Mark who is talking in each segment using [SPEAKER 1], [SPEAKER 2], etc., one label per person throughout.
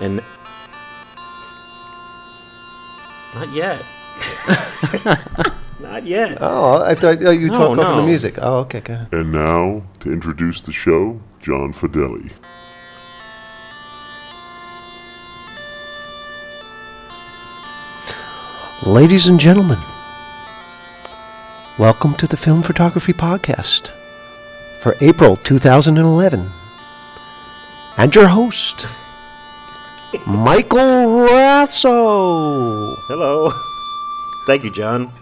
[SPEAKER 1] And not yet. not yet.
[SPEAKER 2] Oh, I thought oh, you
[SPEAKER 1] No,
[SPEAKER 2] talk over
[SPEAKER 1] no.
[SPEAKER 2] the music. Oh, okay, go ahead.
[SPEAKER 3] And now, to introduce the show, John Fideli.
[SPEAKER 2] Ladies and gentlemen, welcome to the Film Photography Podcast for April 2011. And your host, Michael Rasso.
[SPEAKER 1] Hello. Thank you, John.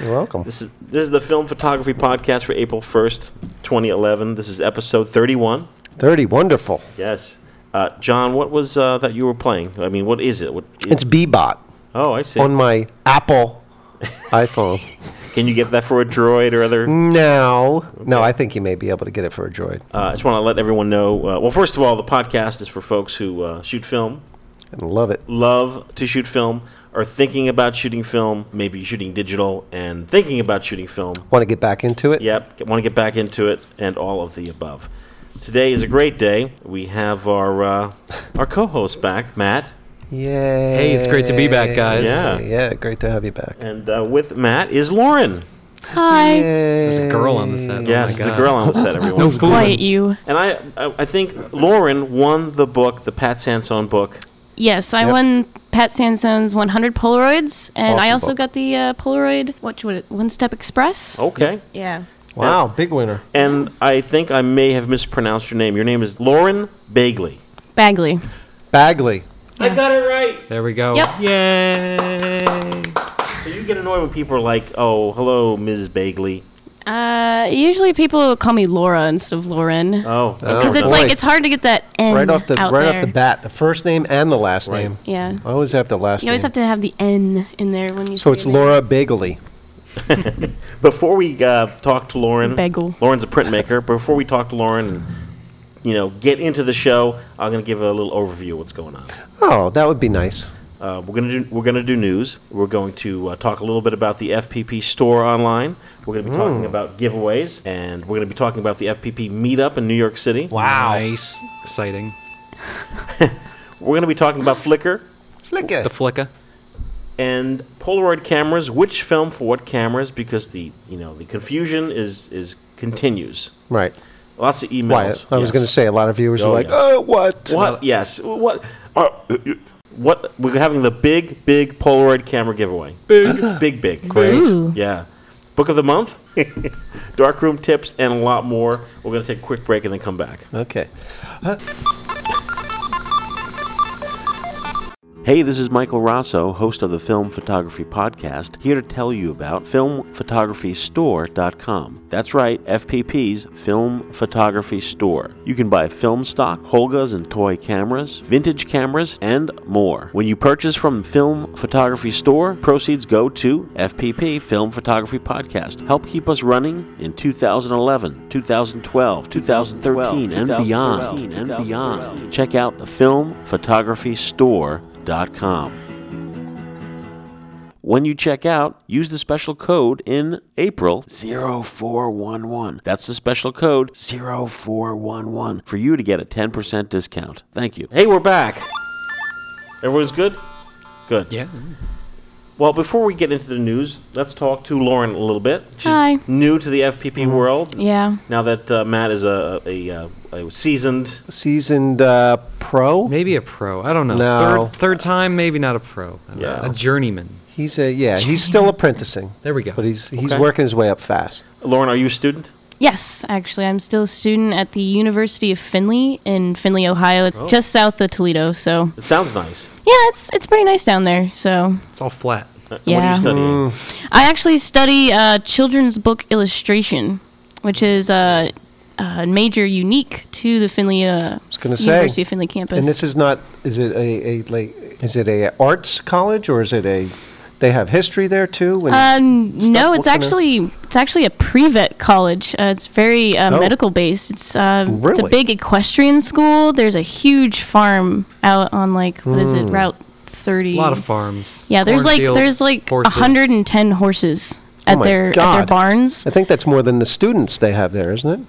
[SPEAKER 2] You're welcome.
[SPEAKER 1] This is this is the film photography podcast for April first, twenty eleven. This is episode thirty one.
[SPEAKER 2] 30, wonderful.
[SPEAKER 1] Yes. Uh, John, what was uh, that you were playing? I mean, what is it? What is,
[SPEAKER 2] It's Bebot
[SPEAKER 1] oh, I see.
[SPEAKER 2] on my Apple iPhone.
[SPEAKER 1] Can you get that for a droid or other?
[SPEAKER 2] No, no, I think you may be able to get it for a droid
[SPEAKER 1] Uh, I just want to let everyone know. Uh, well, first of all, the podcast is for folks who uh, shoot film,
[SPEAKER 2] and love it.
[SPEAKER 1] love to shoot film, are thinking about shooting film, maybe shooting digital, and thinking about shooting film.
[SPEAKER 2] Want to get back into it?
[SPEAKER 1] Yep, want to get back into it, and all of the above. Today is a great day. We have our uh, our co-host back, Matt,
[SPEAKER 2] Yay.
[SPEAKER 4] Hey, it's great to be back, guys.
[SPEAKER 1] Yeah.
[SPEAKER 2] Yeah, great to have you back.
[SPEAKER 1] and uh, with Matt is Lauren.
[SPEAKER 5] Hi.
[SPEAKER 4] There's a girl on the set.
[SPEAKER 1] yes,
[SPEAKER 4] oh my
[SPEAKER 1] it's
[SPEAKER 4] God.
[SPEAKER 1] a girl on the set. Everyone.
[SPEAKER 4] No fool.
[SPEAKER 5] Quiet you.
[SPEAKER 1] And I, I, I think Lauren won the book, the Pat Sansone book.
[SPEAKER 5] Yes, I
[SPEAKER 2] Yep.
[SPEAKER 5] won Pat Sansone's 100 Polaroids, and I
[SPEAKER 2] Awesome
[SPEAKER 5] also
[SPEAKER 2] book. Oh.
[SPEAKER 5] got the uh, Polaroid. What would it? One Step Express.
[SPEAKER 1] Okay.
[SPEAKER 5] Yeah.
[SPEAKER 2] Wow, big winner.
[SPEAKER 1] And I think I may have mispronounced your name. Your name is Lauren Bagley.
[SPEAKER 5] Bagley.
[SPEAKER 2] Bagley.
[SPEAKER 1] I got it right.
[SPEAKER 4] There we go.
[SPEAKER 5] Yep.
[SPEAKER 4] Yay.
[SPEAKER 1] So you get annoyed when people are like, "Oh, hello, Ms. Bagley."
[SPEAKER 5] Uh, usually people call me Laura instead of Lauren
[SPEAKER 1] Oh,
[SPEAKER 2] Oh.
[SPEAKER 5] because it's
[SPEAKER 2] boy.
[SPEAKER 5] like it's hard to get that N
[SPEAKER 2] Right off the
[SPEAKER 5] out
[SPEAKER 2] right
[SPEAKER 5] there.
[SPEAKER 2] off the bat, the first name and the last
[SPEAKER 4] Right.
[SPEAKER 2] name.
[SPEAKER 5] Yeah.
[SPEAKER 2] I always have the last
[SPEAKER 5] You always
[SPEAKER 2] name.
[SPEAKER 5] have to have the N in there when you.
[SPEAKER 2] so
[SPEAKER 5] say
[SPEAKER 2] it's
[SPEAKER 5] your
[SPEAKER 2] Laura Bagley.
[SPEAKER 1] before we uh, talk to Lauren,
[SPEAKER 5] Bagel.
[SPEAKER 1] Lauren's a printmaker. Before we talk to Lauren, and, you know, get into the show, I'm going to give a little overview of what's going on.
[SPEAKER 2] Oh, that would be nice.
[SPEAKER 1] Uh, we're gonna do we're gonna do news. We're going to uh, talk a little bit about the FPP store online. We're gonna be
[SPEAKER 5] Mm.
[SPEAKER 1] talking about giveaways, and we're gonna be talking about the FPP meetup in New York City.
[SPEAKER 4] Nice. Exciting.
[SPEAKER 1] We're gonna be talking about Flickr
[SPEAKER 2] Flick it.
[SPEAKER 4] The flicka.
[SPEAKER 1] and Polaroid cameras. Which film for what cameras? Because the you know the confusion is is continues.
[SPEAKER 2] right.
[SPEAKER 1] Lots of emails.
[SPEAKER 2] Wyatt. I was
[SPEAKER 1] Yes.
[SPEAKER 2] going to say a lot of viewers
[SPEAKER 1] Oh,
[SPEAKER 2] are like,
[SPEAKER 1] yes.
[SPEAKER 2] "Oh, what?"
[SPEAKER 1] What? Yes. What? Uh, what? We're having the big, big Polaroid camera giveaway. Big, big, big.
[SPEAKER 5] Great. Ooh.
[SPEAKER 1] Yeah. Book of the month, darkroom tips, and a lot more. We're gonna take a quick break and then come back.
[SPEAKER 2] Okay.
[SPEAKER 1] Hey, this is Michael Rosso, host of the Film Photography Podcast, here to tell you about filmphotographystore.com. That's right, FPP's Film Photography Store. You can buy film stock, Holgas and toy cameras, vintage cameras, and more. When you purchase from Film Photography Store, proceeds go to FPP Film Photography Podcast. Help keep us running in 2011, 2012, 2013, and beyond. And beyond. Check out the Film Photography Store www.thebrewingclub.com. When you check out, use the special code in April 0411. That's the special code 0411 for you to get a 10% discount. Thank you. Hey, we're back. Everyone's good? Good.
[SPEAKER 4] Yeah.
[SPEAKER 1] Well, before we get into the news, let's talk to Lauren a little bit. She's
[SPEAKER 5] Hi.
[SPEAKER 1] new to the FPP
[SPEAKER 2] Mm-hmm.
[SPEAKER 1] world.
[SPEAKER 5] Yeah.
[SPEAKER 1] Now that uh, Matt is a, a, uh, a seasoned
[SPEAKER 2] Seasoned uh, pro.
[SPEAKER 4] Maybe a pro. I don't know.
[SPEAKER 2] No.
[SPEAKER 4] Third, third time, maybe not a pro. I don't know.
[SPEAKER 1] Yeah.
[SPEAKER 4] A journeyman.
[SPEAKER 2] He's a yeah, he's still apprenticing.
[SPEAKER 4] There we go.
[SPEAKER 2] But he's he's
[SPEAKER 1] Okay.
[SPEAKER 2] working his way up fast.
[SPEAKER 1] Lauren, are you a student?
[SPEAKER 5] Yes, actually, I'm still a student at the University of Findlay in Findlay, Ohio,
[SPEAKER 2] Oh.
[SPEAKER 5] just south of Toledo. So
[SPEAKER 1] It sounds nice.
[SPEAKER 5] yeah, it's it's pretty nice down there. So
[SPEAKER 4] It's all flat.
[SPEAKER 1] Uh, What are
[SPEAKER 5] Yeah.
[SPEAKER 1] you studying?
[SPEAKER 5] I actually study uh, children's book illustration, which is a, a major unique to the Findlay uh,
[SPEAKER 2] was gonna say.
[SPEAKER 5] University of Findlay campus.
[SPEAKER 2] And this is not is it a, a like is it a arts college or is it a they have history there too? And
[SPEAKER 5] um,
[SPEAKER 2] stuff?
[SPEAKER 5] no,
[SPEAKER 2] What
[SPEAKER 5] it's
[SPEAKER 2] kinda-
[SPEAKER 5] actually it's actually a pre-vet college. Uh, it's very uh,
[SPEAKER 2] Oh.
[SPEAKER 5] medical based. It's um, it's a
[SPEAKER 2] Really?
[SPEAKER 5] big equestrian school. There's a huge farm out on like what is
[SPEAKER 2] Hmm.
[SPEAKER 5] it Route
[SPEAKER 4] A
[SPEAKER 5] Thirty?
[SPEAKER 4] lot of farms.
[SPEAKER 5] Yeah, there's like
[SPEAKER 4] cornfields,
[SPEAKER 5] there's like
[SPEAKER 4] horses.
[SPEAKER 5] 110 horses
[SPEAKER 2] Oh
[SPEAKER 5] at
[SPEAKER 2] my
[SPEAKER 5] their at their
[SPEAKER 2] God.
[SPEAKER 5] barns.
[SPEAKER 2] I think that's more than the students they have there, isn't it?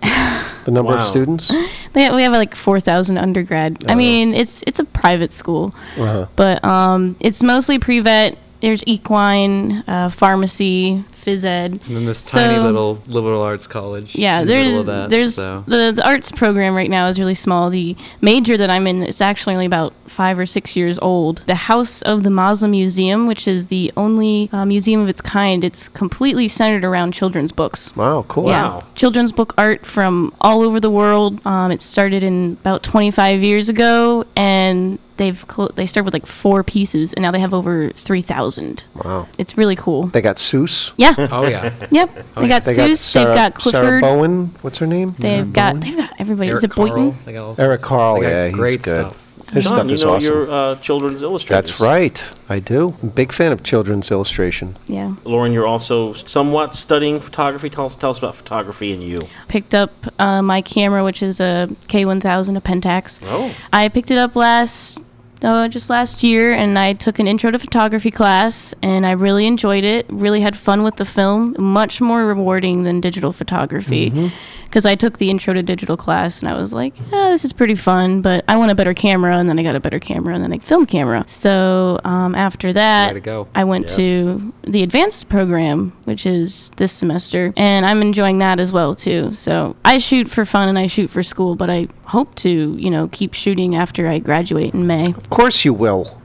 [SPEAKER 2] The number
[SPEAKER 1] Wow.
[SPEAKER 2] of students.
[SPEAKER 5] They have, we have like 4,000 undergrad.
[SPEAKER 4] Oh,
[SPEAKER 5] I mean, it's it's a private school,
[SPEAKER 1] Uh-huh.
[SPEAKER 5] but um, it's mostly pre vet. There's equine, uh, pharmacy, phys ed.
[SPEAKER 4] And then this
[SPEAKER 5] So-
[SPEAKER 4] tiny little liberal arts college.
[SPEAKER 5] Yeah,
[SPEAKER 4] in the middle
[SPEAKER 5] there's
[SPEAKER 4] of that,
[SPEAKER 5] there's
[SPEAKER 4] so.
[SPEAKER 5] the, the arts program right now is really small. The major that I'm in is actually only about five or six years old. The House of the Muslim Museum, which is the only uh, museum of its kind, it's completely centered around children's books.
[SPEAKER 2] Wow, cool.
[SPEAKER 5] Yeah, children's book art from all over the world. Um, it started in about 25 years ago, and they've cl- they started with like four pieces, and now they have over 3,000.
[SPEAKER 2] Wow.
[SPEAKER 5] It's really cool.
[SPEAKER 2] They got Seuss.
[SPEAKER 5] Yeah.
[SPEAKER 4] oh yeah.
[SPEAKER 5] Yep. they got
[SPEAKER 2] They
[SPEAKER 5] Seuss.
[SPEAKER 2] Sarah,
[SPEAKER 5] they've got
[SPEAKER 2] Sarah
[SPEAKER 5] Clifford.
[SPEAKER 2] Bowen. What's her name?
[SPEAKER 1] Mm-hmm.
[SPEAKER 5] They've got they've got everybody. Is
[SPEAKER 4] Eric
[SPEAKER 5] it Boyton?
[SPEAKER 4] Carle, they got all
[SPEAKER 2] Eric
[SPEAKER 4] sorts of-
[SPEAKER 2] Carle.
[SPEAKER 4] they got
[SPEAKER 2] Yeah, he's
[SPEAKER 4] great
[SPEAKER 2] good.
[SPEAKER 4] stuff.
[SPEAKER 2] His
[SPEAKER 1] John,
[SPEAKER 2] stuff
[SPEAKER 1] you
[SPEAKER 2] is
[SPEAKER 1] know
[SPEAKER 2] awesome.
[SPEAKER 1] your uh, children's illustrators.
[SPEAKER 2] That's right. I do. I'm a big fan of children's illustration.
[SPEAKER 5] Yeah.
[SPEAKER 1] Lauren, you're also somewhat studying photography. Tell us, tell us about photography and you.
[SPEAKER 5] Picked up uh, my camera, which is a K1000, a Pentax.
[SPEAKER 1] Oh.
[SPEAKER 5] I picked it up last, uh, just last year, and I took an intro to photography class, and I really enjoyed it. Really had fun with the film. Much more rewarding than digital photography. Because I took the intro to digital class, and I was like, yeah, this is pretty fun, but I want a better camera, and then I got a better camera, and then a film camera. So um, after that,
[SPEAKER 4] Way to go.
[SPEAKER 5] I went to the advanced program, which is this semester, and I'm enjoying that as well too. So I shoot for fun and I shoot for school, but I hope to, you know, keep shooting after I graduate in May.
[SPEAKER 2] Of course you will.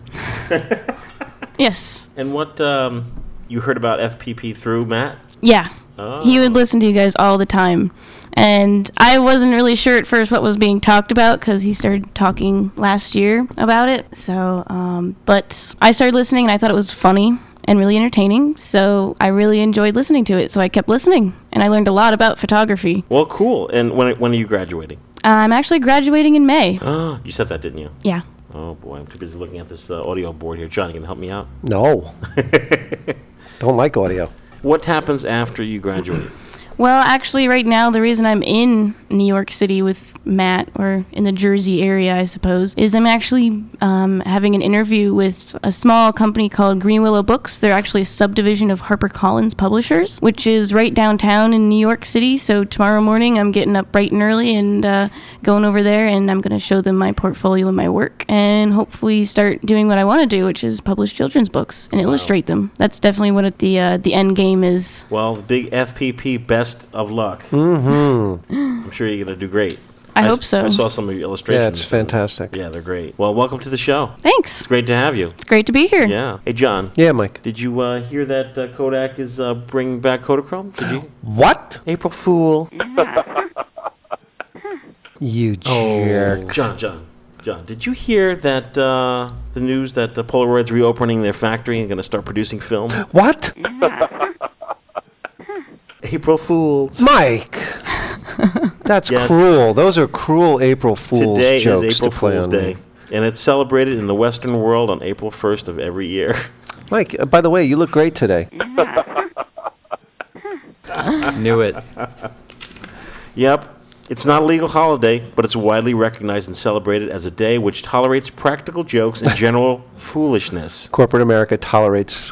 [SPEAKER 5] Yes.
[SPEAKER 1] And what um, you heard about FPP through Matt?
[SPEAKER 5] Yeah.
[SPEAKER 1] Oh.
[SPEAKER 5] He would listen to you guys all the time. And I wasn't really sure at first what was being talked about because he started talking last year about it. So, um, but I started listening and I thought it was funny and really entertaining. So I really enjoyed listening to it. So I kept listening and I learned a lot about photography.
[SPEAKER 1] Well, cool. And when when are you graduating?
[SPEAKER 5] I'm actually graduating in May.
[SPEAKER 1] Oh, you said that, didn't you?
[SPEAKER 5] Yeah.
[SPEAKER 1] Oh boy, I'm too busy looking at this uh, audio board here. John, you can help me out.
[SPEAKER 2] No. Don't like audio.
[SPEAKER 1] What happens after you graduate?
[SPEAKER 5] Well, actually, right now, the reason I'm in New York City with Matt, or in the Jersey area, I suppose, is I'm actually um, having an interview with a small company called Green Willow Books. They're actually a subdivision of HarperCollins Publishers, which is right downtown in New York City. So tomorrow morning, I'm getting up bright and early and uh, going over there, and I'm going to show them my portfolio and my work, and hopefully start doing what I want to do, which is publish children's books and illustrate them. That's definitely what it- the uh, the end game is.
[SPEAKER 1] well, the big FPP, best of luck. I'm sure you're gonna do great.
[SPEAKER 5] I
[SPEAKER 1] s-
[SPEAKER 5] hope so.
[SPEAKER 1] I saw some of your illustrations.
[SPEAKER 2] Mm-hmm. Yeah, it's fantastic.
[SPEAKER 1] Yeah, they're great. Well, welcome to the show.
[SPEAKER 5] Thanks.
[SPEAKER 1] It's great to have you.
[SPEAKER 5] It's great to be here.
[SPEAKER 1] Yeah. Hey, John.
[SPEAKER 2] Yeah, Mike.
[SPEAKER 1] Did you uh, hear that uh, Kodak is uh, bringing back Kodachrome? Did you?
[SPEAKER 2] What?
[SPEAKER 1] April Fool.
[SPEAKER 2] You
[SPEAKER 4] Oh.
[SPEAKER 2] jerk.
[SPEAKER 1] John, John, John. Did you hear that uh, the news that uh, Polaroid's reopening their factory and going to start producing film?
[SPEAKER 2] What?
[SPEAKER 1] April Fools.
[SPEAKER 2] Mike. That's
[SPEAKER 1] Yes.
[SPEAKER 2] cruel. Those are cruel April Fool's
[SPEAKER 1] Today is
[SPEAKER 2] jokes
[SPEAKER 1] April
[SPEAKER 2] to play
[SPEAKER 1] Fool's
[SPEAKER 2] on
[SPEAKER 1] Day,
[SPEAKER 2] me.
[SPEAKER 1] and it's celebrated in the Western world on April 1st of every year.
[SPEAKER 2] Mike, uh, by the way, you look great today.
[SPEAKER 4] Knew it.
[SPEAKER 1] Yep. It's not a legal holiday, but it's widely recognized and celebrated as a day which tolerates practical jokes and general foolishness.
[SPEAKER 2] Corporate America tolerates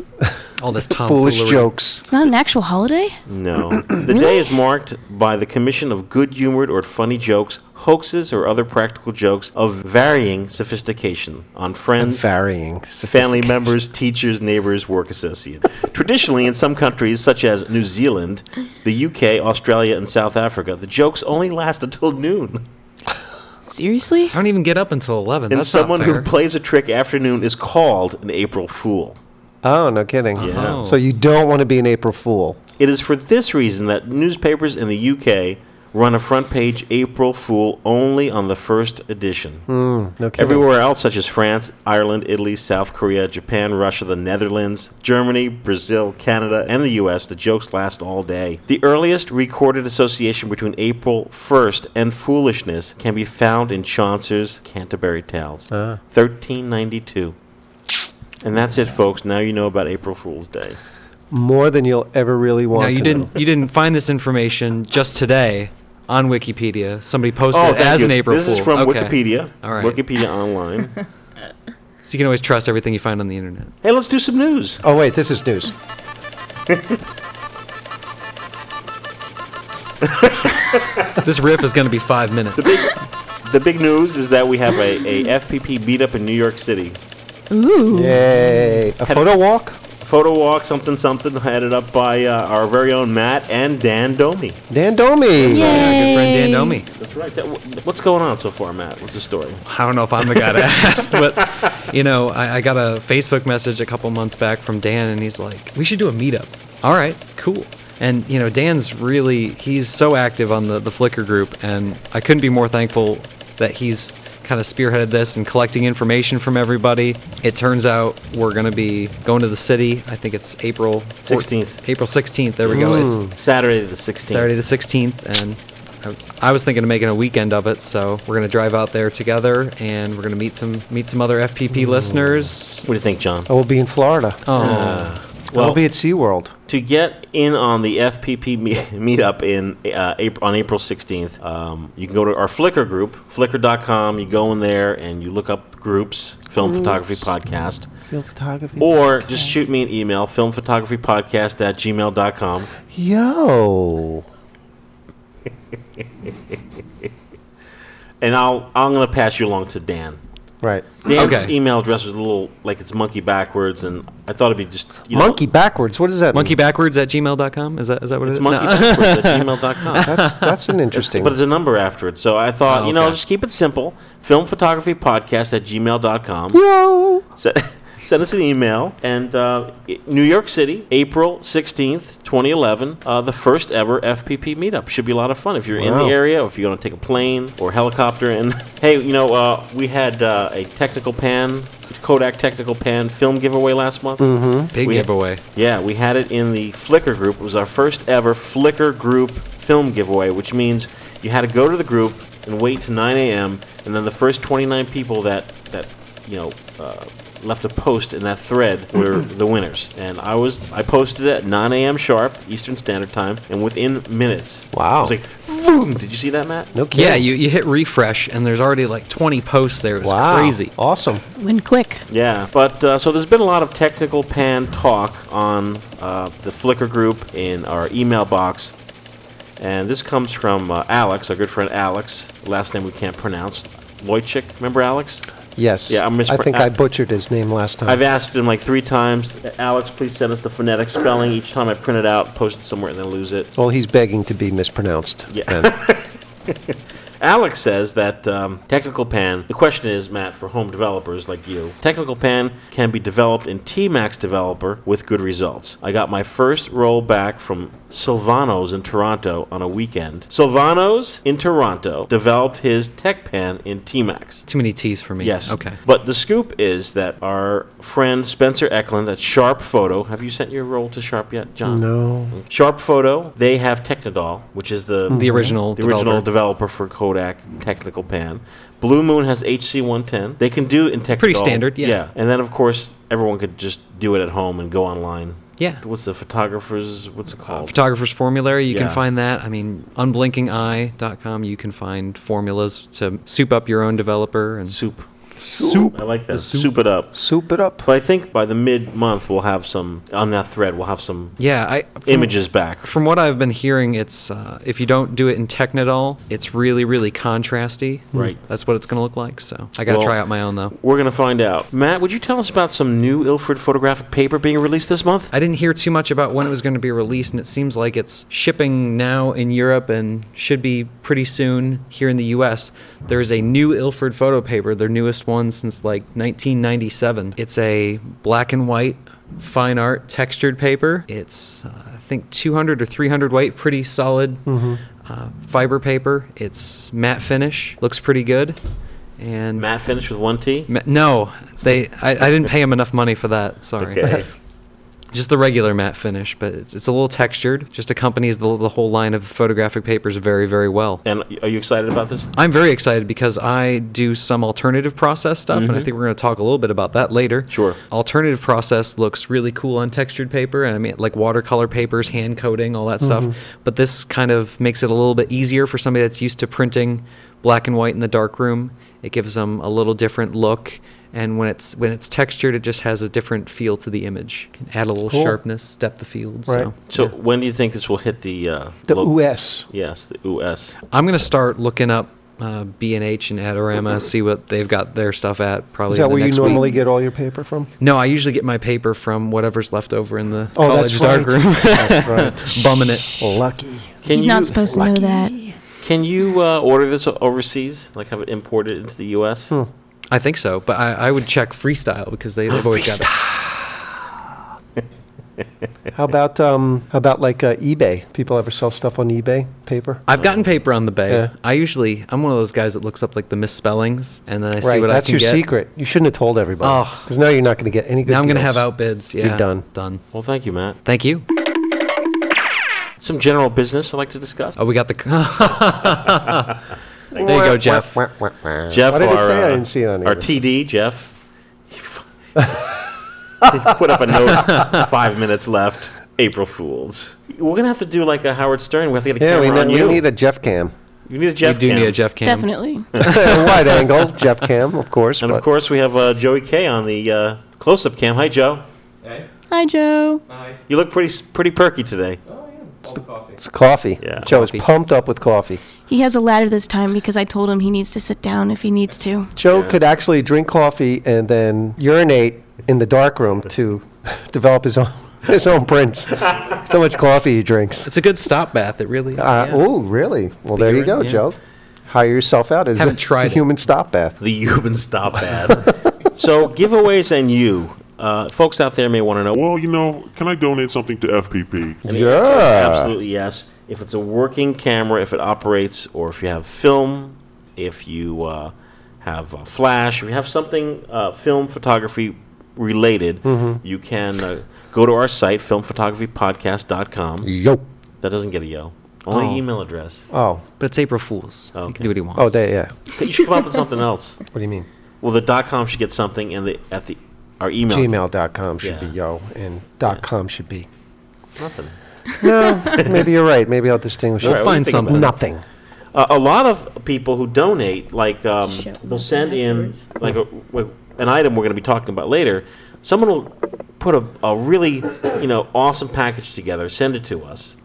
[SPEAKER 4] All this
[SPEAKER 1] Oh,
[SPEAKER 4] Tom
[SPEAKER 2] foolish jokes.
[SPEAKER 5] It's not an actual holiday?
[SPEAKER 1] No. The day is marked by the commission of good humored or funny jokes, hoaxes, or other practical jokes of varying sophistication on friends,
[SPEAKER 2] Varying.
[SPEAKER 1] family members, teachers, neighbors, work associates. Traditionally, in some countries such as New Zealand, the UK, Australia, and South Africa, the jokes only last until noon.
[SPEAKER 5] Seriously?
[SPEAKER 4] I don't even get up until eleven.
[SPEAKER 1] And
[SPEAKER 4] That's
[SPEAKER 1] someone
[SPEAKER 4] not fair.
[SPEAKER 1] who plays a trick after noon is called an April Fool.
[SPEAKER 2] Oh, no kidding.
[SPEAKER 1] Yeah.
[SPEAKER 4] Oh.
[SPEAKER 2] So you don't want to be an April Fool.
[SPEAKER 1] It is for this reason that newspapers in the UK run a front page April Fool only on the first edition.
[SPEAKER 2] No kidding.
[SPEAKER 1] Everywhere else, such as France, Ireland, Italy, South Korea, Japan, Russia, the Netherlands, Germany, Brazil, Canada, and the US, the jokes last all day. The earliest recorded association between April 1st and foolishness can be found in Chaucer's Canterbury Tales,
[SPEAKER 4] Ah.
[SPEAKER 1] 1392. And that's it, folks. Now you know about April Fool's Day.
[SPEAKER 2] More than you'll ever really want
[SPEAKER 4] Now you
[SPEAKER 2] to
[SPEAKER 4] didn't
[SPEAKER 2] know.
[SPEAKER 4] you didn't find this information just today on Wikipedia. Somebody posted it
[SPEAKER 1] Oh, thank
[SPEAKER 4] as
[SPEAKER 1] you.
[SPEAKER 4] an April
[SPEAKER 1] This
[SPEAKER 4] Fool.
[SPEAKER 1] is from
[SPEAKER 4] Okay.
[SPEAKER 1] Wikipedia.
[SPEAKER 4] All right.
[SPEAKER 1] Wikipedia Online.
[SPEAKER 4] So you can always trust everything you find on the internet.
[SPEAKER 1] hey, let's do some news.
[SPEAKER 2] Oh, wait, this is news.
[SPEAKER 4] This riff is going to be five minutes.
[SPEAKER 1] the big news is that we have a, a FPP meetup in New York City.
[SPEAKER 5] Ooh.
[SPEAKER 2] Yay! A photo walk?
[SPEAKER 1] Photo walk, something something, headed up by uh, our very own Matt and Dan Domi.
[SPEAKER 2] Dan Domi.
[SPEAKER 4] Yeah, good friend Dan
[SPEAKER 5] Yay.
[SPEAKER 4] Domi.
[SPEAKER 1] That's right. That, wh- what's going on so far, Matt? What's the story?
[SPEAKER 4] I don't know if I'm the guy to ask, but you know, I, I got a Facebook message a couple months back from Dan, and he's like, "We should do a meetup." All right, cool. And you know, Dan's really—he's so active on the the Flickr group, and I couldn't be more thankful that he's kind of spearheaded this and collecting information from everybody. It turns out we're going to be going to the city. I think it's April
[SPEAKER 1] 16th.
[SPEAKER 4] April 16th. There we go.
[SPEAKER 6] Mm.
[SPEAKER 4] It's
[SPEAKER 2] Mm.
[SPEAKER 1] Saturday the 16th.
[SPEAKER 4] Saturday the 16th, and I, I was thinking of making a weekend of it. So we're gonna drive out there together, and we're gonna meet some meet some other FPP listeners.
[SPEAKER 1] What do you think, John?
[SPEAKER 2] I will be in Florida.
[SPEAKER 4] Oh,
[SPEAKER 2] I'll be at SeaWorld.
[SPEAKER 1] To get in on the FPP me- meetup in uh, April, on April 16th, um, you can go to our Flickr group, flickr.com. You go in there and you look up groups, Film Photography Podcast,
[SPEAKER 2] Field photography.
[SPEAKER 1] or just shoot me an email, filmphotographypodcast at gmail.com.
[SPEAKER 2] Yo.
[SPEAKER 1] And I'll, I'm going to pass you along to Dan.
[SPEAKER 2] Right.
[SPEAKER 1] Dan's
[SPEAKER 4] Okay.
[SPEAKER 1] email address is a little like it's monkey backwards, and I thought it'd be just you know,
[SPEAKER 2] Monkey backwards. What does that
[SPEAKER 4] monkey
[SPEAKER 2] mean?
[SPEAKER 4] backwards at gmail.com. Is that is that what
[SPEAKER 1] It's
[SPEAKER 4] it is?
[SPEAKER 1] monkey
[SPEAKER 4] No. uh,
[SPEAKER 1] backwards at gmail.com.
[SPEAKER 2] That's that's an interesting.
[SPEAKER 1] But there's a number after it. So I thought,
[SPEAKER 4] Oh,
[SPEAKER 1] you know,
[SPEAKER 4] okay.
[SPEAKER 1] just keep it simple. Filmphotographypodcast at gmail.com.
[SPEAKER 2] Yo.
[SPEAKER 1] Send, send us an email. And uh, i- New York City, April 16th, 2011, uh, the first ever FPP meetup. Should be a lot of fun. If you're in
[SPEAKER 2] Wow.
[SPEAKER 1] the area, or if you're going to take a plane or helicopter. And hey, you know, uh, we had uh, a technical pan, Kodak technical pan film giveaway last month.
[SPEAKER 2] Mm-hmm.
[SPEAKER 4] Big
[SPEAKER 1] We-
[SPEAKER 4] giveaway.
[SPEAKER 1] Yeah, we had it in the Flickr group. It was our first ever Flickr group film giveaway, which means you had to go to the group and wait to 9 a.m. and then the first 29 people that that you know uh, left a post in that thread were the winners. And I was I posted it at 9 a.m. sharp Eastern Standard Time, and within minutes, it
[SPEAKER 2] Wow.
[SPEAKER 1] was like boom! Did you see that, Matt?
[SPEAKER 2] No kidding.
[SPEAKER 4] Yeah, you, you hit refresh, and there's already like 20 posts there. It was
[SPEAKER 2] Wow.
[SPEAKER 4] crazy.
[SPEAKER 2] Awesome.
[SPEAKER 5] Went quick.
[SPEAKER 1] Yeah, but uh, so there's been a lot of technical pan talk on uh, the Flickr group in our email box, and this comes from uh, Alex, our good friend Alex, last name we can't pronounce, Loychik. Remember Alex?
[SPEAKER 2] Yes.
[SPEAKER 1] Yeah, I'm mispr-
[SPEAKER 2] I think
[SPEAKER 1] I-
[SPEAKER 2] I butchered his name last time.
[SPEAKER 1] I've asked him like three times. Alex, please send us the phonetic spelling. Each time I print it out, post it somewhere, and then lose it.
[SPEAKER 2] well, he's begging to be mispronounced.
[SPEAKER 1] Yeah.
[SPEAKER 2] then.
[SPEAKER 1] Alex says that um, Technical Pan, the question is, Matt, for home developers like you, Technical Pan can be developed in Tmax Developer with good results. I got my first roll back from Silvano's in Toronto on a weekend. Silvano's in Toronto developed his TechPan in Tmax.
[SPEAKER 4] Too many T's for me.
[SPEAKER 1] Yes.
[SPEAKER 4] Okay.
[SPEAKER 1] But the scoop is that our friend Spencer Eklund at Sharp Photo, have you sent your roll to Sharp yet, John?
[SPEAKER 2] no.
[SPEAKER 1] Sharp Photo, they have Technodol, which is the
[SPEAKER 4] The original
[SPEAKER 1] the original
[SPEAKER 4] developer.
[SPEAKER 1] developer for Kodak Technical Pan. Blue Moon has HC110. They can do in Technodol.
[SPEAKER 4] Pretty standard, yeah.
[SPEAKER 1] And then of course everyone could just do it at home and go online.
[SPEAKER 4] Yeah.
[SPEAKER 1] What's the photographers? What's it
[SPEAKER 4] Uh,
[SPEAKER 1] called?
[SPEAKER 4] photographer's formulary you can
[SPEAKER 1] Yeah.
[SPEAKER 4] find that i mean unblinkingeye.com you can find formulas to soup up your own developer and
[SPEAKER 1] soup.
[SPEAKER 2] Soup.
[SPEAKER 1] I like that.
[SPEAKER 4] soup.
[SPEAKER 1] Soup it up.
[SPEAKER 2] Soup it up.
[SPEAKER 1] But I think by the mid month we'll have some on that thread. We'll have some
[SPEAKER 4] yeah i from-
[SPEAKER 1] images back.
[SPEAKER 4] from what i've been hearing it's uh, if you don't do it in technodol it's really really contrasty
[SPEAKER 1] Right.
[SPEAKER 4] that's what it's going to look like so i gotta
[SPEAKER 1] Well-
[SPEAKER 4] try out my own though
[SPEAKER 1] We're gonna find out. Matt, would you tell us about some new Ilford photographic paper being released this month?
[SPEAKER 4] I didn't hear too much about when it was going to be released, and it seems like it's shipping now in Europe and should be pretty soon here in the U.S. There's a new Ilford photo paper, their newest one since like 1997. It's a black and white fine art textured paper. It's uh, I think 200 or 300 weight, pretty solid uh, fiber paper. It's matte finish, looks pretty good, and
[SPEAKER 1] Matt finished with one T.
[SPEAKER 4] Ma- no, they. I, I didn't pay him enough money for that. Sorry.
[SPEAKER 1] Okay.
[SPEAKER 4] Just the regular matte finish, but it's, it's a little textured. Just accompanies the, the whole line of photographic papers very, very well.
[SPEAKER 1] And are you excited about this?
[SPEAKER 4] I'm very excited because I do some alternative process stuff, and I think we're going to talk a little bit about that later.
[SPEAKER 1] Sure.
[SPEAKER 4] Alternative process looks really cool on textured paper, and I mean, like watercolor papers, hand coating, all that stuff. But this kind of makes it a little bit easier for somebody that's used to printing black and white in the darkroom. It gives them a little different look, and when it's when it's textured, it just has a different feel to the image. Can add a little
[SPEAKER 2] Cool.
[SPEAKER 4] sharpness, depth of field.
[SPEAKER 2] Right.
[SPEAKER 4] So.
[SPEAKER 1] So when do you think this will hit the uh,
[SPEAKER 2] The
[SPEAKER 1] lo-
[SPEAKER 2] US.
[SPEAKER 1] Yes, the US.
[SPEAKER 4] I'm gonna start looking up uh, B&H and Adorama, see what they've got their stuff at. Probably
[SPEAKER 2] Is that
[SPEAKER 4] in the
[SPEAKER 2] where you
[SPEAKER 4] next week.
[SPEAKER 2] normally get all your paper from?
[SPEAKER 4] No, I usually get my paper from whatever's left over in the
[SPEAKER 2] Oh,
[SPEAKER 4] college
[SPEAKER 2] that's right.
[SPEAKER 4] darkroom,
[SPEAKER 2] That's right.
[SPEAKER 4] bumming it.
[SPEAKER 2] Lucky.
[SPEAKER 1] Can
[SPEAKER 5] He's
[SPEAKER 1] you
[SPEAKER 5] not supposed to know that.
[SPEAKER 1] can you uh, order this overseas? Like have it imported into the U.S.
[SPEAKER 2] Hmm.
[SPEAKER 4] I think so, but I, I would check freestyle because
[SPEAKER 1] Oh,
[SPEAKER 4] they, they've always got
[SPEAKER 2] How about um, how about like uh, eBay? People ever sell stuff on eBay? Paper.
[SPEAKER 4] it. I've gotten paper on the bay.
[SPEAKER 2] Yeah.
[SPEAKER 4] I usually I'm one of those guys that looks up like the misspellings and then I see
[SPEAKER 2] right.
[SPEAKER 4] what
[SPEAKER 2] That's
[SPEAKER 4] I
[SPEAKER 2] your
[SPEAKER 4] can get.
[SPEAKER 2] secret. You shouldn't have told everybody.
[SPEAKER 4] Oh.
[SPEAKER 2] Because now you're not going to get any good.
[SPEAKER 4] Now I'm gonna
[SPEAKER 2] deals.
[SPEAKER 4] have outbids. Yeah,
[SPEAKER 2] You're done.
[SPEAKER 4] Done.
[SPEAKER 1] Well, thank you, Matt.
[SPEAKER 4] Thank you.
[SPEAKER 1] Some general business I'd like to discuss.
[SPEAKER 4] Oh, we got the. there you go, Jeff.
[SPEAKER 1] Jeff,
[SPEAKER 2] What did it
[SPEAKER 1] our,
[SPEAKER 2] say? I
[SPEAKER 1] uh,
[SPEAKER 2] didn't see it on
[SPEAKER 1] our
[SPEAKER 2] either.
[SPEAKER 1] TD, Jeff. he put up a note. Five minutes left. April Fools. We're gonna have to do like a Howard Stern. We have to get a
[SPEAKER 2] Yeah, we,
[SPEAKER 1] camera on
[SPEAKER 2] ne-
[SPEAKER 1] you.
[SPEAKER 2] we need a Jeff cam.
[SPEAKER 1] you need a
[SPEAKER 4] We
[SPEAKER 1] Jeff.
[SPEAKER 4] do
[SPEAKER 1] cam.
[SPEAKER 4] need a Jeff Cam.
[SPEAKER 5] Definitely.
[SPEAKER 2] Wide angle Jeff cam, of course.
[SPEAKER 1] And of
[SPEAKER 2] but-
[SPEAKER 1] course, we have uh, Joey K on the uh, close-up cam. Hi, Joe.
[SPEAKER 5] Hi, Joe.
[SPEAKER 1] You look pretty s- pretty perky today.
[SPEAKER 2] It's coffee.
[SPEAKER 1] Yeah.
[SPEAKER 2] Joe is
[SPEAKER 4] Coffee.
[SPEAKER 2] pumped up with coffee.
[SPEAKER 5] He has a ladder this time because I told him he needs to sit down if he needs to.
[SPEAKER 2] Joe could actually drink coffee and then urinate in the dark room to develop his own his own prints. so much coffee he drinks.
[SPEAKER 4] It's a good stop bath. It really.
[SPEAKER 2] Uh,
[SPEAKER 4] yeah.
[SPEAKER 2] Oh, really? Well, there you
[SPEAKER 4] urine,
[SPEAKER 2] go,
[SPEAKER 4] yeah.
[SPEAKER 2] Joe. Hire yourself out as
[SPEAKER 4] Haven't
[SPEAKER 2] the,
[SPEAKER 4] tried
[SPEAKER 2] the
[SPEAKER 4] it.
[SPEAKER 2] human stop bath.
[SPEAKER 1] The human stop ad. so giveaways and you, uh, folks out there may want to know.
[SPEAKER 3] Well, you know, can I donate something to FPP?
[SPEAKER 1] And the answer is Absolutely yes. If it's a working camera, if it operates, or if you have film, if you uh, have a flash, if you have something uh, film photography related, you can uh, go to our site, filmphotographypodcast.com.
[SPEAKER 2] Yo.
[SPEAKER 1] That doesn't get a yo. Only
[SPEAKER 4] Oh.
[SPEAKER 1] email address.
[SPEAKER 2] Oh.
[SPEAKER 4] But it's April Fools. He
[SPEAKER 1] Okay.
[SPEAKER 4] can do what he wants.
[SPEAKER 2] Oh, there, yeah.
[SPEAKER 1] You should come up with something else.
[SPEAKER 2] What do you mean?
[SPEAKER 1] Well, the dot com should get something, and the at the our email
[SPEAKER 2] Gmail.com should be
[SPEAKER 1] Yeah.
[SPEAKER 2] yo, and dot .com should be.
[SPEAKER 1] nothing.
[SPEAKER 2] No, maybe you're right. Maybe I'll distinguish
[SPEAKER 1] All right,
[SPEAKER 4] We'll
[SPEAKER 2] it.
[SPEAKER 1] what do you
[SPEAKER 4] find
[SPEAKER 1] think about
[SPEAKER 4] something.
[SPEAKER 2] Nothing.
[SPEAKER 1] Uh, a lot of people who donate, like um,
[SPEAKER 5] Just shout
[SPEAKER 1] they'll
[SPEAKER 5] them
[SPEAKER 1] send in
[SPEAKER 5] afterwards.
[SPEAKER 1] like a, like an item we're going to be talking about later. Someone will put a, a really you know awesome package together, send it to us.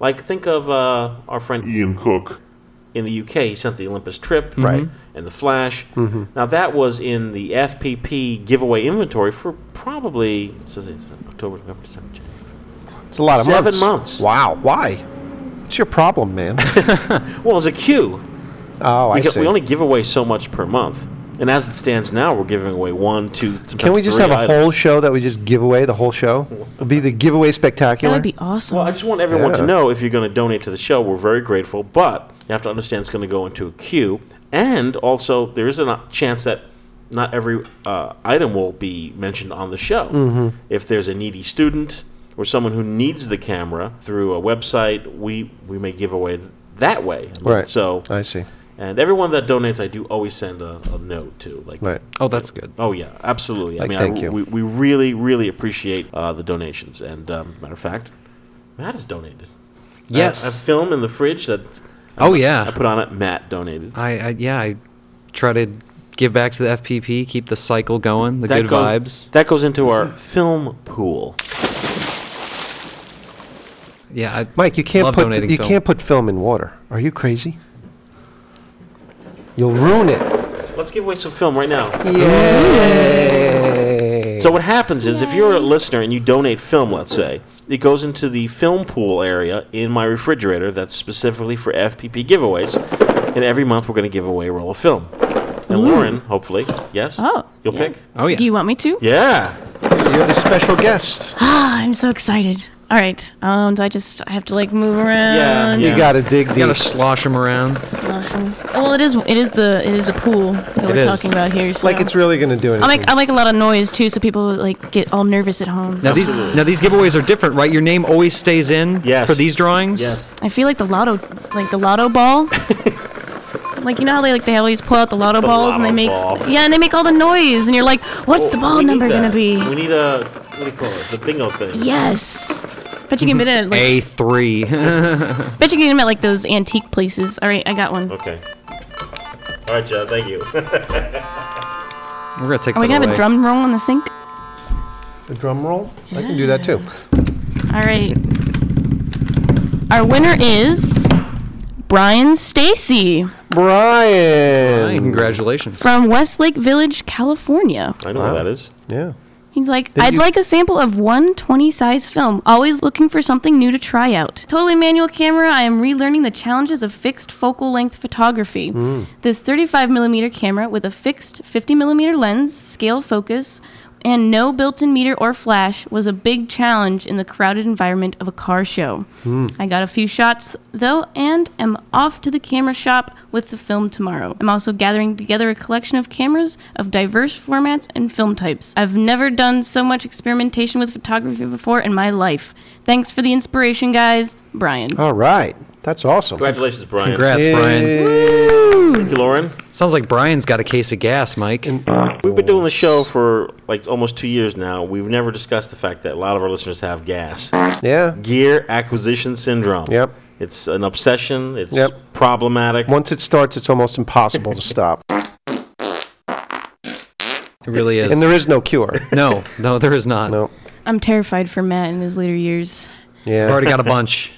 [SPEAKER 1] Like think of uh, our friend
[SPEAKER 3] Ian Cook.
[SPEAKER 1] in the UK. He sent the Olympus trip,
[SPEAKER 4] Right.
[SPEAKER 1] and the Flash. Now that was in the FPP giveaway inventory for probably so it's October, November, December. January.
[SPEAKER 2] It's a lot of
[SPEAKER 1] Seven months.
[SPEAKER 2] months. Wow. Why? What's your problem, man?
[SPEAKER 1] Well, it's a queue.
[SPEAKER 2] Oh, I
[SPEAKER 1] We,
[SPEAKER 2] see.
[SPEAKER 1] ca- we only give away so much per month, and as it stands now, we're giving away one, two.
[SPEAKER 2] Can we just have a whole show that we just give away the whole show? It'll be the giveaway
[SPEAKER 5] That
[SPEAKER 2] spectacular.
[SPEAKER 5] would be awesome.
[SPEAKER 1] Well, I just want everyone to
[SPEAKER 2] Yeah.
[SPEAKER 1] know if you're going to donate to the show, we're very grateful, but you have to understand it's going to go into a queue, and also there is a not- chance that not every uh, item will be mentioned on the show.
[SPEAKER 2] Mm-hmm.
[SPEAKER 1] If there's a needy student or someone who needs the camera through a website, we we may give away th- that way. I mean,
[SPEAKER 2] Right.
[SPEAKER 1] So,
[SPEAKER 2] I see.
[SPEAKER 1] and everyone that donates, I do always send a, a note to, like.
[SPEAKER 2] Right.
[SPEAKER 4] Oh, that's good.
[SPEAKER 1] Oh yeah, absolutely. I
[SPEAKER 2] Like,
[SPEAKER 1] mean,
[SPEAKER 2] thank
[SPEAKER 1] I,
[SPEAKER 2] you.
[SPEAKER 1] We, we really, really appreciate uh, the donations. And um, matter of fact, Matt has donated.
[SPEAKER 4] Yes.
[SPEAKER 1] I, I have film in the fridge that
[SPEAKER 4] oh yeah.
[SPEAKER 1] I put on it. Matt donated.
[SPEAKER 4] I, I yeah, I try to give back to the FPP, keep the cycle going, the
[SPEAKER 1] That
[SPEAKER 4] good
[SPEAKER 1] goes-
[SPEAKER 4] vibes.
[SPEAKER 1] That goes into our film pool.
[SPEAKER 4] Yeah, I,
[SPEAKER 2] Mike, you can't
[SPEAKER 4] Love
[SPEAKER 2] put
[SPEAKER 4] donating
[SPEAKER 2] you
[SPEAKER 4] film.
[SPEAKER 2] can't put film in water. Are you crazy? You'll ruin it.
[SPEAKER 1] Let's give away some film right now.
[SPEAKER 2] Yay!
[SPEAKER 1] So what happens is, if you're a listener and you donate film, let's say, it goes into the film pool area in my refrigerator that's specifically for FPP giveaways. And every month we're going to give away a roll of film. And Lauren, hopefully, yes,
[SPEAKER 5] oh.
[SPEAKER 1] you'll
[SPEAKER 5] yeah.
[SPEAKER 1] pick.
[SPEAKER 4] Oh, yeah.
[SPEAKER 5] Do you want me to?
[SPEAKER 1] Yeah.
[SPEAKER 2] You're the special guest.
[SPEAKER 5] Ah, I'm so excited. All right. Um, do I just I have to like move around?
[SPEAKER 1] yeah.
[SPEAKER 2] You gotta dig
[SPEAKER 4] you gotta
[SPEAKER 2] deep.
[SPEAKER 4] slosh them around.
[SPEAKER 5] Awesome. Well, it is. It is the. It is the pool that we're
[SPEAKER 4] is.
[SPEAKER 5] talking about here. So.
[SPEAKER 2] Like it's really gonna do
[SPEAKER 5] I
[SPEAKER 2] anything.
[SPEAKER 5] make I make a lot of noise too, so people like get all nervous at home.
[SPEAKER 4] Now these now these giveaways are different, right? Your name always stays in
[SPEAKER 1] Yes.
[SPEAKER 4] for these drawings.
[SPEAKER 1] Yes.
[SPEAKER 5] I feel like the lotto, like the lotto ball. like you know how they like they always pull out the lotto
[SPEAKER 1] The
[SPEAKER 5] balls and they
[SPEAKER 1] lotto
[SPEAKER 5] make
[SPEAKER 1] ball.
[SPEAKER 5] yeah, and they make all the noise, and you're like, what's the
[SPEAKER 1] Oh,
[SPEAKER 5] ball
[SPEAKER 1] we need
[SPEAKER 5] number gonna
[SPEAKER 1] that. We
[SPEAKER 5] be?
[SPEAKER 1] need a what do you call it? The bingo thing.
[SPEAKER 5] Yes. Bet you can get it. Like,
[SPEAKER 4] A three.
[SPEAKER 5] bet you can get them at like those antique places. All right, I got one.
[SPEAKER 1] Okay. All right, Chad. Thank you.
[SPEAKER 4] We're gonna take.
[SPEAKER 5] Are we
[SPEAKER 4] that
[SPEAKER 5] gonna have
[SPEAKER 4] away.
[SPEAKER 5] a drum roll on the sink?
[SPEAKER 2] the drum roll. I can do that too.
[SPEAKER 5] All right. Our winner is Brian Stacy.
[SPEAKER 4] Hi,
[SPEAKER 2] Brian.
[SPEAKER 4] congratulations.
[SPEAKER 5] from Westlake Village, California.
[SPEAKER 1] I know
[SPEAKER 2] Wow.
[SPEAKER 1] what that is.
[SPEAKER 2] Yeah.
[SPEAKER 5] He's like,
[SPEAKER 2] Did
[SPEAKER 5] I'd
[SPEAKER 2] you-
[SPEAKER 5] like a sample of one 20 size film, always looking for something new to try out. Totally manual camera, I am relearning the challenges of fixed focal length photography. This 35 millimeter camera with a fixed 50 millimeter lens, scale focus, and no built in meter or flash was a big challenge in the crowded environment of a car show. I got a few shots though, and am off to the camera shop with the film tomorrow. I'm also gathering together a collection of cameras of diverse formats and film types. I've never done so much experimentation with photography before in my life. Thanks for the inspiration, guys. Brian.
[SPEAKER 4] Oh.
[SPEAKER 2] All right. That's awesome.
[SPEAKER 1] Congratulations, Brian.
[SPEAKER 4] Congrats, Brian.
[SPEAKER 1] Thank you, Lauren.
[SPEAKER 4] Sounds like Brian's got a case of gas, Mike.
[SPEAKER 1] We've been doing the show for like almost two years now. We've never discussed the fact that a lot of our listeners have gas.
[SPEAKER 2] Yeah.
[SPEAKER 1] Gear acquisition syndrome.
[SPEAKER 2] Yep.
[SPEAKER 1] It's an obsession. It's
[SPEAKER 2] Yep.
[SPEAKER 1] problematic.
[SPEAKER 2] Once it starts, it's almost impossible to stop.
[SPEAKER 4] It really is.
[SPEAKER 2] And there is no cure.
[SPEAKER 4] no, no, there is not.
[SPEAKER 2] No.
[SPEAKER 5] I'm terrified for Matt in his later years.
[SPEAKER 4] I've
[SPEAKER 2] Yeah.
[SPEAKER 4] already got a bunch.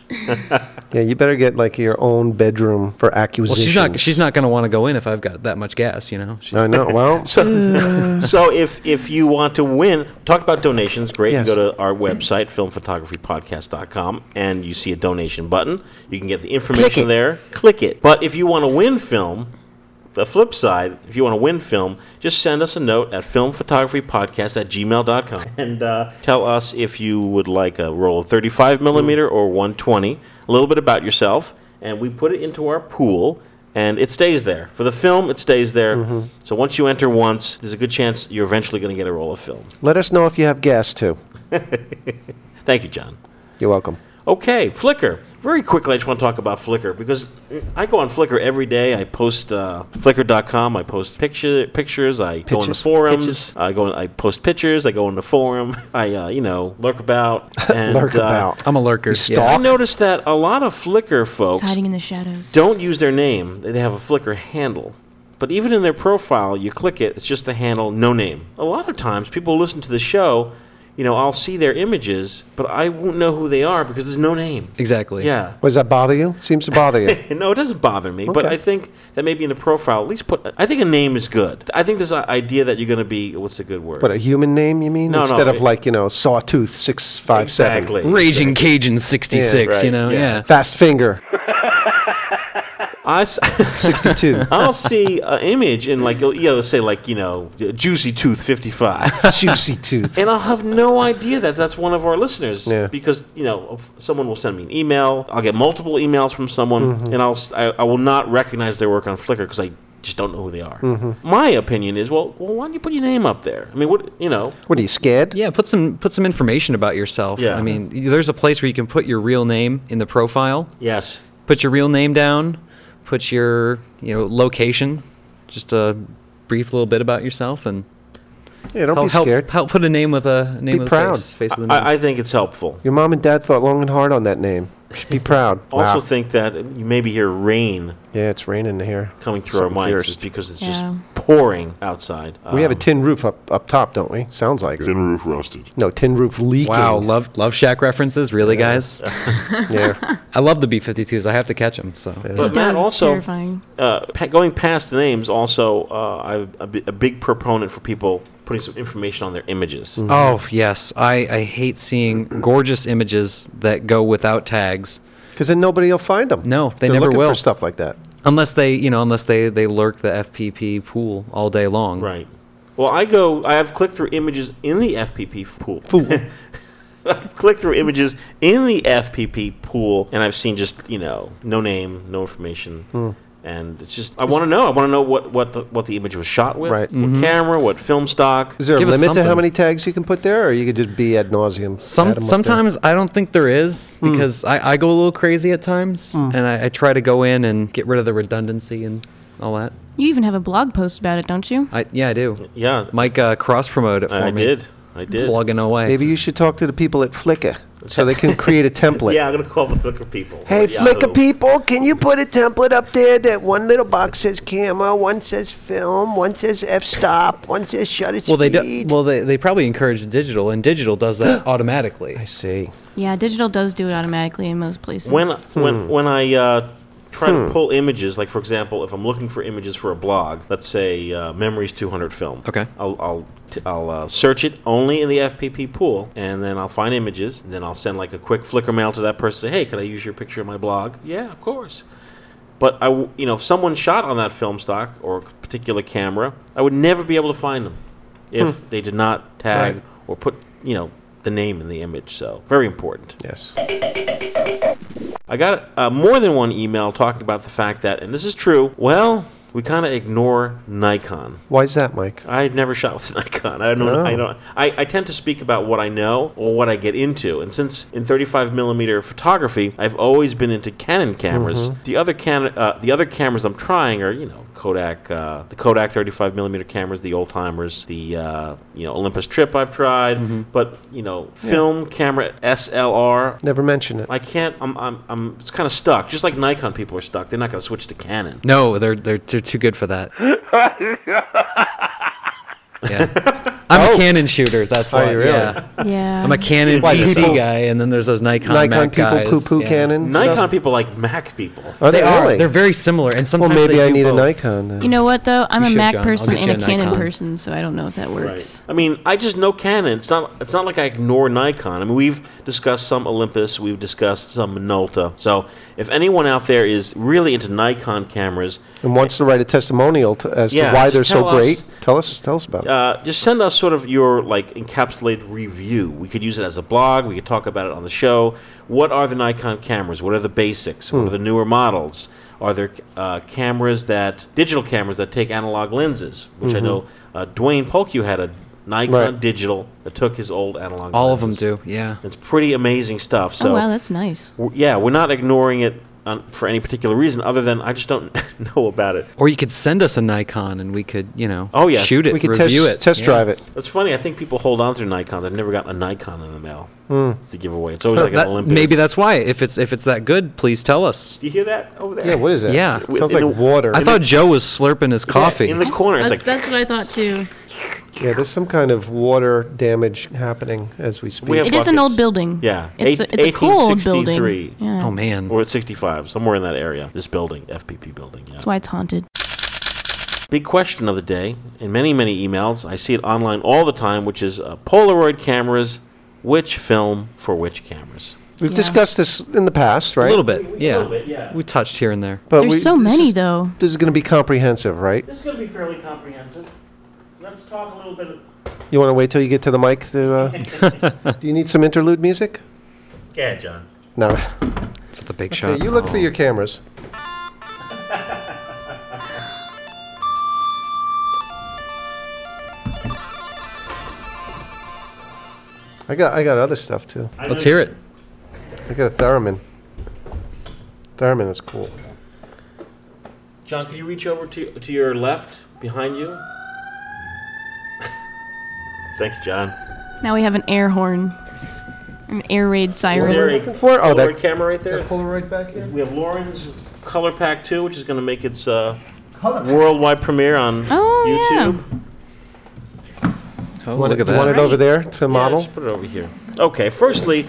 [SPEAKER 2] Yeah. You better get like your own bedroom for
[SPEAKER 4] Well,
[SPEAKER 2] acquisition.
[SPEAKER 4] she's not. She's not going to want to go in if I've got that much gas. You know. She's,
[SPEAKER 2] I know. Well,
[SPEAKER 1] So, so if if you want to win, talk about donations. Great,
[SPEAKER 2] Yes.
[SPEAKER 1] you go to our website filmphotographypodcast.com and you see a donation button. You can get the information
[SPEAKER 2] Click it.
[SPEAKER 1] there. Click it. But if you want to win film, the flip side, if you want to win film, just send us a note at filmphotographypodcast at gmail.com and uh, tell us if you would like a roll of 35 millimeter or 120, a little bit about yourself, and we put it into our pool. And it stays there. For the film, it stays there. So once you enter once, there's a good chance you're eventually going to get a roll of film.
[SPEAKER 2] let us know if you have gas too.
[SPEAKER 1] Thank you, John.
[SPEAKER 2] You're welcome.
[SPEAKER 1] Okay, Flickr. Very quickly, I just want to talk about Flickr because I go on Flickr every day. I post uh, Flickr.com. I post picture, pictures. I go on the
[SPEAKER 2] Pictures.
[SPEAKER 1] forums.
[SPEAKER 2] Pictures.
[SPEAKER 1] I go. On, I post pictures. I go on the forum. I uh, you know lurk about. And,
[SPEAKER 2] Lurk
[SPEAKER 1] uh,
[SPEAKER 2] about.
[SPEAKER 4] I'm a lurker.
[SPEAKER 2] You
[SPEAKER 4] Yeah.
[SPEAKER 1] I
[SPEAKER 2] stalk?
[SPEAKER 1] noticed that a lot of Flickr
[SPEAKER 5] It's
[SPEAKER 1] folks
[SPEAKER 5] hiding in the shadows.
[SPEAKER 1] don't use their name. They have a Flickr handle. But even in their profile, you click it, it's just the handle, no name. A lot of times, people listen to the show. You know, I'll see their images, but I won't know who they are because there's no name.
[SPEAKER 4] Exactly.
[SPEAKER 1] Yeah.
[SPEAKER 2] What, Does that bother you? Seems to bother you.
[SPEAKER 1] No, it doesn't bother me, but
[SPEAKER 2] Okay.
[SPEAKER 1] I think that maybe in the profile, at least put. I think a name is good. I think this i- idea that you're going to be what's a good word?
[SPEAKER 2] What a human name you mean?
[SPEAKER 1] No, no,
[SPEAKER 2] Instead of
[SPEAKER 1] it-
[SPEAKER 2] like you know sawtooth six five seven.
[SPEAKER 1] exactly.
[SPEAKER 4] Raging Cajun '66.
[SPEAKER 1] Yeah, right,
[SPEAKER 4] You know.
[SPEAKER 1] yeah.
[SPEAKER 4] Yeah.
[SPEAKER 2] Fast finger
[SPEAKER 1] I, s-
[SPEAKER 2] sixty two.
[SPEAKER 1] I'll see an image in like you'll, you know, say like you know juicy tooth fifty five.
[SPEAKER 2] Juicy tooth.
[SPEAKER 1] And I'll have no idea that that's one of our listeners
[SPEAKER 2] Yeah.
[SPEAKER 1] because you know if someone will send me an email. I'll get multiple emails from someone,
[SPEAKER 2] Mm-hmm.
[SPEAKER 1] and I'll s- I, I will not recognize their work on Flickr because I just don't know who they are.
[SPEAKER 2] Mm-hmm.
[SPEAKER 1] My opinion is well, well, why don't you put your name up there? I mean, what you know?
[SPEAKER 2] What are you scared?
[SPEAKER 4] Yeah, put some put some information about yourself.
[SPEAKER 1] Yeah.
[SPEAKER 4] I mean, y- there's a place where you can put your real name in the profile.
[SPEAKER 1] Yes.
[SPEAKER 4] Put your real name down. Put your you know location. Just a brief little bit about yourself and
[SPEAKER 2] Yeah, don't
[SPEAKER 4] help,
[SPEAKER 2] be
[SPEAKER 4] help-
[SPEAKER 2] scared.
[SPEAKER 4] Help, put a name with a name
[SPEAKER 2] Be
[SPEAKER 4] with
[SPEAKER 2] proud.
[SPEAKER 4] a face. face with a name.
[SPEAKER 1] I, I think it's helpful.
[SPEAKER 2] Your mom and dad thought long and hard on that name. You should be proud.
[SPEAKER 1] also
[SPEAKER 2] Wow.
[SPEAKER 1] think that you maybe hear rain
[SPEAKER 2] yeah, it's raining here.
[SPEAKER 1] coming through
[SPEAKER 2] Something
[SPEAKER 1] our mics
[SPEAKER 2] fierce.
[SPEAKER 1] is because it's
[SPEAKER 5] Yeah.
[SPEAKER 1] just pouring outside.
[SPEAKER 2] we have a
[SPEAKER 1] Um,
[SPEAKER 2] tin roof up up top, don't we? Sounds like it.
[SPEAKER 3] Tin roof rusted.
[SPEAKER 2] No, tin roof leaking.
[SPEAKER 4] wow, love love shack references, really, guys.
[SPEAKER 2] Yeah.
[SPEAKER 4] I love the B52s. I have to catch them. So
[SPEAKER 1] but
[SPEAKER 5] It
[SPEAKER 1] Matt,
[SPEAKER 5] does, it's
[SPEAKER 1] also
[SPEAKER 5] terrifying.
[SPEAKER 1] uh, pa- going past the names, also uh, I'm a bi- a big proponent for people putting some information on their images.
[SPEAKER 4] Oh yes, I, I hate seeing gorgeous images that go without tags,
[SPEAKER 2] Because then nobody will find them.
[SPEAKER 4] No, they
[SPEAKER 2] They're
[SPEAKER 4] never
[SPEAKER 2] looking
[SPEAKER 4] will.
[SPEAKER 2] for stuff like that.
[SPEAKER 4] unless they you know unless they they lurk the FPP pool all day long.
[SPEAKER 1] Right. Well, I go. I have click through images in the FPP pool. click through images in the FPP pool, and I've seen just you know no name, no information,
[SPEAKER 2] Hmm.
[SPEAKER 1] and it's just I want to know. I want to know what what the what the image was shot with,
[SPEAKER 2] Right.
[SPEAKER 1] what camera, what film stock.
[SPEAKER 2] Is there
[SPEAKER 4] Give
[SPEAKER 2] a
[SPEAKER 4] us
[SPEAKER 2] limit to how
[SPEAKER 4] something.
[SPEAKER 2] many tags you can put there, or you could just be ad nauseum?
[SPEAKER 4] Some sometimes I don't think there is
[SPEAKER 1] Hmm.
[SPEAKER 4] because I, I go a little crazy at times and I, I try to go in and get rid of the redundancy and all that.
[SPEAKER 5] You even have a blog post about it, don't you?
[SPEAKER 4] I yeah I do.
[SPEAKER 1] Yeah,
[SPEAKER 4] Mike uh, cross promoted it for
[SPEAKER 1] I, I
[SPEAKER 4] me.
[SPEAKER 1] did. I did.
[SPEAKER 4] Plugging away.
[SPEAKER 2] Maybe you should talk to the people at Flickr so they can create a template.
[SPEAKER 1] Yeah, I'm gonna call the Flickr people.
[SPEAKER 2] Hey,
[SPEAKER 1] Or Yahoo.
[SPEAKER 2] Flickr people, can you put a template up there that one little box says camera, one says film, one says f-stop, one says shutter speed?
[SPEAKER 4] Well, they do, well they, they probably encourage digital, and digital does that automatically.
[SPEAKER 2] I see.
[SPEAKER 5] Yeah, digital does do it automatically in most places.
[SPEAKER 1] When when when I uh, trying to pull images. Like for example, if I'm looking for images for a blog, let's say uh, Memories 200 film.
[SPEAKER 4] Okay.
[SPEAKER 1] I'll I'll, t- I'll uh, search it only in the FPP pool, and then I'll find images, and then I'll send like a quick Flickr mail to that person. Say, hey, could I use your picture of my blog? Yeah, of course. But I, w- you know, if someone shot on that film stock or a particular camera, I would never be able to find them if they did not tag
[SPEAKER 2] Right.
[SPEAKER 1] or put, you know, the name in the image. So very important.
[SPEAKER 2] Yes.
[SPEAKER 1] I got uh, more than one email talking about the fact that, and this is true. Well, we kind of ignore Nikon.
[SPEAKER 2] Why is that, Mike?
[SPEAKER 1] I've never shot with an icon. I don't
[SPEAKER 2] No.
[SPEAKER 1] know. I don't. I, I tend to speak about what I know or what I get into. And since in 35 millimeter photography, I've always been into Canon cameras. The other can uh, the other cameras I'm trying are you know Kodak, uh, the Kodak 35 millimeter cameras, the old timers, the uh, you know Olympus Trip I've tried, but you know film camera SLR.
[SPEAKER 2] Never mention it.
[SPEAKER 1] I can't. I'm. I'm. I'm. It's kind of stuck. Just like Nikon people are stuck. They're not going to switch to Canon.
[SPEAKER 4] No, they're they're too, too good for that. yeah, I'm a Canon shooter. That's
[SPEAKER 2] Oh. Are
[SPEAKER 4] why.
[SPEAKER 2] you really?
[SPEAKER 4] Yeah,
[SPEAKER 5] Yeah.
[SPEAKER 4] I'm a Canon
[SPEAKER 2] Why,
[SPEAKER 4] PC
[SPEAKER 2] people-
[SPEAKER 4] guy, and then there's those Nikon
[SPEAKER 2] Nikon
[SPEAKER 4] Mac
[SPEAKER 2] people
[SPEAKER 4] guys.
[SPEAKER 2] poo poo
[SPEAKER 4] yeah.
[SPEAKER 2] Canon.
[SPEAKER 1] Nikon
[SPEAKER 2] stuff?
[SPEAKER 1] people like Mac people.
[SPEAKER 2] Are
[SPEAKER 4] They
[SPEAKER 2] they,
[SPEAKER 4] are.
[SPEAKER 2] really?
[SPEAKER 4] They're very similar, and
[SPEAKER 2] well,
[SPEAKER 4] sometimes
[SPEAKER 2] maybe
[SPEAKER 4] they
[SPEAKER 2] I
[SPEAKER 4] do
[SPEAKER 2] need
[SPEAKER 4] both.
[SPEAKER 2] a Nikon. Then.
[SPEAKER 5] you know what though? I'm
[SPEAKER 4] You
[SPEAKER 5] a
[SPEAKER 4] should,
[SPEAKER 5] Mac
[SPEAKER 4] John. I'll
[SPEAKER 5] person
[SPEAKER 4] get you
[SPEAKER 5] and a,
[SPEAKER 4] a
[SPEAKER 5] Canon
[SPEAKER 4] Nikon.
[SPEAKER 5] person, so I don't know if that works.
[SPEAKER 1] I mean, I just know Canon. It's not. It's not like I ignore Nikon. I mean, we've discussed some Olympus. We've discussed some Minolta. So, if anyone out there is really into Nikon cameras,
[SPEAKER 2] and wants to write a testimonial to, as
[SPEAKER 1] Yeah,
[SPEAKER 2] to why
[SPEAKER 1] just
[SPEAKER 2] they're so
[SPEAKER 1] tell us-
[SPEAKER 2] great. Tell us. Tell us about it.
[SPEAKER 1] uh, just send us sort of your like encapsulated review. We could use it as a blog. We could talk about it on the show. What are the Nikon cameras? What are the basics?
[SPEAKER 4] Hmm.
[SPEAKER 1] What are the newer models? Are there uh, cameras that digital cameras that take analog lenses? Which
[SPEAKER 4] Mm-hmm.
[SPEAKER 1] I know uh, Dwayne Polku had a Nikon
[SPEAKER 2] Right.
[SPEAKER 1] digital that took his old analog.
[SPEAKER 4] All of them
[SPEAKER 1] lenses.
[SPEAKER 4] do. Yeah.
[SPEAKER 1] It's pretty amazing stuff. So
[SPEAKER 5] oh wow, that's nice.
[SPEAKER 1] w- yeah, we're not ignoring it on, for any particular reason other than I just don't know about it.
[SPEAKER 4] Or you could send us a Nikon, and we could, you know,
[SPEAKER 1] Oh, yes.
[SPEAKER 4] shoot it,
[SPEAKER 2] we could test,
[SPEAKER 4] review it,
[SPEAKER 2] test
[SPEAKER 4] Yeah.
[SPEAKER 2] drive it.
[SPEAKER 1] It's funny. I think people hold on to Nikons. I've never gotten a Nikon in the mail to give away. It's always like
[SPEAKER 4] Hmm. That-
[SPEAKER 1] an Olympus.
[SPEAKER 4] maybe that's why. If it's if it's that good, please tell us.
[SPEAKER 1] Do you hear that over there?
[SPEAKER 2] Yeah, what is that?
[SPEAKER 4] Yeah.
[SPEAKER 2] It sounds
[SPEAKER 1] In
[SPEAKER 2] like
[SPEAKER 1] a-
[SPEAKER 2] water.
[SPEAKER 4] I thought Joe was slurping his coffee.
[SPEAKER 1] in the corner. It's like
[SPEAKER 5] that's what I thought too.
[SPEAKER 2] yeah, there's some kind of water damage happening as we speak.
[SPEAKER 1] We have-
[SPEAKER 5] It is an
[SPEAKER 1] buckets.
[SPEAKER 5] old building.
[SPEAKER 1] yeah,
[SPEAKER 5] It's,
[SPEAKER 1] eight-
[SPEAKER 5] a, it's a cool old
[SPEAKER 1] 1863.
[SPEAKER 5] building. Yeah.
[SPEAKER 4] oh man.
[SPEAKER 1] or it's 65, somewhere in that area. This building, FPP building. Yeah.
[SPEAKER 5] That's why it's haunted.
[SPEAKER 1] Big question of the day in many many emails. I see it online all the time, which is uh, Polaroid cameras. Which film for which cameras?
[SPEAKER 2] We've
[SPEAKER 5] Yeah.
[SPEAKER 2] discussed this in the past, right?
[SPEAKER 4] A little bit, Uh, yeah.
[SPEAKER 1] bit, yeah.
[SPEAKER 4] We touched here and there.
[SPEAKER 2] But
[SPEAKER 5] There's
[SPEAKER 2] we-
[SPEAKER 5] so
[SPEAKER 2] this
[SPEAKER 5] many
[SPEAKER 2] is-
[SPEAKER 5] though.
[SPEAKER 2] This is going to be comprehensive, right?
[SPEAKER 1] This is going to be fairly comprehensive. Let's talk a little bit. Of,
[SPEAKER 2] You want to wait till you get to the mic? To, uh, do you need some interlude music?
[SPEAKER 1] yeah, John.
[SPEAKER 2] No.
[SPEAKER 4] It's at the big shop.
[SPEAKER 2] Hey, you look for
[SPEAKER 4] Oh.
[SPEAKER 2] your cameras. I got I got other stuff too.
[SPEAKER 4] Let's hear it.
[SPEAKER 2] I got a theremin. Theremin is cool.
[SPEAKER 1] John, could you reach over to to your left behind you? Thanks, John.
[SPEAKER 5] Now we have an air horn, an air raid siren.
[SPEAKER 1] there a
[SPEAKER 2] looking for? Oh,
[SPEAKER 1] Polaroid
[SPEAKER 2] that-
[SPEAKER 1] camera right there?
[SPEAKER 2] That Polaroid back here.
[SPEAKER 1] We have Lauren's Color Pack 2, which is going to make its uh, worldwide premiere on
[SPEAKER 5] Oh, yeah.
[SPEAKER 1] YouTube. Yeah,
[SPEAKER 4] Oh,
[SPEAKER 2] Want
[SPEAKER 4] look
[SPEAKER 2] it,
[SPEAKER 4] at
[SPEAKER 2] you want
[SPEAKER 4] that.
[SPEAKER 2] it over there to model?
[SPEAKER 1] just put it over here. Okay, firstly,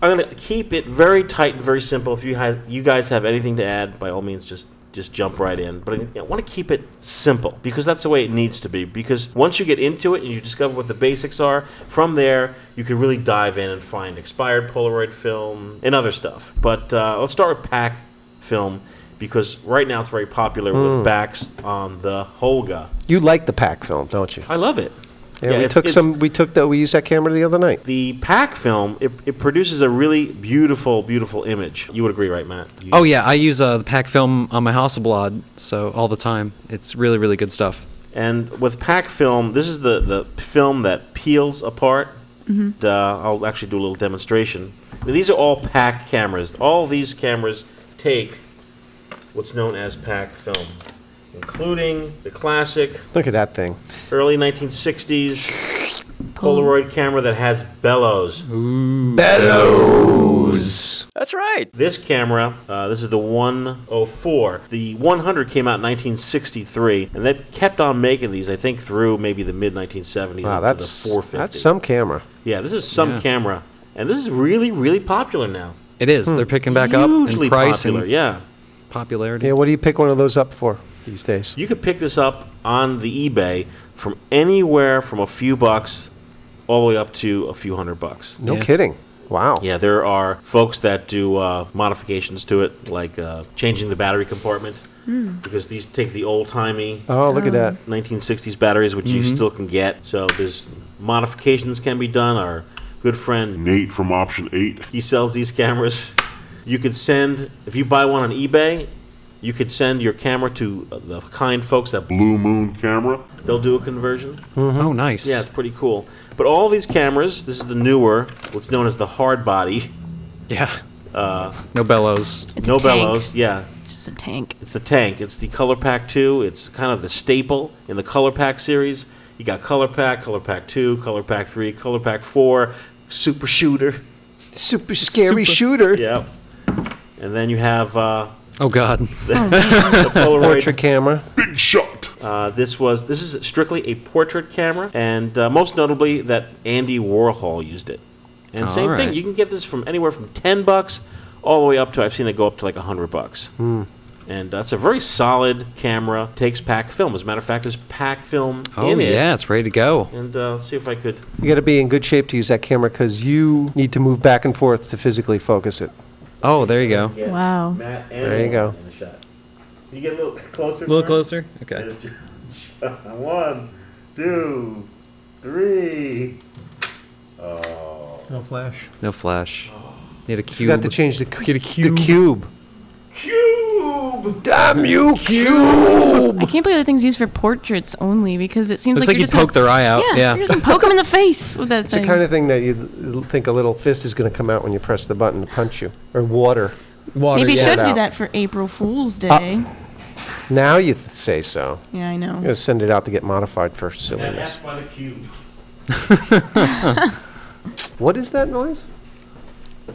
[SPEAKER 1] I'm going to keep it very tight and very simple. If you have, you guys have anything to add, by all means, just just jump right in. But I, want to keep it simple because that's the way it needs to be. Because once you get into it and you discover what the basics are, from there you can really dive in and find expired Polaroid film and other stuff. But uh, let's start with pack film because right now it's very popular with backs on the Holga.
[SPEAKER 2] You like the pack film, don't you?
[SPEAKER 1] I love it.
[SPEAKER 2] Yeah, we
[SPEAKER 1] it's-
[SPEAKER 2] took
[SPEAKER 1] it's-
[SPEAKER 2] some. We took that. We used that camera the other night.
[SPEAKER 1] the pack film it, it produces a really beautiful beautiful image you would agree right matt You-
[SPEAKER 4] Oh yeah, I use uh, the pack film on my Hasselblad, so all the time. It's really really good stuff.
[SPEAKER 1] and with pack film this is the, the film that peels apart and, uh, i'll actually do a little demonstration these are all pack cameras all these cameras take what's known as pack film including the classic
[SPEAKER 2] Look at that thing.
[SPEAKER 1] early 1960s polaroid camera that has bellows
[SPEAKER 6] That's right.
[SPEAKER 1] This camera, uh, this is the 104. The 100 came out in 1963, and they kept on making these. I think through maybe the mid 1970s.
[SPEAKER 2] Wow,
[SPEAKER 1] up
[SPEAKER 2] that's
[SPEAKER 1] to the 450.
[SPEAKER 2] that's some camera.
[SPEAKER 1] Yeah, this is some
[SPEAKER 4] Yeah.
[SPEAKER 1] camera, and this is really really popular now.
[SPEAKER 4] It is. They're picking back up
[SPEAKER 1] Hugely
[SPEAKER 4] in price
[SPEAKER 1] popular.
[SPEAKER 4] and
[SPEAKER 1] yeah.
[SPEAKER 4] popularity.
[SPEAKER 2] Yeah, what do you pick one of those up for these days?
[SPEAKER 1] You could pick this up on the eBay from anywhere from a few bucks all the way up to a few hundred bucks.
[SPEAKER 2] No
[SPEAKER 4] Yeah.
[SPEAKER 2] kidding. Wow.
[SPEAKER 1] Yeah, there are folks that do uh, modifications to it, like uh, changing the battery compartment, because these take the old timey
[SPEAKER 2] Oh, look at that.
[SPEAKER 1] 1960s batteries, which you still can get. So there's modifications can be done. Our good friend
[SPEAKER 3] Nate from option eight.
[SPEAKER 1] he sells these cameras. You could send if you buy one on eBay, you could send your camera to uh, the kind folks that
[SPEAKER 3] Blue Moon camera.
[SPEAKER 1] they'll do a conversion.
[SPEAKER 2] mm-hmm.
[SPEAKER 4] Oh, nice.
[SPEAKER 1] Yeah, it's pretty cool. But all these cameras, this is the newer, what's known as the hard body.
[SPEAKER 4] Yeah.
[SPEAKER 1] Uh,
[SPEAKER 4] No bellows.
[SPEAKER 5] It's
[SPEAKER 1] no
[SPEAKER 5] a tank.
[SPEAKER 1] bellows. Yeah,
[SPEAKER 5] It's just a tank.
[SPEAKER 1] It's the tank. It's the color pack two. It's kind of the staple in the color pack series. You got color pack, color pack two, color pack three, color pack four, super shooter.
[SPEAKER 2] Super scary
[SPEAKER 4] Super-
[SPEAKER 2] shooter.
[SPEAKER 1] Yep. And then you have uh,
[SPEAKER 4] Oh God.
[SPEAKER 1] the
[SPEAKER 2] Portrait
[SPEAKER 1] Polaroid.
[SPEAKER 2] camera.
[SPEAKER 3] Big shot.
[SPEAKER 1] Uh, this was this is strictly a portrait camera, and uh, most notably that Andy Warhol used it. And
[SPEAKER 4] All
[SPEAKER 1] same thing.
[SPEAKER 4] right.
[SPEAKER 1] You can get this from anywhere from ten bucks all the way up to I've seen it go up to like hundred bucks.
[SPEAKER 4] Hmm.
[SPEAKER 1] And that's a very solid camera. Takes pack film. As a matter of fact, there's pack film
[SPEAKER 4] Oh
[SPEAKER 1] in it.
[SPEAKER 4] yeah, it's ready to go.
[SPEAKER 1] And uh, let's see if I could.
[SPEAKER 2] You got to be in good shape to use that camera because you need to move back and forth to physically focus it.
[SPEAKER 4] Oh, there you go.
[SPEAKER 1] get
[SPEAKER 5] Wow.
[SPEAKER 1] Matt and
[SPEAKER 2] There you go.
[SPEAKER 1] in the shot. Can you get a little closer?
[SPEAKER 4] A little
[SPEAKER 1] for us?
[SPEAKER 4] closer. Okay.
[SPEAKER 1] One, two, three. Oh.
[SPEAKER 6] No flash.
[SPEAKER 4] No flash. Need a cube.
[SPEAKER 2] You got to change the, cu-
[SPEAKER 4] Get a cube.
[SPEAKER 2] the cube.
[SPEAKER 1] Cube!
[SPEAKER 2] Damn you, cube!
[SPEAKER 5] I can't believe that thing's used for portraits only because it seems
[SPEAKER 4] Looks
[SPEAKER 5] like,
[SPEAKER 4] like
[SPEAKER 5] you're
[SPEAKER 4] you
[SPEAKER 5] just gonna-
[SPEAKER 4] poke their eye out.
[SPEAKER 5] Yeah,
[SPEAKER 4] Yeah.
[SPEAKER 5] you're just gonna poke them in the face with that
[SPEAKER 2] It's
[SPEAKER 5] thing.
[SPEAKER 2] the kind of thing that you l- think a little fist is going to come out when you press the button to punch you, or water.
[SPEAKER 4] Water.
[SPEAKER 5] Maybe you
[SPEAKER 2] yeah.
[SPEAKER 5] should
[SPEAKER 2] out.
[SPEAKER 5] do that for April Fool's Day.
[SPEAKER 2] Now you th- say so.
[SPEAKER 5] yeah, I know.
[SPEAKER 2] I'm going to send it out to get modified for silliness.
[SPEAKER 1] by the cube.
[SPEAKER 2] What is that noise?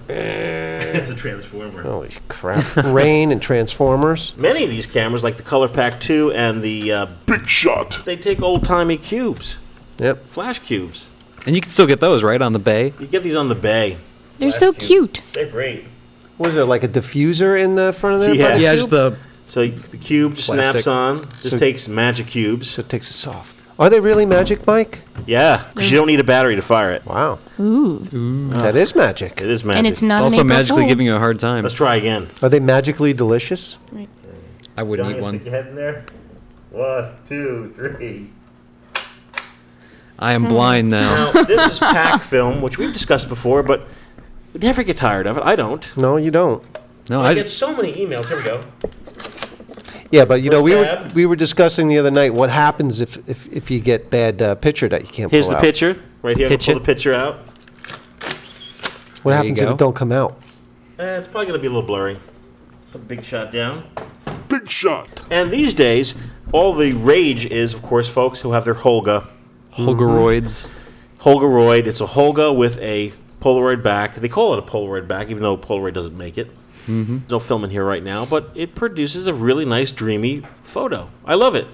[SPEAKER 1] It's a transformer.
[SPEAKER 2] Holy crap. Rain and Transformers.
[SPEAKER 1] Many of these cameras, like the Color Pack 2 and the, uh,
[SPEAKER 3] Big shot.
[SPEAKER 1] they take old timey cubes,
[SPEAKER 2] Yep.
[SPEAKER 1] flash cubes.
[SPEAKER 4] And you can still get those right on the bay.
[SPEAKER 1] You get these on the bay.
[SPEAKER 5] They're so cute.
[SPEAKER 1] They're great.
[SPEAKER 2] Was there like a diffuser in the front of there?
[SPEAKER 1] Yeah.
[SPEAKER 2] by the
[SPEAKER 4] Yeah,
[SPEAKER 2] cube?
[SPEAKER 4] just the
[SPEAKER 1] So y- the cube just snaps
[SPEAKER 4] Plastic.
[SPEAKER 1] on. Just takes magic cubes.
[SPEAKER 2] So it takes us off. Are they really magic, Mike?
[SPEAKER 1] Yeah, 'cause you don't need a battery to fire it.
[SPEAKER 2] Wow.
[SPEAKER 5] Ooh,
[SPEAKER 2] That is magic.
[SPEAKER 1] It is magic.
[SPEAKER 5] and it's not
[SPEAKER 4] it's
[SPEAKER 5] an
[SPEAKER 4] also
[SPEAKER 5] April
[SPEAKER 4] magically
[SPEAKER 5] Fool.
[SPEAKER 4] giving you a hard time.
[SPEAKER 1] Let's try again.
[SPEAKER 2] Are they magically delicious?
[SPEAKER 4] I wouldn't eat one.
[SPEAKER 1] head in there. One, two, three.
[SPEAKER 4] I
[SPEAKER 5] Hmm.
[SPEAKER 4] am blind now.
[SPEAKER 1] Now, this is pack film, which we've discussed before, but we never get tired of it. I don't.
[SPEAKER 2] No, you don't.
[SPEAKER 4] No,
[SPEAKER 1] I
[SPEAKER 4] I
[SPEAKER 1] get
[SPEAKER 4] just
[SPEAKER 1] so many emails. Here we go.
[SPEAKER 2] Yeah, but you know, we were
[SPEAKER 1] Stab.
[SPEAKER 2] we were discussing the other night what happens if if, if you get bad uh, picture that you can't
[SPEAKER 1] Here's
[SPEAKER 2] pull
[SPEAKER 1] the
[SPEAKER 2] out.
[SPEAKER 1] picture. Right here. I'm gonna
[SPEAKER 4] Picture.
[SPEAKER 1] Pull the picture out.
[SPEAKER 2] What
[SPEAKER 4] There you
[SPEAKER 2] happens if
[SPEAKER 4] go.
[SPEAKER 2] it don't come out?
[SPEAKER 1] Eh, it's probably going to be a little blurry. Put a big shot down.
[SPEAKER 3] Big shot.
[SPEAKER 1] And these days, all the rage is, of course, folks who have their Holga.
[SPEAKER 4] Holgeroids.
[SPEAKER 1] Holgaroid. It's a Holga with a Polaroid back. They call it a Polaroid back, even though Polaroid doesn't make it.
[SPEAKER 4] Mm-hmm.
[SPEAKER 1] There's no film in here right now, but it produces a really nice, dreamy photo. I love it.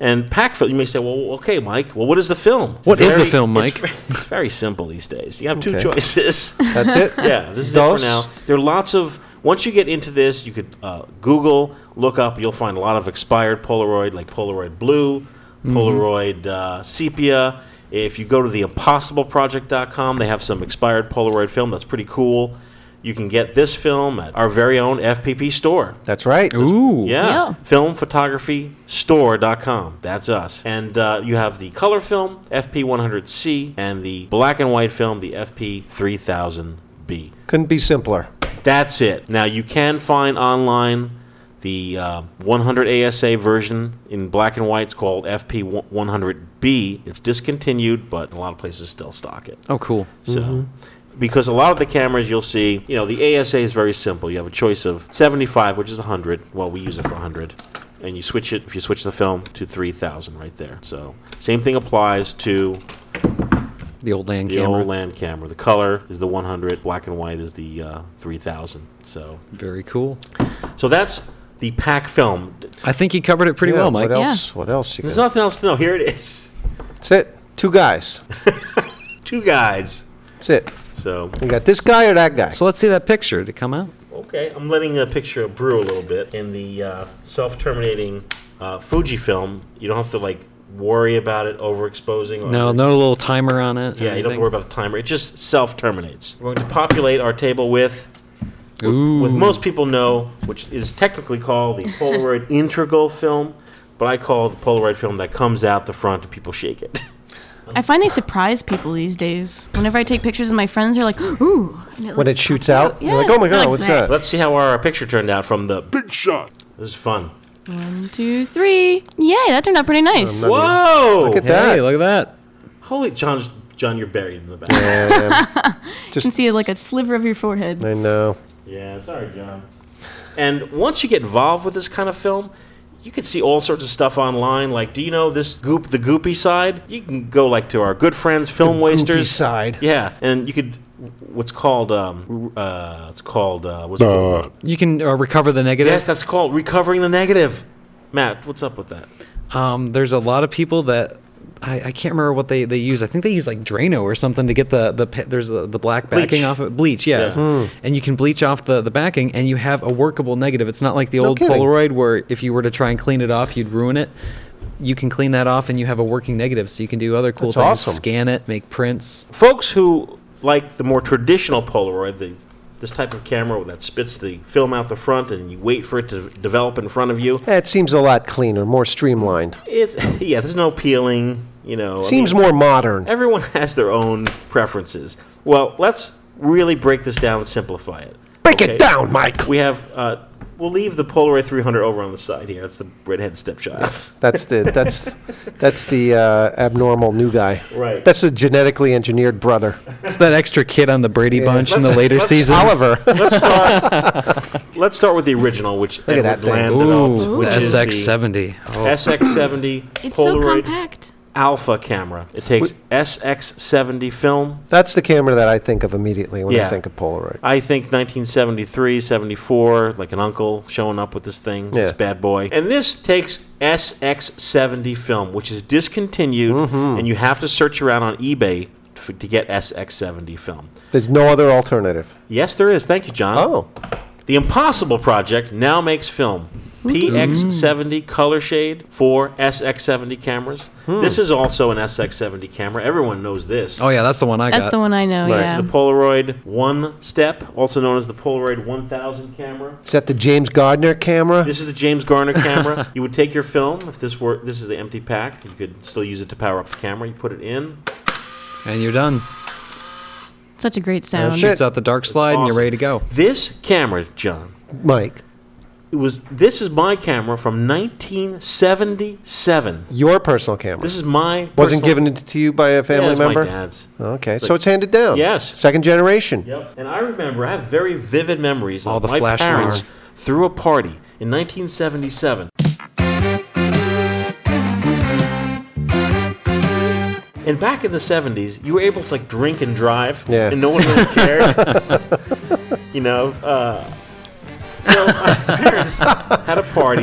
[SPEAKER 1] And pack film. You may say, "Well, okay, Mike. Well, what is the film? It's
[SPEAKER 4] What is the film,
[SPEAKER 1] it's
[SPEAKER 4] Mike?
[SPEAKER 1] ve- It's, very simple these days. You have two
[SPEAKER 2] Okay.
[SPEAKER 1] choices.
[SPEAKER 2] That's it.
[SPEAKER 1] yeah, this is it for
[SPEAKER 2] Dos.
[SPEAKER 1] now. There are lots of. Once you get into this, you could uh, Google, look up. You'll find a lot of expired Polaroid, like Polaroid Blue, Polaroid uh, Sepia. If you go to the impossibleproject.com, they have some expired Polaroid film that's pretty cool. You can get this film at our very own FPP store.
[SPEAKER 2] That's right.
[SPEAKER 4] Ooe.
[SPEAKER 1] Yeah.
[SPEAKER 5] Yeah.
[SPEAKER 1] Filmphotographystore.com. That's us. And uh, you have the color film, FP100C, and the black and white film, the FP3000B.
[SPEAKER 2] Couldn't be simpler.
[SPEAKER 1] That's it. Now, you can find online the uh, 100 ASA version in black and white. It's called FP100B. It's discontinued, but a lot of places still stock it.
[SPEAKER 4] Oh, cool.
[SPEAKER 1] So, because a lot of the cameras you'll see, you know, the ASA is very simple. You have a choice of 75, which is 100. Well, we use it for 100. And you switch it, if you switch the film, to 3000 right there. So, same thing applies to
[SPEAKER 4] The old land
[SPEAKER 1] the
[SPEAKER 4] camera.
[SPEAKER 1] old land camera. The color is the 100, black and white is the uh, 3000. So,
[SPEAKER 4] Very cool.
[SPEAKER 1] so that's the pack film.
[SPEAKER 4] I think you covered it pretty
[SPEAKER 2] Yeah,
[SPEAKER 4] well, Mike.
[SPEAKER 2] What
[SPEAKER 5] Yeah.
[SPEAKER 2] else? What else? You
[SPEAKER 1] There's
[SPEAKER 2] got?
[SPEAKER 1] nothing else to know. Here it is.
[SPEAKER 2] That's it. Two guys.
[SPEAKER 1] Two guys.
[SPEAKER 2] That's it.
[SPEAKER 1] So,
[SPEAKER 2] You got this guy or that guy.
[SPEAKER 4] So let's see that picture to come out.
[SPEAKER 1] well, Okay, I'm letting a picture brew a little bit. In the uh, self-terminating uh, Fujifilm, you don't have to like worry about it
[SPEAKER 2] Oh,
[SPEAKER 1] overexposing. Or
[SPEAKER 4] No,
[SPEAKER 1] overexposing.
[SPEAKER 4] no little timer on it.
[SPEAKER 1] Yeah, you don't have to worry about the timer. It just self-terminates. We're going to populate our table with
[SPEAKER 4] about Ooh.
[SPEAKER 1] with most people know, which is technically called the Polaroid integral film, but I call it the Polaroid film that comes out the front and people shake it.
[SPEAKER 5] I find they surprise people these days. Whenever I take pictures of my friends, they're like, ooh. and
[SPEAKER 2] When
[SPEAKER 5] like,
[SPEAKER 2] it shoots
[SPEAKER 5] pops
[SPEAKER 2] out, you're like, "Oh my
[SPEAKER 5] They're
[SPEAKER 2] God, what's
[SPEAKER 5] "Bleh."
[SPEAKER 2] that?"
[SPEAKER 1] Let's see how our picture turned out from the. This
[SPEAKER 3] Big shot.
[SPEAKER 1] is fun.
[SPEAKER 5] One, two, three. Yay, that turned out pretty nice.
[SPEAKER 2] Um, not-
[SPEAKER 1] Whoa!
[SPEAKER 2] Look at
[SPEAKER 4] Hey,
[SPEAKER 2] that.
[SPEAKER 4] look at that.
[SPEAKER 1] Holy John, John, you're buried in the back.
[SPEAKER 5] You can
[SPEAKER 2] Just,
[SPEAKER 5] see like a sliver of your forehead.
[SPEAKER 2] I know.
[SPEAKER 1] Yeah, sorry, John. And once you get involved with this kind of film, you can see all sorts of stuff online. Like, do you know this goop, the goopy side? You can go like to our good friends, film wasters.
[SPEAKER 2] side.
[SPEAKER 1] Yeah, and you could what's called um uh it's called uh what's it
[SPEAKER 3] Uh,
[SPEAKER 1] called?
[SPEAKER 4] You can uh, recover the negative.
[SPEAKER 1] yes, that's called recovering the negative. Matt, what's up with that?
[SPEAKER 4] Um, there's a lot of people that I, I can't remember what they, they use. I think they use like Drano or something to get the the pa- there's the, the black backing
[SPEAKER 1] Bleach.
[SPEAKER 4] off of bleach. Yeah,
[SPEAKER 1] Yeah. Hmm.
[SPEAKER 4] and you can bleach off the, the backing, and you have a workable negative. It's not like the old
[SPEAKER 2] kidding.
[SPEAKER 4] Polaroid where if you were to try and clean it off, you'd ruin it. You can clean that off, and you have a working negative, so you can do other cool
[SPEAKER 2] That's
[SPEAKER 4] things.
[SPEAKER 2] awesome.
[SPEAKER 4] Scan it, make prints.
[SPEAKER 1] Folks who like the more traditional Polaroid, the this type of camera that spits the film out the front and you wait for it to develop in front of you.
[SPEAKER 2] Eh, It seems a lot cleaner, more streamlined.
[SPEAKER 1] It's yeah, there's no peeling, you know. I
[SPEAKER 2] Seems
[SPEAKER 1] mean,
[SPEAKER 2] more modern.
[SPEAKER 1] everyone has their own preferences. Well, let's really break this down and simplify it.
[SPEAKER 2] Break
[SPEAKER 1] Okay?
[SPEAKER 2] it down, Mike.
[SPEAKER 1] We have uh we'll leave the Polaroid 300 over on the side here. That's the redhead stepchild.
[SPEAKER 2] That's the that's that's the uh, abnormal new guy.
[SPEAKER 1] Right.
[SPEAKER 2] That's the genetically engineered brother.
[SPEAKER 4] It's that extra kid on the Brady Bunch in the later
[SPEAKER 1] let's-
[SPEAKER 4] seasons.
[SPEAKER 2] Oliver.
[SPEAKER 1] Let's start. let's start with the original, which
[SPEAKER 2] at
[SPEAKER 1] Edward
[SPEAKER 2] that thing.
[SPEAKER 1] Land developed,
[SPEAKER 4] Ooh,
[SPEAKER 5] Ooh.
[SPEAKER 4] the
[SPEAKER 1] which is the
[SPEAKER 4] SX70. Oh.
[SPEAKER 1] SX70
[SPEAKER 5] It's so
[SPEAKER 1] Polaroid
[SPEAKER 5] compact.
[SPEAKER 1] Alpha camera. It takes SX70 film.
[SPEAKER 2] That's the camera that I think of immediately when
[SPEAKER 1] Yeah.
[SPEAKER 2] I think of Polaroid.
[SPEAKER 1] I think 1973, 74, like an uncle showing up with this thing, this
[SPEAKER 2] Yeah.
[SPEAKER 1] bad boy. And this takes SX70 film, which is discontinued,
[SPEAKER 2] Mm-hmm.
[SPEAKER 1] and you have to search around on eBay to, to get SX70 film.
[SPEAKER 2] There's no other alternative.
[SPEAKER 1] Yes, there is. Thank you, John.
[SPEAKER 2] Oh,
[SPEAKER 1] The Impossible Project now makes film. PX70 color shade for SX70 cameras.
[SPEAKER 2] Hmm.
[SPEAKER 1] This is also an SX70 camera. Everyone knows this.
[SPEAKER 4] Oh, yeah, that's the one I
[SPEAKER 5] That's
[SPEAKER 4] got.
[SPEAKER 5] the one I know,
[SPEAKER 2] Right.
[SPEAKER 5] yeah.
[SPEAKER 1] The Polaroid One Step, also known as the Polaroid 1000 camera.
[SPEAKER 2] is that the James Gardner camera?
[SPEAKER 1] This is the James Garner camera. you would take your film. If this were, this is the empty pack. You could still use it to power up the camera. You put it in.
[SPEAKER 4] And you're done.
[SPEAKER 5] Such a great sound.
[SPEAKER 2] Oh, shit.
[SPEAKER 4] Shoots out the dark slide, and
[SPEAKER 1] awesome.
[SPEAKER 4] you're ready to go.
[SPEAKER 1] This camera, John,
[SPEAKER 2] Mike,
[SPEAKER 1] it was. This is my camera from 1977.
[SPEAKER 2] your personal camera
[SPEAKER 1] This is my
[SPEAKER 2] wasn't
[SPEAKER 1] personal-
[SPEAKER 2] given to you by a family
[SPEAKER 1] yeah, it's
[SPEAKER 2] member.
[SPEAKER 1] My dad's.
[SPEAKER 2] Okay,
[SPEAKER 1] It's
[SPEAKER 2] so
[SPEAKER 1] like-
[SPEAKER 2] it's handed down.
[SPEAKER 1] Yes.
[SPEAKER 2] second generation.
[SPEAKER 1] Yep. And I remember, I have very vivid memories
[SPEAKER 4] All
[SPEAKER 1] of
[SPEAKER 4] the
[SPEAKER 1] my
[SPEAKER 4] flash
[SPEAKER 1] parents
[SPEAKER 4] forward.
[SPEAKER 1] threw a party in 1977. And back in the 70s, you were able to like drink and drive,
[SPEAKER 2] Yeah.
[SPEAKER 1] and no one really cared. you know, uh, so my parents had a party,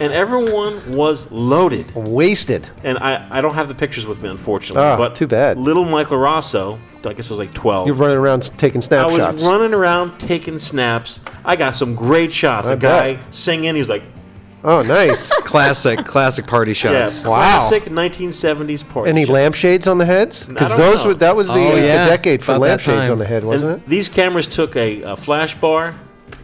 [SPEAKER 1] and everyone was loaded.
[SPEAKER 2] Wasted.
[SPEAKER 1] And I, I don't have the pictures with me, unfortunately.
[SPEAKER 2] Ah,
[SPEAKER 1] but
[SPEAKER 2] too bad.
[SPEAKER 1] Little Michael Rosso, I guess I was like 12.
[SPEAKER 2] You're running around s- taking
[SPEAKER 1] I was
[SPEAKER 2] snapshots.
[SPEAKER 1] running around taking snaps. I got some great shots.
[SPEAKER 2] I
[SPEAKER 1] A guy singing, he was like,
[SPEAKER 2] oh, nice.
[SPEAKER 4] Classic, classic party
[SPEAKER 1] yeah,
[SPEAKER 4] shots.
[SPEAKER 2] Wow.
[SPEAKER 1] classic 1970s party.
[SPEAKER 2] Any
[SPEAKER 1] shots."
[SPEAKER 2] lampshades on the heads? Because
[SPEAKER 1] don't
[SPEAKER 2] those
[SPEAKER 1] know.
[SPEAKER 2] were that was the, uh,
[SPEAKER 4] Oh,
[SPEAKER 2] the
[SPEAKER 4] yeah.
[SPEAKER 2] decade for
[SPEAKER 4] About that
[SPEAKER 2] lampshades
[SPEAKER 4] time.
[SPEAKER 2] on the head,
[SPEAKER 1] And
[SPEAKER 2] wasn't it?
[SPEAKER 1] These cameras took a, a flash bar,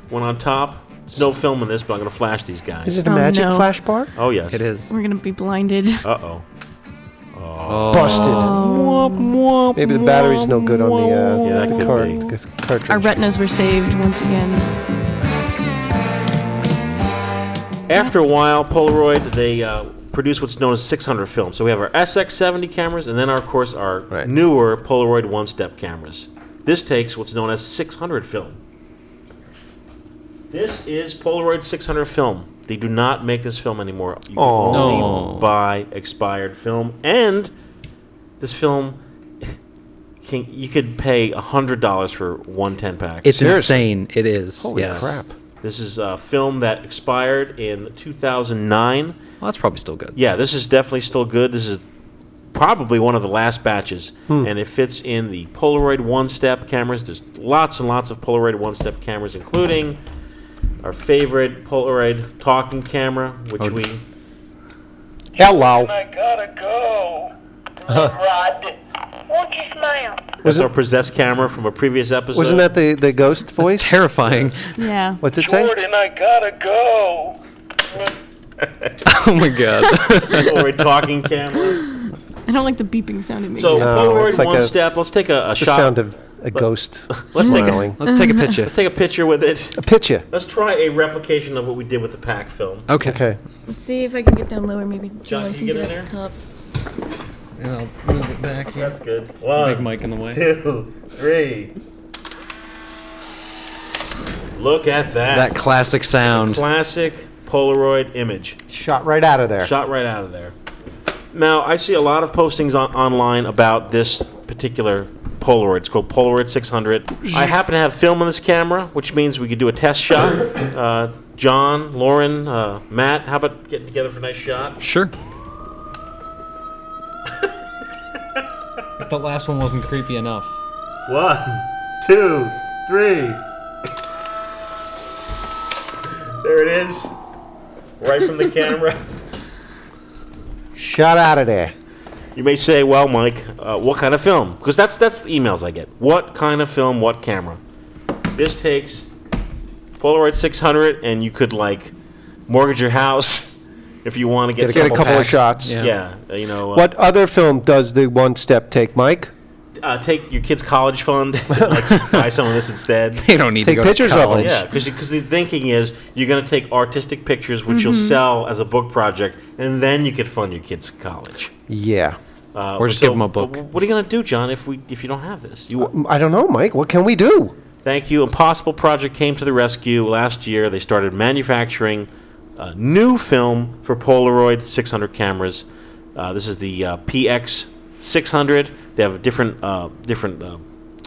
[SPEAKER 1] one on top. There's no film in this, but I'm going to flash these guys.
[SPEAKER 2] Is it a
[SPEAKER 5] Oh,
[SPEAKER 2] magic
[SPEAKER 5] no.
[SPEAKER 2] flash bar?
[SPEAKER 1] oh, yes.
[SPEAKER 4] It is.
[SPEAKER 5] We're going to be blinded.
[SPEAKER 1] Uh oh.
[SPEAKER 2] Busted.
[SPEAKER 4] Oh.
[SPEAKER 2] Maybe the battery's no good on the, uh,
[SPEAKER 1] Yeah, that
[SPEAKER 2] the
[SPEAKER 1] could
[SPEAKER 2] car-
[SPEAKER 1] be.
[SPEAKER 2] the c- cartridge.
[SPEAKER 5] Our retinas were saved once again.
[SPEAKER 1] After a while, Polaroid, they uh, produce what's known as 600 film. So we have our SX70 cameras, and then, our, of course, our
[SPEAKER 2] Right.
[SPEAKER 1] newer Polaroid one step cameras. This takes what's known as 600 film. This is Polaroid 600 film. They do not make this film anymore. You can
[SPEAKER 2] Aw.
[SPEAKER 1] only
[SPEAKER 4] No.
[SPEAKER 1] buy expired film, and this film. Can, you could pay hundred dollars for one ten pack.
[SPEAKER 4] It's
[SPEAKER 2] Seriously.
[SPEAKER 4] insane. It is.
[SPEAKER 2] Holy
[SPEAKER 4] yes.
[SPEAKER 2] crap!
[SPEAKER 1] this is a film that expired in two thousand nine.
[SPEAKER 4] Well, that's probably still good.
[SPEAKER 1] Yeah, this is definitely still good. This is probably one of the last batches,
[SPEAKER 2] Hmm.
[SPEAKER 1] and it fits in the Polaroid one-step cameras. There's lots and lots of Polaroid one-step cameras, including our favorite Polaroid talking camera, which
[SPEAKER 4] Oh.
[SPEAKER 1] we
[SPEAKER 2] Hello.
[SPEAKER 1] uh,
[SPEAKER 6] I gotta go. Rod, won't you smile?
[SPEAKER 1] that's our possessed camera from a previous episode.
[SPEAKER 2] Wasn't that the, the ghost
[SPEAKER 4] It's
[SPEAKER 2] voice?
[SPEAKER 4] terrifying.
[SPEAKER 5] Yeah.
[SPEAKER 2] What's it say?
[SPEAKER 6] Jordan, I gotta go.
[SPEAKER 4] oh my god.
[SPEAKER 1] Polaroid talking camera?
[SPEAKER 5] I don't like the beeping sound it makes.
[SPEAKER 1] So
[SPEAKER 2] No,
[SPEAKER 1] Polaroid
[SPEAKER 2] it's like
[SPEAKER 1] one
[SPEAKER 2] a-
[SPEAKER 1] step. Let's take a, a
[SPEAKER 2] It's the
[SPEAKER 1] shot.
[SPEAKER 2] sound of a ghost
[SPEAKER 1] let's take a-
[SPEAKER 2] smiling.
[SPEAKER 4] Let's take a picture.
[SPEAKER 1] Let's take a picture with it.
[SPEAKER 2] A picture.
[SPEAKER 1] Let's try a replication of what we did with the pack film.
[SPEAKER 4] Okay.
[SPEAKER 2] Okay.
[SPEAKER 5] Let's see if I can get down lower. Maybe
[SPEAKER 1] John,
[SPEAKER 5] John
[SPEAKER 1] can you get in
[SPEAKER 5] up
[SPEAKER 1] there?
[SPEAKER 5] top.
[SPEAKER 4] And I'll move it back here.
[SPEAKER 1] That's good. One,
[SPEAKER 2] Uh,
[SPEAKER 4] Big mic in the way.
[SPEAKER 1] two, three. Look at that.
[SPEAKER 4] That classic sound.
[SPEAKER 1] classic Polaroid image.
[SPEAKER 2] Shot right out of there.
[SPEAKER 1] Shot right out of there. Now, I see a lot of postings on- online about this particular Polaroid. It's called Polaroid 600. I happen to have film on this camera, which means we could do a test shot. Uh, John, Lauren, uh, Matt, how about getting together for a nice shot?
[SPEAKER 4] Sure. if the last one wasn't creepy enough.
[SPEAKER 1] One, two, three. There it is. Right from the camera.
[SPEAKER 2] Shot out of there.
[SPEAKER 1] You may say, well, Mike, uh, what kind of film? Because that's, that's the emails I get. What kind of film, what camera? This takes Polaroid 600, and you could, like, mortgage your house if you want to get,
[SPEAKER 2] Get a couple of
[SPEAKER 1] packs.
[SPEAKER 2] shots.
[SPEAKER 4] Yeah.
[SPEAKER 1] Yeah, uh, you know, uh,
[SPEAKER 2] What other film does the one step take, Mike?
[SPEAKER 1] Uh, take your kid's college fund, like, just buy some of this instead.
[SPEAKER 4] They don't need
[SPEAKER 2] Take
[SPEAKER 4] to go
[SPEAKER 2] pictures
[SPEAKER 4] to
[SPEAKER 2] of 'em.
[SPEAKER 4] college.
[SPEAKER 1] Yeah, because the thinking is you're going to take artistic pictures, which you'll sell as a book project, and then you could fund your kids' college.
[SPEAKER 2] Yeah.
[SPEAKER 1] Uh,
[SPEAKER 4] Or just give 'em a book.
[SPEAKER 1] uh, What are you going to do, John, if we if you don't have this? You,
[SPEAKER 2] M- I don't know, Mike. What can we do?
[SPEAKER 1] Thank you. Impossible Project came to the rescue last year. They started manufacturing a new film for Polaroid 600 cameras. Uh, this is the uh, PX 600. They have different uh, different uh,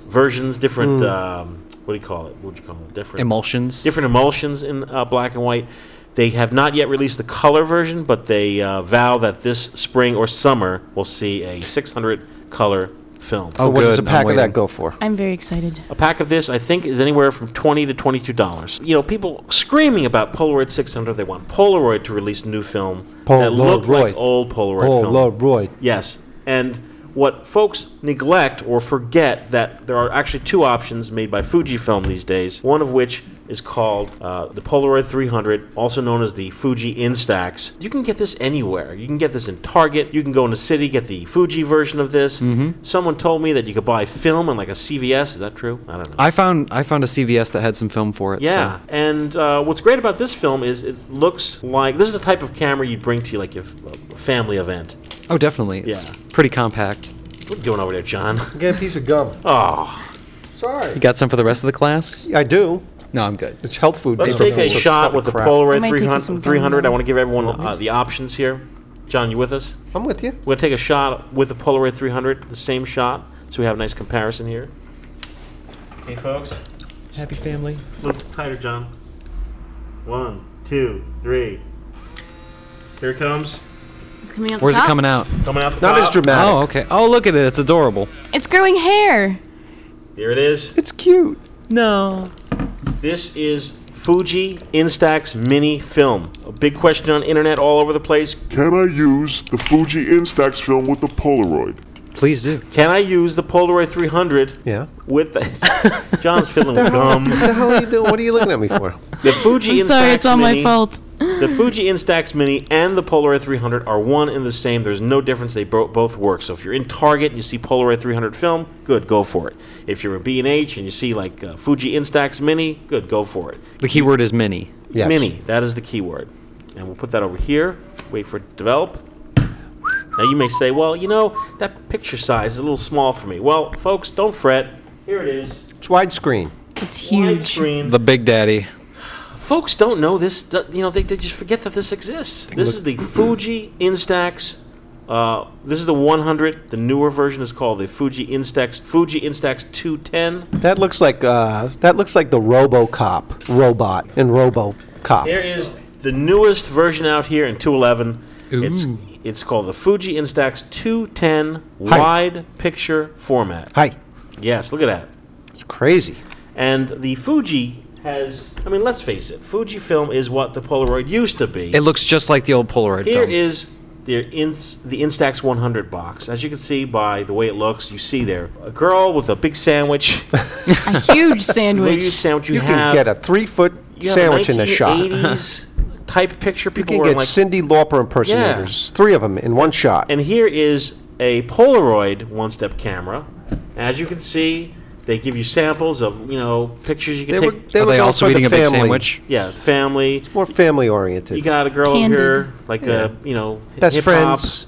[SPEAKER 1] versions, different um, what do you call it? What would you call it? Different
[SPEAKER 4] Emulsions.
[SPEAKER 1] different emulsions in uh, black and white. They have not yet released the color version, but they uh, vow that this spring or summer we'll see a 600 color film.
[SPEAKER 4] Oh,
[SPEAKER 2] what
[SPEAKER 4] good.
[SPEAKER 2] does a
[SPEAKER 4] I'm
[SPEAKER 2] pack of
[SPEAKER 4] waiting.
[SPEAKER 2] that go for?
[SPEAKER 5] I'm very excited.
[SPEAKER 1] A pack of this, I think, is anywhere from twenty to twenty-two dollars. You know, people screaming about Polaroid 600. They want Polaroid to release new film that look like
[SPEAKER 2] Polaroid.
[SPEAKER 1] old Polaroid
[SPEAKER 2] oh,
[SPEAKER 1] film.
[SPEAKER 2] Lord, Roy.
[SPEAKER 1] Yes, and what folks neglect or forget that there are actually two options made by Fujifilm these days. One of which is called uh, the Polaroid 300, also known as the Fuji Instax. You can get this anywhere. You can get this in Target. You can go in the city get the Fuji version of this. Someone told me that you could buy film in like a CVS. Is that true? I don't know.
[SPEAKER 4] I found I found a CVS that had some film for it.
[SPEAKER 1] Yeah,
[SPEAKER 4] so-
[SPEAKER 1] and uh, what's great about this film is it looks like this is the type of camera you'd bring to like your f- family event.
[SPEAKER 4] Oh, definitely. It's
[SPEAKER 1] Yeah.
[SPEAKER 4] pretty compact.
[SPEAKER 1] What are you doing over there, John?
[SPEAKER 2] Get a piece of gum.
[SPEAKER 1] Oh,
[SPEAKER 4] You
[SPEAKER 2] Sorry.
[SPEAKER 4] got some for the rest of the class?
[SPEAKER 2] I do.
[SPEAKER 4] No, I'm good.
[SPEAKER 2] It's health food.
[SPEAKER 1] let's
[SPEAKER 2] people
[SPEAKER 1] take a
[SPEAKER 2] think.
[SPEAKER 1] shot with the
[SPEAKER 2] Crap.
[SPEAKER 5] I
[SPEAKER 1] Polaroid
[SPEAKER 5] might take you
[SPEAKER 1] 300.
[SPEAKER 5] some gum,
[SPEAKER 1] 300. I
[SPEAKER 5] though.
[SPEAKER 1] want to give everyone uh, the options here. John, you with us?
[SPEAKER 2] I'm with you.
[SPEAKER 1] We're gonna take a shot with the Polaroid 300, the same shot, so we have a nice comparison here. Okay, folks,
[SPEAKER 4] Happy family.
[SPEAKER 1] a little tighter, John. One, two, three. Here it comes,
[SPEAKER 5] It's coming out.
[SPEAKER 4] Where's
[SPEAKER 5] the
[SPEAKER 4] it
[SPEAKER 5] top.
[SPEAKER 4] coming out?
[SPEAKER 1] coming out the
[SPEAKER 2] Not
[SPEAKER 1] top.
[SPEAKER 2] as dramatic.
[SPEAKER 4] Oh, okay. Oh, look at it. It's adorable.
[SPEAKER 5] It's growing hair.
[SPEAKER 1] Here it is.
[SPEAKER 2] It's cute.
[SPEAKER 4] No.
[SPEAKER 1] This is Fuji Instax mini film. A big question on internet all over the place.
[SPEAKER 3] Can I use the Fuji Instax film with the Polaroid?
[SPEAKER 4] Please do.
[SPEAKER 1] Can I use the Polaroid 300
[SPEAKER 2] Yeah.
[SPEAKER 1] with the John's fiddling with gum?
[SPEAKER 2] What the hell are you doing? What are you looking at me for?
[SPEAKER 1] The Fuji
[SPEAKER 5] I'm
[SPEAKER 1] Instax
[SPEAKER 5] sorry, it's all my
[SPEAKER 1] Mini-
[SPEAKER 5] fault.
[SPEAKER 1] The Fuji Instax Mini and the Polaroid 300 are one and the same. There's no difference. They bo- both work. So if you're in Target and you see Polaroid 300 film, good, go for it. If you're in B&H and you see like uh, Fuji Instax Mini, good, go for it.
[SPEAKER 4] The key word is mini.
[SPEAKER 2] Yes.
[SPEAKER 1] Mini. That is the keyword. And we'll put that over here. Wait for it to develop. Now you may say, well, you know, that picture size is a little small for me. Well, folks, don't fret. Here it is.
[SPEAKER 2] It's widescreen.
[SPEAKER 5] It's huge.
[SPEAKER 1] Widescreen.
[SPEAKER 4] The Big Daddy.
[SPEAKER 1] Folks don't know this. th- You know, they, they just forget that this exists. This is the Fuji Instax. Uh, this is the 100. The newer version is called the Fuji Instax. Fuji Instax 210.
[SPEAKER 2] That looks like uh, that looks like the RoboCop robot and RoboCop.
[SPEAKER 1] There is the newest version out here in 211.
[SPEAKER 4] Ooh.
[SPEAKER 1] It's it's called the Fuji Instax 210
[SPEAKER 2] Hi.
[SPEAKER 1] wide picture format.
[SPEAKER 2] Hi.
[SPEAKER 1] Yes, look at that.
[SPEAKER 2] It's crazy.
[SPEAKER 1] And the Fuji
[SPEAKER 6] has. I mean, let's face it. Fujifilm is what the Polaroid used to be.
[SPEAKER 4] It looks just like the old Polaroid
[SPEAKER 6] Here
[SPEAKER 4] film.
[SPEAKER 6] is the Ins- the Instax 100 box. As you can see by the way it looks, you see there a girl with a big sandwich.
[SPEAKER 5] A huge
[SPEAKER 6] Maybe
[SPEAKER 5] sandwich.
[SPEAKER 6] sandwich you,
[SPEAKER 2] You can
[SPEAKER 6] have.
[SPEAKER 2] get a three-foot
[SPEAKER 6] you have a
[SPEAKER 2] sandwich in the shot. You
[SPEAKER 6] 1980s type picture. People
[SPEAKER 2] can
[SPEAKER 6] were
[SPEAKER 2] get
[SPEAKER 6] like,
[SPEAKER 2] Cindy Lauper impersonators, three of them in one shot.
[SPEAKER 6] and here is a Polaroid one-step camera. As you can see, they give you samples of you know pictures you can
[SPEAKER 2] They were,
[SPEAKER 6] take.
[SPEAKER 2] they
[SPEAKER 4] Are
[SPEAKER 2] were
[SPEAKER 4] they
[SPEAKER 2] going
[SPEAKER 4] also
[SPEAKER 2] for the
[SPEAKER 4] eating a big
[SPEAKER 2] family.
[SPEAKER 4] sandwich?
[SPEAKER 6] yeah, family.
[SPEAKER 2] More
[SPEAKER 6] You
[SPEAKER 2] family-oriented.
[SPEAKER 6] got a girl
[SPEAKER 5] Candid.
[SPEAKER 6] over here, like a you know hi-
[SPEAKER 2] Best
[SPEAKER 6] hip-hop
[SPEAKER 2] friends.
[SPEAKER 6] kind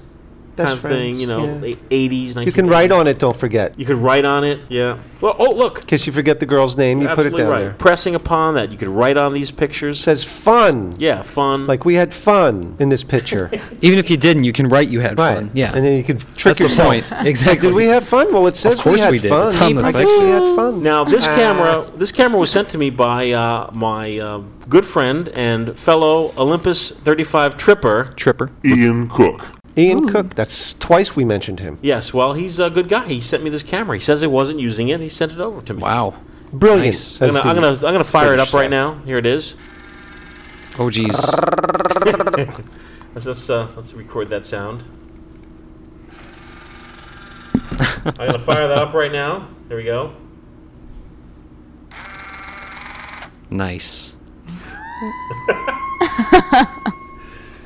[SPEAKER 2] Best
[SPEAKER 6] of thing. You know,
[SPEAKER 2] friends, yeah.
[SPEAKER 6] eighties.
[SPEAKER 2] You can write on it, don't forget.
[SPEAKER 6] You could write on it. Yeah. Well, oh look,
[SPEAKER 2] In case you forget the girl's name, you put it
[SPEAKER 6] absolutely
[SPEAKER 2] down
[SPEAKER 6] right.
[SPEAKER 2] there.
[SPEAKER 6] Pressing upon that, you could write on these pictures.
[SPEAKER 2] says fun.
[SPEAKER 6] yeah, fun.
[SPEAKER 2] Like we had fun in this picture.
[SPEAKER 4] Even if you didn't, you can write you had
[SPEAKER 2] right.
[SPEAKER 4] fun. Yeah.
[SPEAKER 2] And then you can trick
[SPEAKER 4] That's
[SPEAKER 2] yourself.
[SPEAKER 4] the point. Exactly.
[SPEAKER 2] Did we have fun? Well, it says
[SPEAKER 4] course
[SPEAKER 2] we had
[SPEAKER 4] we did.
[SPEAKER 2] fun.
[SPEAKER 4] It's on the
[SPEAKER 2] I
[SPEAKER 4] picture.
[SPEAKER 2] guess we had fun.
[SPEAKER 6] now this camera, this camera was sent to me by uh, my uh, good friend and fellow Olympus 35 tripper.
[SPEAKER 4] Tripper.
[SPEAKER 3] Ian Cook.
[SPEAKER 2] Ian Cook. That's twice we mentioned him.
[SPEAKER 6] Yes, well, he's a good guy. He sent me this camera. He says he wasn't using it. He sent it over to me.
[SPEAKER 4] Wow.
[SPEAKER 2] Brilliant.
[SPEAKER 4] Nice.
[SPEAKER 6] I'm
[SPEAKER 2] as
[SPEAKER 6] gonna, I'm
[SPEAKER 2] the-
[SPEAKER 6] gonna, I'm gonna fire it up right
[SPEAKER 2] British
[SPEAKER 6] now. Here it is.
[SPEAKER 4] Oh geez.
[SPEAKER 6] Let's let's, uh, let's record that sound. I'm gonna fire that up right now. There we go.
[SPEAKER 4] nice.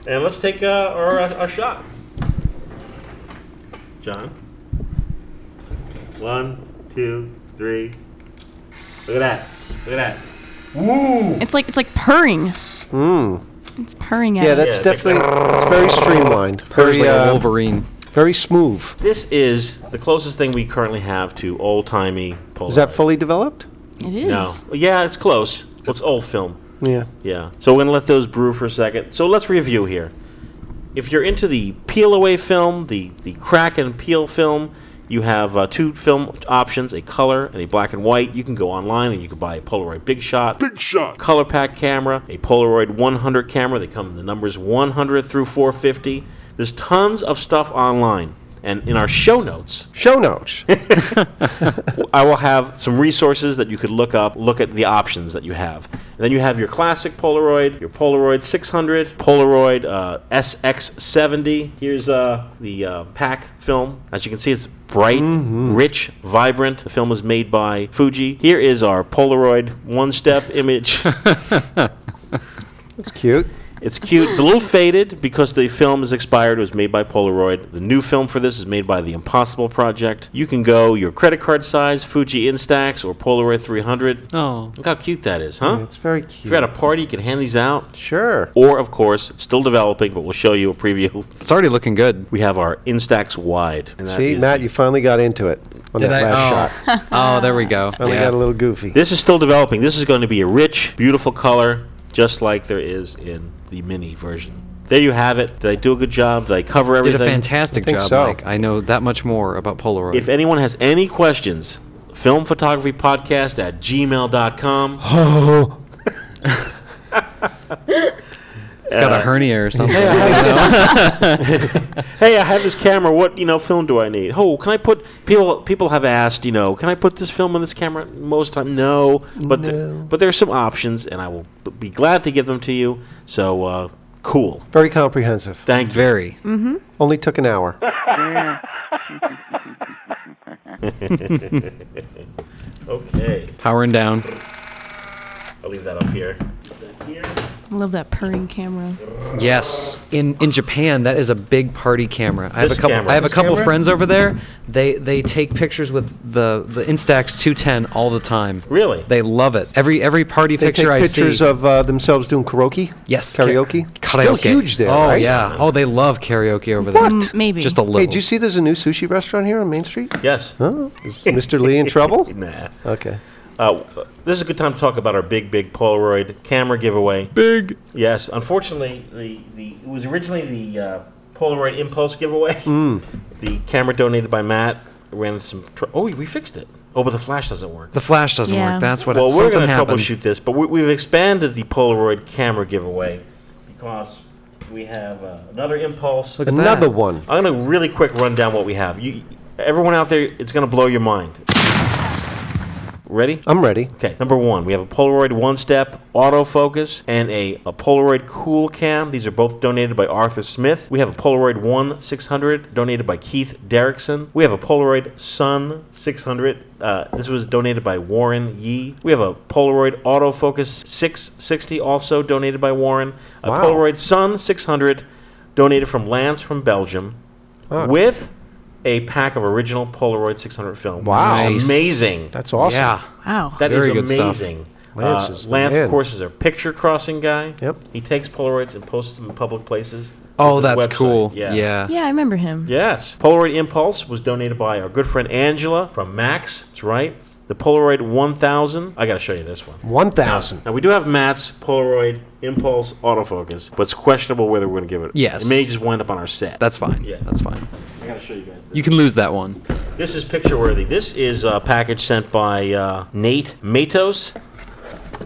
[SPEAKER 6] And let's take uh, our, our shot. John. One, two, three. Look at that. Look at that.
[SPEAKER 5] It's like it's like purring. It's purring at
[SPEAKER 2] Yeah,
[SPEAKER 5] us.
[SPEAKER 2] that's
[SPEAKER 6] Yeah, it's
[SPEAKER 2] definitely it's very streamlined.
[SPEAKER 4] Purrs
[SPEAKER 2] very,
[SPEAKER 4] like a
[SPEAKER 2] uh,
[SPEAKER 4] Wolverine.
[SPEAKER 2] very smooth.
[SPEAKER 6] This is the closest thing we currently have to old timey Polaroid.
[SPEAKER 2] Is that fully developed?
[SPEAKER 5] it
[SPEAKER 6] No.
[SPEAKER 5] is.
[SPEAKER 6] Yeah, it's close. It's old film.
[SPEAKER 2] Yeah.
[SPEAKER 6] Yeah. So we're going to let those brew for a second. So let's review here. If you're into the peel away film, the, the crack and peel film, you have uh, two film options a color and a black and white. You can go online and you can buy a Polaroid Big Shot,
[SPEAKER 3] Big shot.
[SPEAKER 6] color pack camera, a Polaroid 100 camera. They come in the numbers 100 through 450. There's tons of stuff online. And in our show notes,
[SPEAKER 2] Show notes.
[SPEAKER 6] I will have some resources that you could look up, look at the options that you have. And then you have your classic Polaroid, your Polaroid 600, Polaroid uh, SX70. Here's uh, the uh, pack film. As you can see, it's bright, rich, vibrant. The film was made by Fuji. Here is our Polaroid one step image.
[SPEAKER 2] It's cute.
[SPEAKER 6] It's cute. It's a little faded because the film is expired. It was made by Polaroid. The new film for this is made by the Impossible Project. You can go your credit card size, Fuji Instax, or Polaroid 300.
[SPEAKER 4] Oh.
[SPEAKER 6] Look how cute that is, huh?
[SPEAKER 2] It's very
[SPEAKER 6] if you're
[SPEAKER 2] cute.
[SPEAKER 6] at a party, you can hand these out.
[SPEAKER 2] Sure.
[SPEAKER 6] Or, of course, it's still developing, but we'll show you a preview.
[SPEAKER 4] It's already looking good.
[SPEAKER 6] We have our Instax wide. and that
[SPEAKER 2] See,
[SPEAKER 6] is
[SPEAKER 2] Matt,
[SPEAKER 6] the-
[SPEAKER 2] you finally got into it on that last shot.
[SPEAKER 4] oh. oh, there we go.
[SPEAKER 2] Finally got a little goofy.
[SPEAKER 6] This is still developing. This is going to be a rich, beautiful color, just like there is in the mini version. There you have it. Did I do a good job? Did I cover
[SPEAKER 4] Did
[SPEAKER 6] everything?
[SPEAKER 4] a fantastic
[SPEAKER 2] think
[SPEAKER 4] job,
[SPEAKER 2] so.
[SPEAKER 4] Mike. I know that much more about Polaroid.
[SPEAKER 6] If anyone has any questions, filmphotographypodcast at gmail.com.
[SPEAKER 4] it's got a hernia or something.
[SPEAKER 6] hey, I have this camera. What, you know, film do I need? Oh, can I put people people have asked, you know, can I put this film on this camera? Most time no, but there, but there's some options and I will b- be glad to give them to you. So, uh, cool.
[SPEAKER 2] Very comprehensive.
[SPEAKER 6] Thank you.
[SPEAKER 4] Very.
[SPEAKER 2] Only took an hour.
[SPEAKER 6] Okay.
[SPEAKER 4] Powering down.
[SPEAKER 6] I'll leave that up here.
[SPEAKER 5] I love that purring camera.
[SPEAKER 4] Yes. In in Japan, that is a big party camera. I have
[SPEAKER 6] This
[SPEAKER 4] a couple
[SPEAKER 6] camera.
[SPEAKER 4] I have a
[SPEAKER 6] This
[SPEAKER 4] couple
[SPEAKER 2] camera?
[SPEAKER 4] friends over there. They they take pictures with the the Instax 210 all the time.
[SPEAKER 6] Really?
[SPEAKER 4] They love it. Every every party
[SPEAKER 2] They
[SPEAKER 4] picture
[SPEAKER 2] take
[SPEAKER 4] I
[SPEAKER 2] pictures
[SPEAKER 4] see.
[SPEAKER 2] of uh, themselves doing karaoke.
[SPEAKER 4] yes. ka-
[SPEAKER 2] Karaoke.
[SPEAKER 4] Karaoke.
[SPEAKER 2] Still huge there.
[SPEAKER 4] Oh
[SPEAKER 2] right?
[SPEAKER 4] yeah. Oh, they love karaoke over
[SPEAKER 2] What?
[SPEAKER 4] there.
[SPEAKER 5] Mm, maybe.
[SPEAKER 4] Just a little.
[SPEAKER 2] Hey, did you see there's a new sushi restaurant here on Main Street?
[SPEAKER 6] Yes.
[SPEAKER 2] Huh? Is Mr. Lee in trouble?
[SPEAKER 6] Nah.
[SPEAKER 2] Okay.
[SPEAKER 6] Uh, this is a good time to talk about our big, big Polaroid camera giveaway.
[SPEAKER 4] big?
[SPEAKER 6] Yes, unfortunately, the, the it was originally the uh, Polaroid Impulse giveaway.
[SPEAKER 4] Mm.
[SPEAKER 6] The camera donated by Matt ran into some. Tr- oh, we fixed it. Oh, but the flash doesn't work.
[SPEAKER 4] The flash doesn't
[SPEAKER 5] Yeah.
[SPEAKER 4] work. That's what.
[SPEAKER 6] well,
[SPEAKER 4] it,
[SPEAKER 6] we're
[SPEAKER 4] something
[SPEAKER 6] going to
[SPEAKER 4] happened.
[SPEAKER 6] troubleshoot this, but we, we've expanded the Polaroid camera giveaway because we have uh, another Impulse.
[SPEAKER 4] at
[SPEAKER 2] Another
[SPEAKER 4] that.
[SPEAKER 2] one.
[SPEAKER 6] I'm going to really quick run down what we have. You, everyone out there, it's going to blow your mind. Ready?
[SPEAKER 2] I'm ready.
[SPEAKER 6] Okay, number one, we have a Polaroid One Step autofocus and a, a Polaroid Cool Cam. These are both donated by Arthur Smith. We have a Polaroid One 600 donated by Keith Derrickson. We have a Polaroid Sun 600. Uh, this was donated by Warren Yee. We have a Polaroid autofocus 660, also donated by Warren. A
[SPEAKER 2] Wow.
[SPEAKER 6] Polaroid Sun 600, donated from Lance from Belgium,
[SPEAKER 4] Oh.
[SPEAKER 2] Ah.
[SPEAKER 6] with a pack of original Polaroid 600 film.
[SPEAKER 2] Wow.
[SPEAKER 6] It's
[SPEAKER 4] Nice.
[SPEAKER 6] amazing.
[SPEAKER 2] That's awesome.
[SPEAKER 4] Yeah.
[SPEAKER 5] Wow.
[SPEAKER 6] That is
[SPEAKER 4] Very good stuff.
[SPEAKER 6] amazing.
[SPEAKER 2] Lance
[SPEAKER 6] Uh,
[SPEAKER 2] is the
[SPEAKER 6] Lance,
[SPEAKER 2] man.
[SPEAKER 6] of course, is our picture crossing guy.
[SPEAKER 2] Yep.
[SPEAKER 6] He takes Polaroids and posts them in public places.
[SPEAKER 4] Oh,
[SPEAKER 6] With his
[SPEAKER 4] that's
[SPEAKER 6] website.
[SPEAKER 4] cool.
[SPEAKER 6] Yeah.
[SPEAKER 4] Yeah.
[SPEAKER 5] Yeah, I remember him.
[SPEAKER 6] Yes. Polaroid Impulse was donated by our good friend Angela from Max. That's right. The Polaroid 1000. I got to show you this one.
[SPEAKER 2] One thousand.
[SPEAKER 6] Now, we do have Matt's Polaroid Impulse autofocus, but it's questionable whether we're going to give it.
[SPEAKER 4] Yes.
[SPEAKER 6] It may just wind up on our set.
[SPEAKER 4] That's fine.
[SPEAKER 6] Yeah.
[SPEAKER 4] That's fine.
[SPEAKER 6] I got to show you guys this.
[SPEAKER 4] You can lose that one.
[SPEAKER 6] This is picture worthy. This is a package sent by uh, Nate Matos,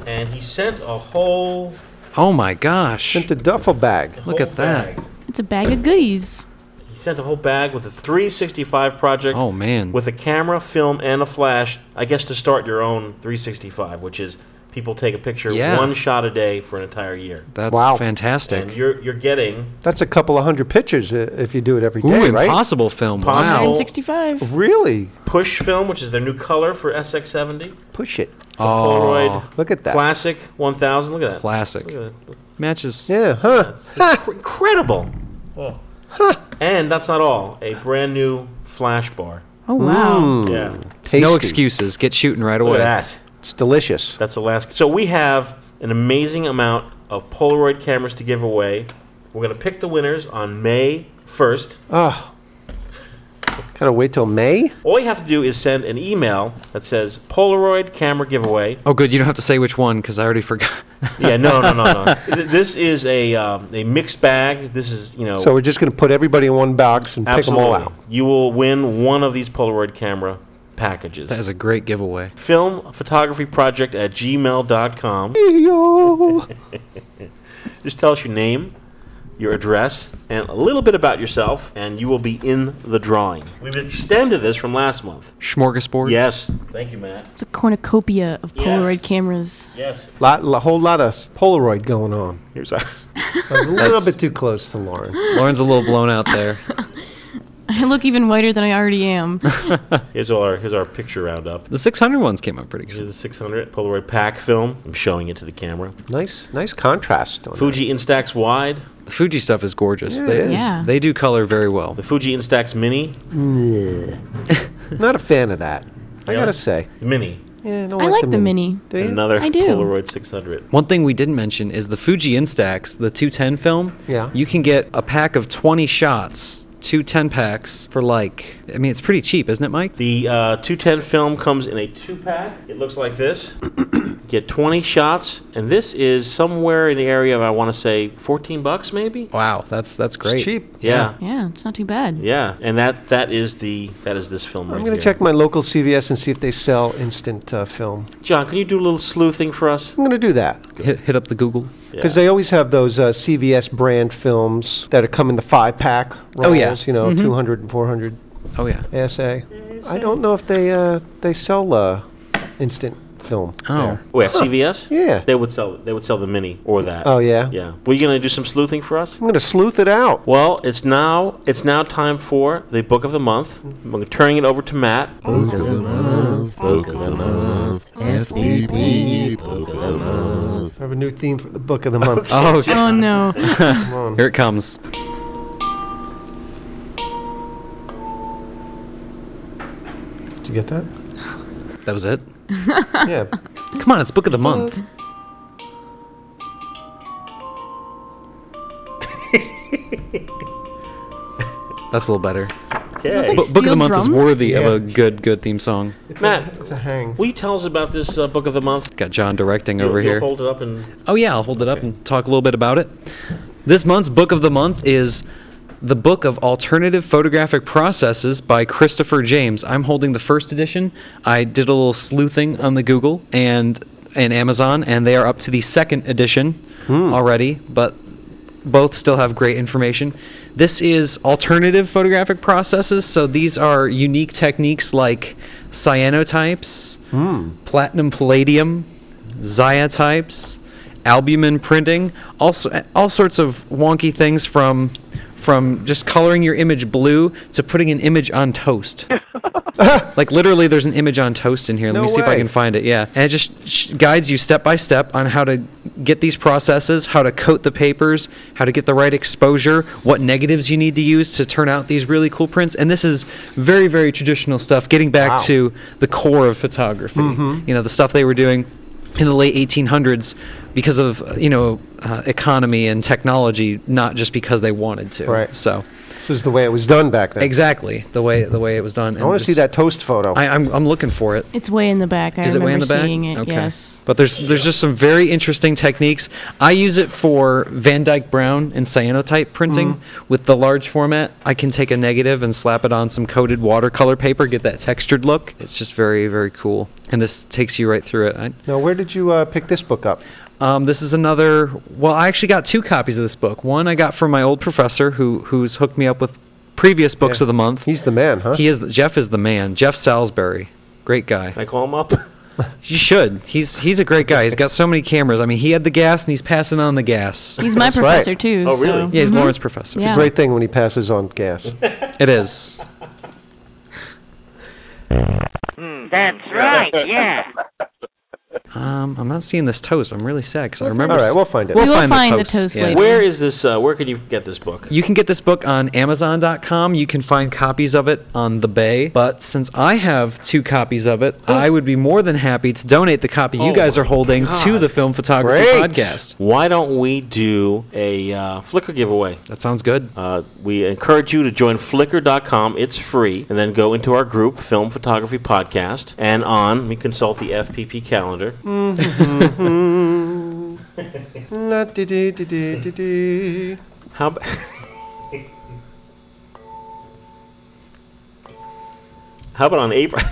[SPEAKER 6] and he sent a whole
[SPEAKER 4] Oh my gosh.
[SPEAKER 2] Sent a duffel bag.
[SPEAKER 4] Look
[SPEAKER 6] whole
[SPEAKER 4] at that.
[SPEAKER 6] bag.
[SPEAKER 5] It's a bag of goodies.
[SPEAKER 6] He sent a whole bag with a 365 project.
[SPEAKER 4] Oh man.
[SPEAKER 6] With a camera, film, and a flash. I guess to start your own 365, which is people take a picture
[SPEAKER 4] Yeah.
[SPEAKER 6] one shot a day for an entire year.
[SPEAKER 4] That's
[SPEAKER 2] Wow.
[SPEAKER 6] And
[SPEAKER 4] fantastic.
[SPEAKER 6] you're you're getting
[SPEAKER 2] That's a couple of hundred pictures uh, if you do it every
[SPEAKER 4] Ooh,
[SPEAKER 2] day, right?
[SPEAKER 4] impossible film.
[SPEAKER 6] Possible.
[SPEAKER 4] Wow.
[SPEAKER 5] 165.
[SPEAKER 2] Really?
[SPEAKER 6] push film, which is their new color for SX70.
[SPEAKER 2] Push it.
[SPEAKER 6] The
[SPEAKER 4] Oh.
[SPEAKER 6] Polaroid
[SPEAKER 2] Look at that.
[SPEAKER 6] Classic 1000. Look at that. Look
[SPEAKER 4] Classic.
[SPEAKER 6] at that.
[SPEAKER 4] Matches.
[SPEAKER 2] Yeah, huh?
[SPEAKER 6] It's cr- incredible. And that's not all. A brand new flash bar.
[SPEAKER 5] Oh,
[SPEAKER 2] Hmm.
[SPEAKER 5] wow.
[SPEAKER 6] Yeah.
[SPEAKER 2] Mmm. Tasty.
[SPEAKER 4] No excuses. Get shooting right
[SPEAKER 6] Look at
[SPEAKER 4] away.
[SPEAKER 6] that.
[SPEAKER 2] It's delicious.
[SPEAKER 6] That's the last. So we have an amazing amount of Polaroid cameras to give away. We're going to pick the winners on May 1st.
[SPEAKER 2] Oh. Gotta wait till May?
[SPEAKER 4] Oh.
[SPEAKER 6] All you have to do is send an email that says Polaroid camera giveaway.
[SPEAKER 4] Oh, good. You don't have to say which one because I already forgot.
[SPEAKER 6] Yeah, no, no, no, no. Th- this is a, um, a mixed bag. This is, you know.
[SPEAKER 2] So we're just gonna put everybody in one box and
[SPEAKER 6] absolutely.
[SPEAKER 2] pick them all out.
[SPEAKER 6] You will win one of these Polaroid camera packages.
[SPEAKER 4] that is a great giveaway.
[SPEAKER 6] film photography project at gmail.com.
[SPEAKER 2] Yo.
[SPEAKER 6] Just tell us your name, your address, and a little bit about yourself, and you will be in the drawing. We've extended this from last month.
[SPEAKER 4] Smorgasbord.
[SPEAKER 6] Yes. Thank you, Matt.
[SPEAKER 5] It's a cornucopia of
[SPEAKER 6] Yes.
[SPEAKER 5] Polaroid cameras.
[SPEAKER 6] Yes.
[SPEAKER 2] lot, a whole lot of Polaroid going on.
[SPEAKER 6] Here's our.
[SPEAKER 2] I was a little bit too close to Lauren.
[SPEAKER 4] Lauren's a little blown out there.
[SPEAKER 5] I look even whiter than I already am.
[SPEAKER 6] Here's all our here's our picture roundup.
[SPEAKER 4] The 600 ones came out pretty good.
[SPEAKER 6] Here's the 600 Polaroid pack film. I'm showing it to the camera.
[SPEAKER 2] Nice, nice contrast. On that.
[SPEAKER 6] Fuji Instax Wide,
[SPEAKER 4] The Fuji stuff is gorgeous.
[SPEAKER 2] Yeah, it
[SPEAKER 4] they,
[SPEAKER 2] is.
[SPEAKER 5] Yeah.
[SPEAKER 4] they do color very well.
[SPEAKER 6] the Fuji Instax Mini.
[SPEAKER 2] Not a fan of that. I
[SPEAKER 6] Really?
[SPEAKER 2] gotta say.
[SPEAKER 6] Mini.
[SPEAKER 2] Yeah, don't
[SPEAKER 5] I like the mini.
[SPEAKER 2] Do you?
[SPEAKER 6] Another
[SPEAKER 5] I do.
[SPEAKER 6] Polaroid 600.
[SPEAKER 4] One thing we didn't mention is the Fuji Instax, the 210 film.
[SPEAKER 2] Yeah.
[SPEAKER 4] You can get a pack of 20 shots, two 10 packs for like, I mean, it's pretty cheap, isn't it, Mike?
[SPEAKER 6] The uh, 210 film comes in a two pack. It looks like this. Get 20 shots, and this is somewhere in the area of, I want to say, 14 bucks maybe?
[SPEAKER 4] Wow, that's that's great.
[SPEAKER 2] It's cheap.
[SPEAKER 6] Yeah. yeah.
[SPEAKER 5] Yeah, it's not too bad.
[SPEAKER 6] and that that is the that is this film.
[SPEAKER 2] I'm
[SPEAKER 6] right
[SPEAKER 2] gonna
[SPEAKER 6] here.
[SPEAKER 2] check my local CVS and see if they sell instant uh, film.
[SPEAKER 6] John, can you do a little sleuthing for us?
[SPEAKER 2] I'm gonna do that.
[SPEAKER 4] Hit, hit up the Google.
[SPEAKER 2] Because
[SPEAKER 6] Yeah.
[SPEAKER 2] they always have those uh, CVS brand films that are come in the five pack rolls,
[SPEAKER 4] Oh, yeah.
[SPEAKER 2] you know, 200 and 400
[SPEAKER 4] Oh yeah.
[SPEAKER 2] ASA. I don't know if they uh, they sell uh, instant film.
[SPEAKER 4] Oh.
[SPEAKER 2] there.
[SPEAKER 6] Wait, at CVS?
[SPEAKER 2] Yeah.
[SPEAKER 6] They would sell they would sell the mini or that.
[SPEAKER 2] Oh, yeah?
[SPEAKER 6] Yeah. Were you gonna do some sleuthing for us?
[SPEAKER 2] I'm going to sleuth it out.
[SPEAKER 6] Well, it's now it's now time for the book of the month. I'm turning it over to Matt.
[SPEAKER 2] I have a new theme for the book of the month.
[SPEAKER 4] Oh, okay.
[SPEAKER 5] Oh, no.
[SPEAKER 4] here it comes.
[SPEAKER 2] Did you get that?
[SPEAKER 4] That was it.
[SPEAKER 2] yeah.
[SPEAKER 4] Come on, it's book of the month. That's a little better.
[SPEAKER 5] Sounds like
[SPEAKER 6] Okay.
[SPEAKER 4] Bu- book of
[SPEAKER 5] steel
[SPEAKER 4] the month is
[SPEAKER 5] drums?
[SPEAKER 4] worthy
[SPEAKER 2] Yeah.
[SPEAKER 4] of a good good theme song.
[SPEAKER 6] Matt,
[SPEAKER 2] It's a hang.
[SPEAKER 6] will you tell us about this uh, book of the month?
[SPEAKER 4] Got John directing over
[SPEAKER 6] You'll- you'll
[SPEAKER 4] here.
[SPEAKER 6] Hold it up and
[SPEAKER 4] Oh yeah, I'll hold it up and talk a little bit about it. This month's book of the month is the Book of Alternative Photographic Processes by Christopher James. I'm holding the first edition. I did a little sleuthing on the Google and and Amazon, and they are up to the second edition already. But both still have great information. This is alternative photographic processes, so these are unique techniques like cyanotypes,
[SPEAKER 2] Hmm.
[SPEAKER 4] platinum palladium, xyanotypes, albumin printing, also all sorts of wonky things from from just coloring your image blue to putting an image on toast. like literally there's an image on toast in here. Let
[SPEAKER 2] No
[SPEAKER 4] me see if I
[SPEAKER 2] way.
[SPEAKER 4] can find it. Yeah. And it just sh- guides you step by step on how to get these processes, how to coat the papers, how to get the right exposure, what negatives you need to use to turn out these really cool prints. And this is very very traditional stuff getting back to the core of photography.
[SPEAKER 2] Mm-hmm.
[SPEAKER 4] You know, the stuff they were doing in the late 1800s because of uh, you know uh, economy and technology not just because they wanted to
[SPEAKER 2] Right.
[SPEAKER 4] so
[SPEAKER 2] This is the way it was done back then.
[SPEAKER 4] exactly the way the way it was done
[SPEAKER 2] I want to see that toast photo.
[SPEAKER 4] I, I'm, I'm looking for it
[SPEAKER 5] It's way in the back. I
[SPEAKER 4] is it
[SPEAKER 5] remember
[SPEAKER 4] way in the back
[SPEAKER 5] seeing it. Yes.
[SPEAKER 4] but there's there's just some very interesting techniques i use it for van dyke brown and cyanotype printing
[SPEAKER 5] Mm-hmm.
[SPEAKER 4] with the large format i can take a negative and slap it on some coated watercolor paper get that textured look it's just very very cool and this takes you right through it I,
[SPEAKER 2] now, where did you uh, pick this book up?
[SPEAKER 4] Um, this is another. Well, I actually got two copies of this book. One I got from my old professor, who who's hooked me up with previous books
[SPEAKER 2] Yeah.
[SPEAKER 4] of the month.
[SPEAKER 2] He's the man, huh?
[SPEAKER 4] he is the, Jeff is the man. Jeff Salisbury, great guy.
[SPEAKER 6] Can I call him up?
[SPEAKER 4] You should. He's he's a great guy. He's got so many cameras. I mean, he had the gas and he's passing on the gas.
[SPEAKER 5] He's my
[SPEAKER 2] That's right.
[SPEAKER 5] professor too.
[SPEAKER 6] Oh, really?
[SPEAKER 5] so-
[SPEAKER 4] Yeah,
[SPEAKER 2] Mm-hmm.
[SPEAKER 4] he's Lawrence professor.
[SPEAKER 5] Yeah.
[SPEAKER 2] Great thing when he passes on gas.
[SPEAKER 4] It is.
[SPEAKER 7] Hmm, That's right, yeah.
[SPEAKER 4] Um, I'm not seeing this toast. I'm really sad because I remember.
[SPEAKER 2] All right,
[SPEAKER 4] s-
[SPEAKER 2] we'll find it.
[SPEAKER 5] We will find the toast
[SPEAKER 4] yeah.
[SPEAKER 5] later.
[SPEAKER 6] Where is this? Uh, where could you get this book?
[SPEAKER 4] You can get this book on Amazon.com. You can find copies of it on the Bay. But since I have two copies of it, I would be more than happy to donate the copy you guys are holding to the Film Photography
[SPEAKER 2] Oh Great.
[SPEAKER 4] Podcast.
[SPEAKER 6] Why don't we do a uh, Flickr giveaway?
[SPEAKER 4] That sounds good.
[SPEAKER 6] Uh, we encourage you to join Flickr.com. It's free. And then go into our group, Film Photography Podcast. And on, we consult the FPP calendar.
[SPEAKER 2] That's
[SPEAKER 6] How b- How about on April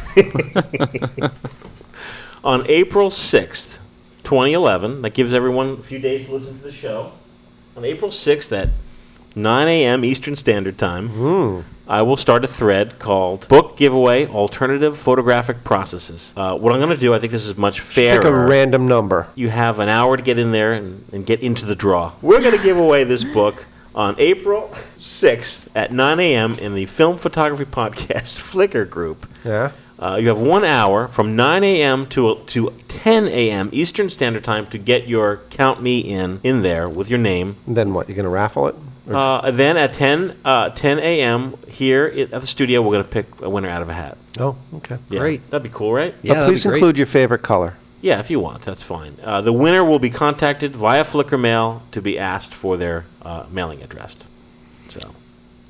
[SPEAKER 6] on April 6th, 2011, that gives everyone a few days to listen to the show. On April 6th at 9 a.m. Eastern Standard Time, I will start a thread called Book Giveaway Alternative Photographic Processes. Uh, what I'm going to do, I think this is much fairer
[SPEAKER 2] Pick a random number.
[SPEAKER 6] you have an hour to get in there and, and get into the draw. We're going to give away this book on April 6th at 9 a.m. in the Film Photography Podcast Flickr group.
[SPEAKER 2] Yeah.
[SPEAKER 6] Uh, you have one hour from 9 a.m. to to 10 a.m. Eastern Standard Time to get your count me in in there with your name.
[SPEAKER 2] And then what? You're going to raffle it? Or-
[SPEAKER 6] Uh, then at 10 uh, 10 a.m. here i- at the studio, we're going to pick a winner out of a hat.
[SPEAKER 2] oh, okay.
[SPEAKER 6] Yeah,
[SPEAKER 4] Great.
[SPEAKER 6] that'd be cool, right?
[SPEAKER 4] Yeah,
[SPEAKER 2] Uh,
[SPEAKER 4] that'd
[SPEAKER 2] please
[SPEAKER 4] be great.
[SPEAKER 2] include your favorite color.
[SPEAKER 6] Yeah, if you want, that's fine. Uh, the winner will be contacted via Flickr mail to be asked for their uh, mailing address. So,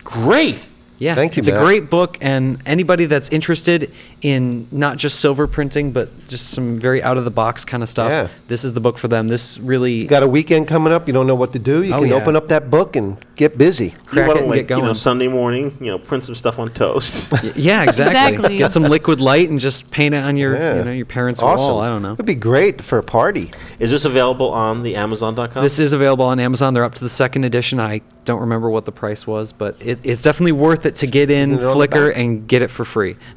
[SPEAKER 6] great.
[SPEAKER 4] Yeah,
[SPEAKER 2] Thank you,
[SPEAKER 4] It's a
[SPEAKER 2] Matt.
[SPEAKER 4] great book, and anybody that's interested in not just silver printing, but just some very out of the box kind of stuff,
[SPEAKER 2] Yeah.
[SPEAKER 4] this is the book for them. This really
[SPEAKER 2] You got a weekend coming up. You don't know what to do. You
[SPEAKER 4] Oh,
[SPEAKER 2] can
[SPEAKER 4] yeah.
[SPEAKER 2] open up that book and get busy.
[SPEAKER 4] Crack
[SPEAKER 6] you wanna,
[SPEAKER 4] it and
[SPEAKER 6] like,
[SPEAKER 4] get
[SPEAKER 6] You know,
[SPEAKER 4] going.
[SPEAKER 6] Sunday morning, you know, print some stuff on toast.
[SPEAKER 4] Y- yeah, exactly.
[SPEAKER 5] Exactly.
[SPEAKER 4] Get some liquid light and just paint it on your
[SPEAKER 2] Yeah.
[SPEAKER 4] you know your
[SPEAKER 2] It's
[SPEAKER 4] parents'
[SPEAKER 2] awesome.
[SPEAKER 4] wall. I don't know.
[SPEAKER 2] It'd be great for a party.
[SPEAKER 6] Is this available on the Amazon.com?
[SPEAKER 4] This is available on Amazon. They're up to the second edition. I don't remember what the price was, but it, it's definitely worth it to get in
[SPEAKER 2] Isn't it on the
[SPEAKER 4] Flickr
[SPEAKER 2] back?
[SPEAKER 4] and get it for free.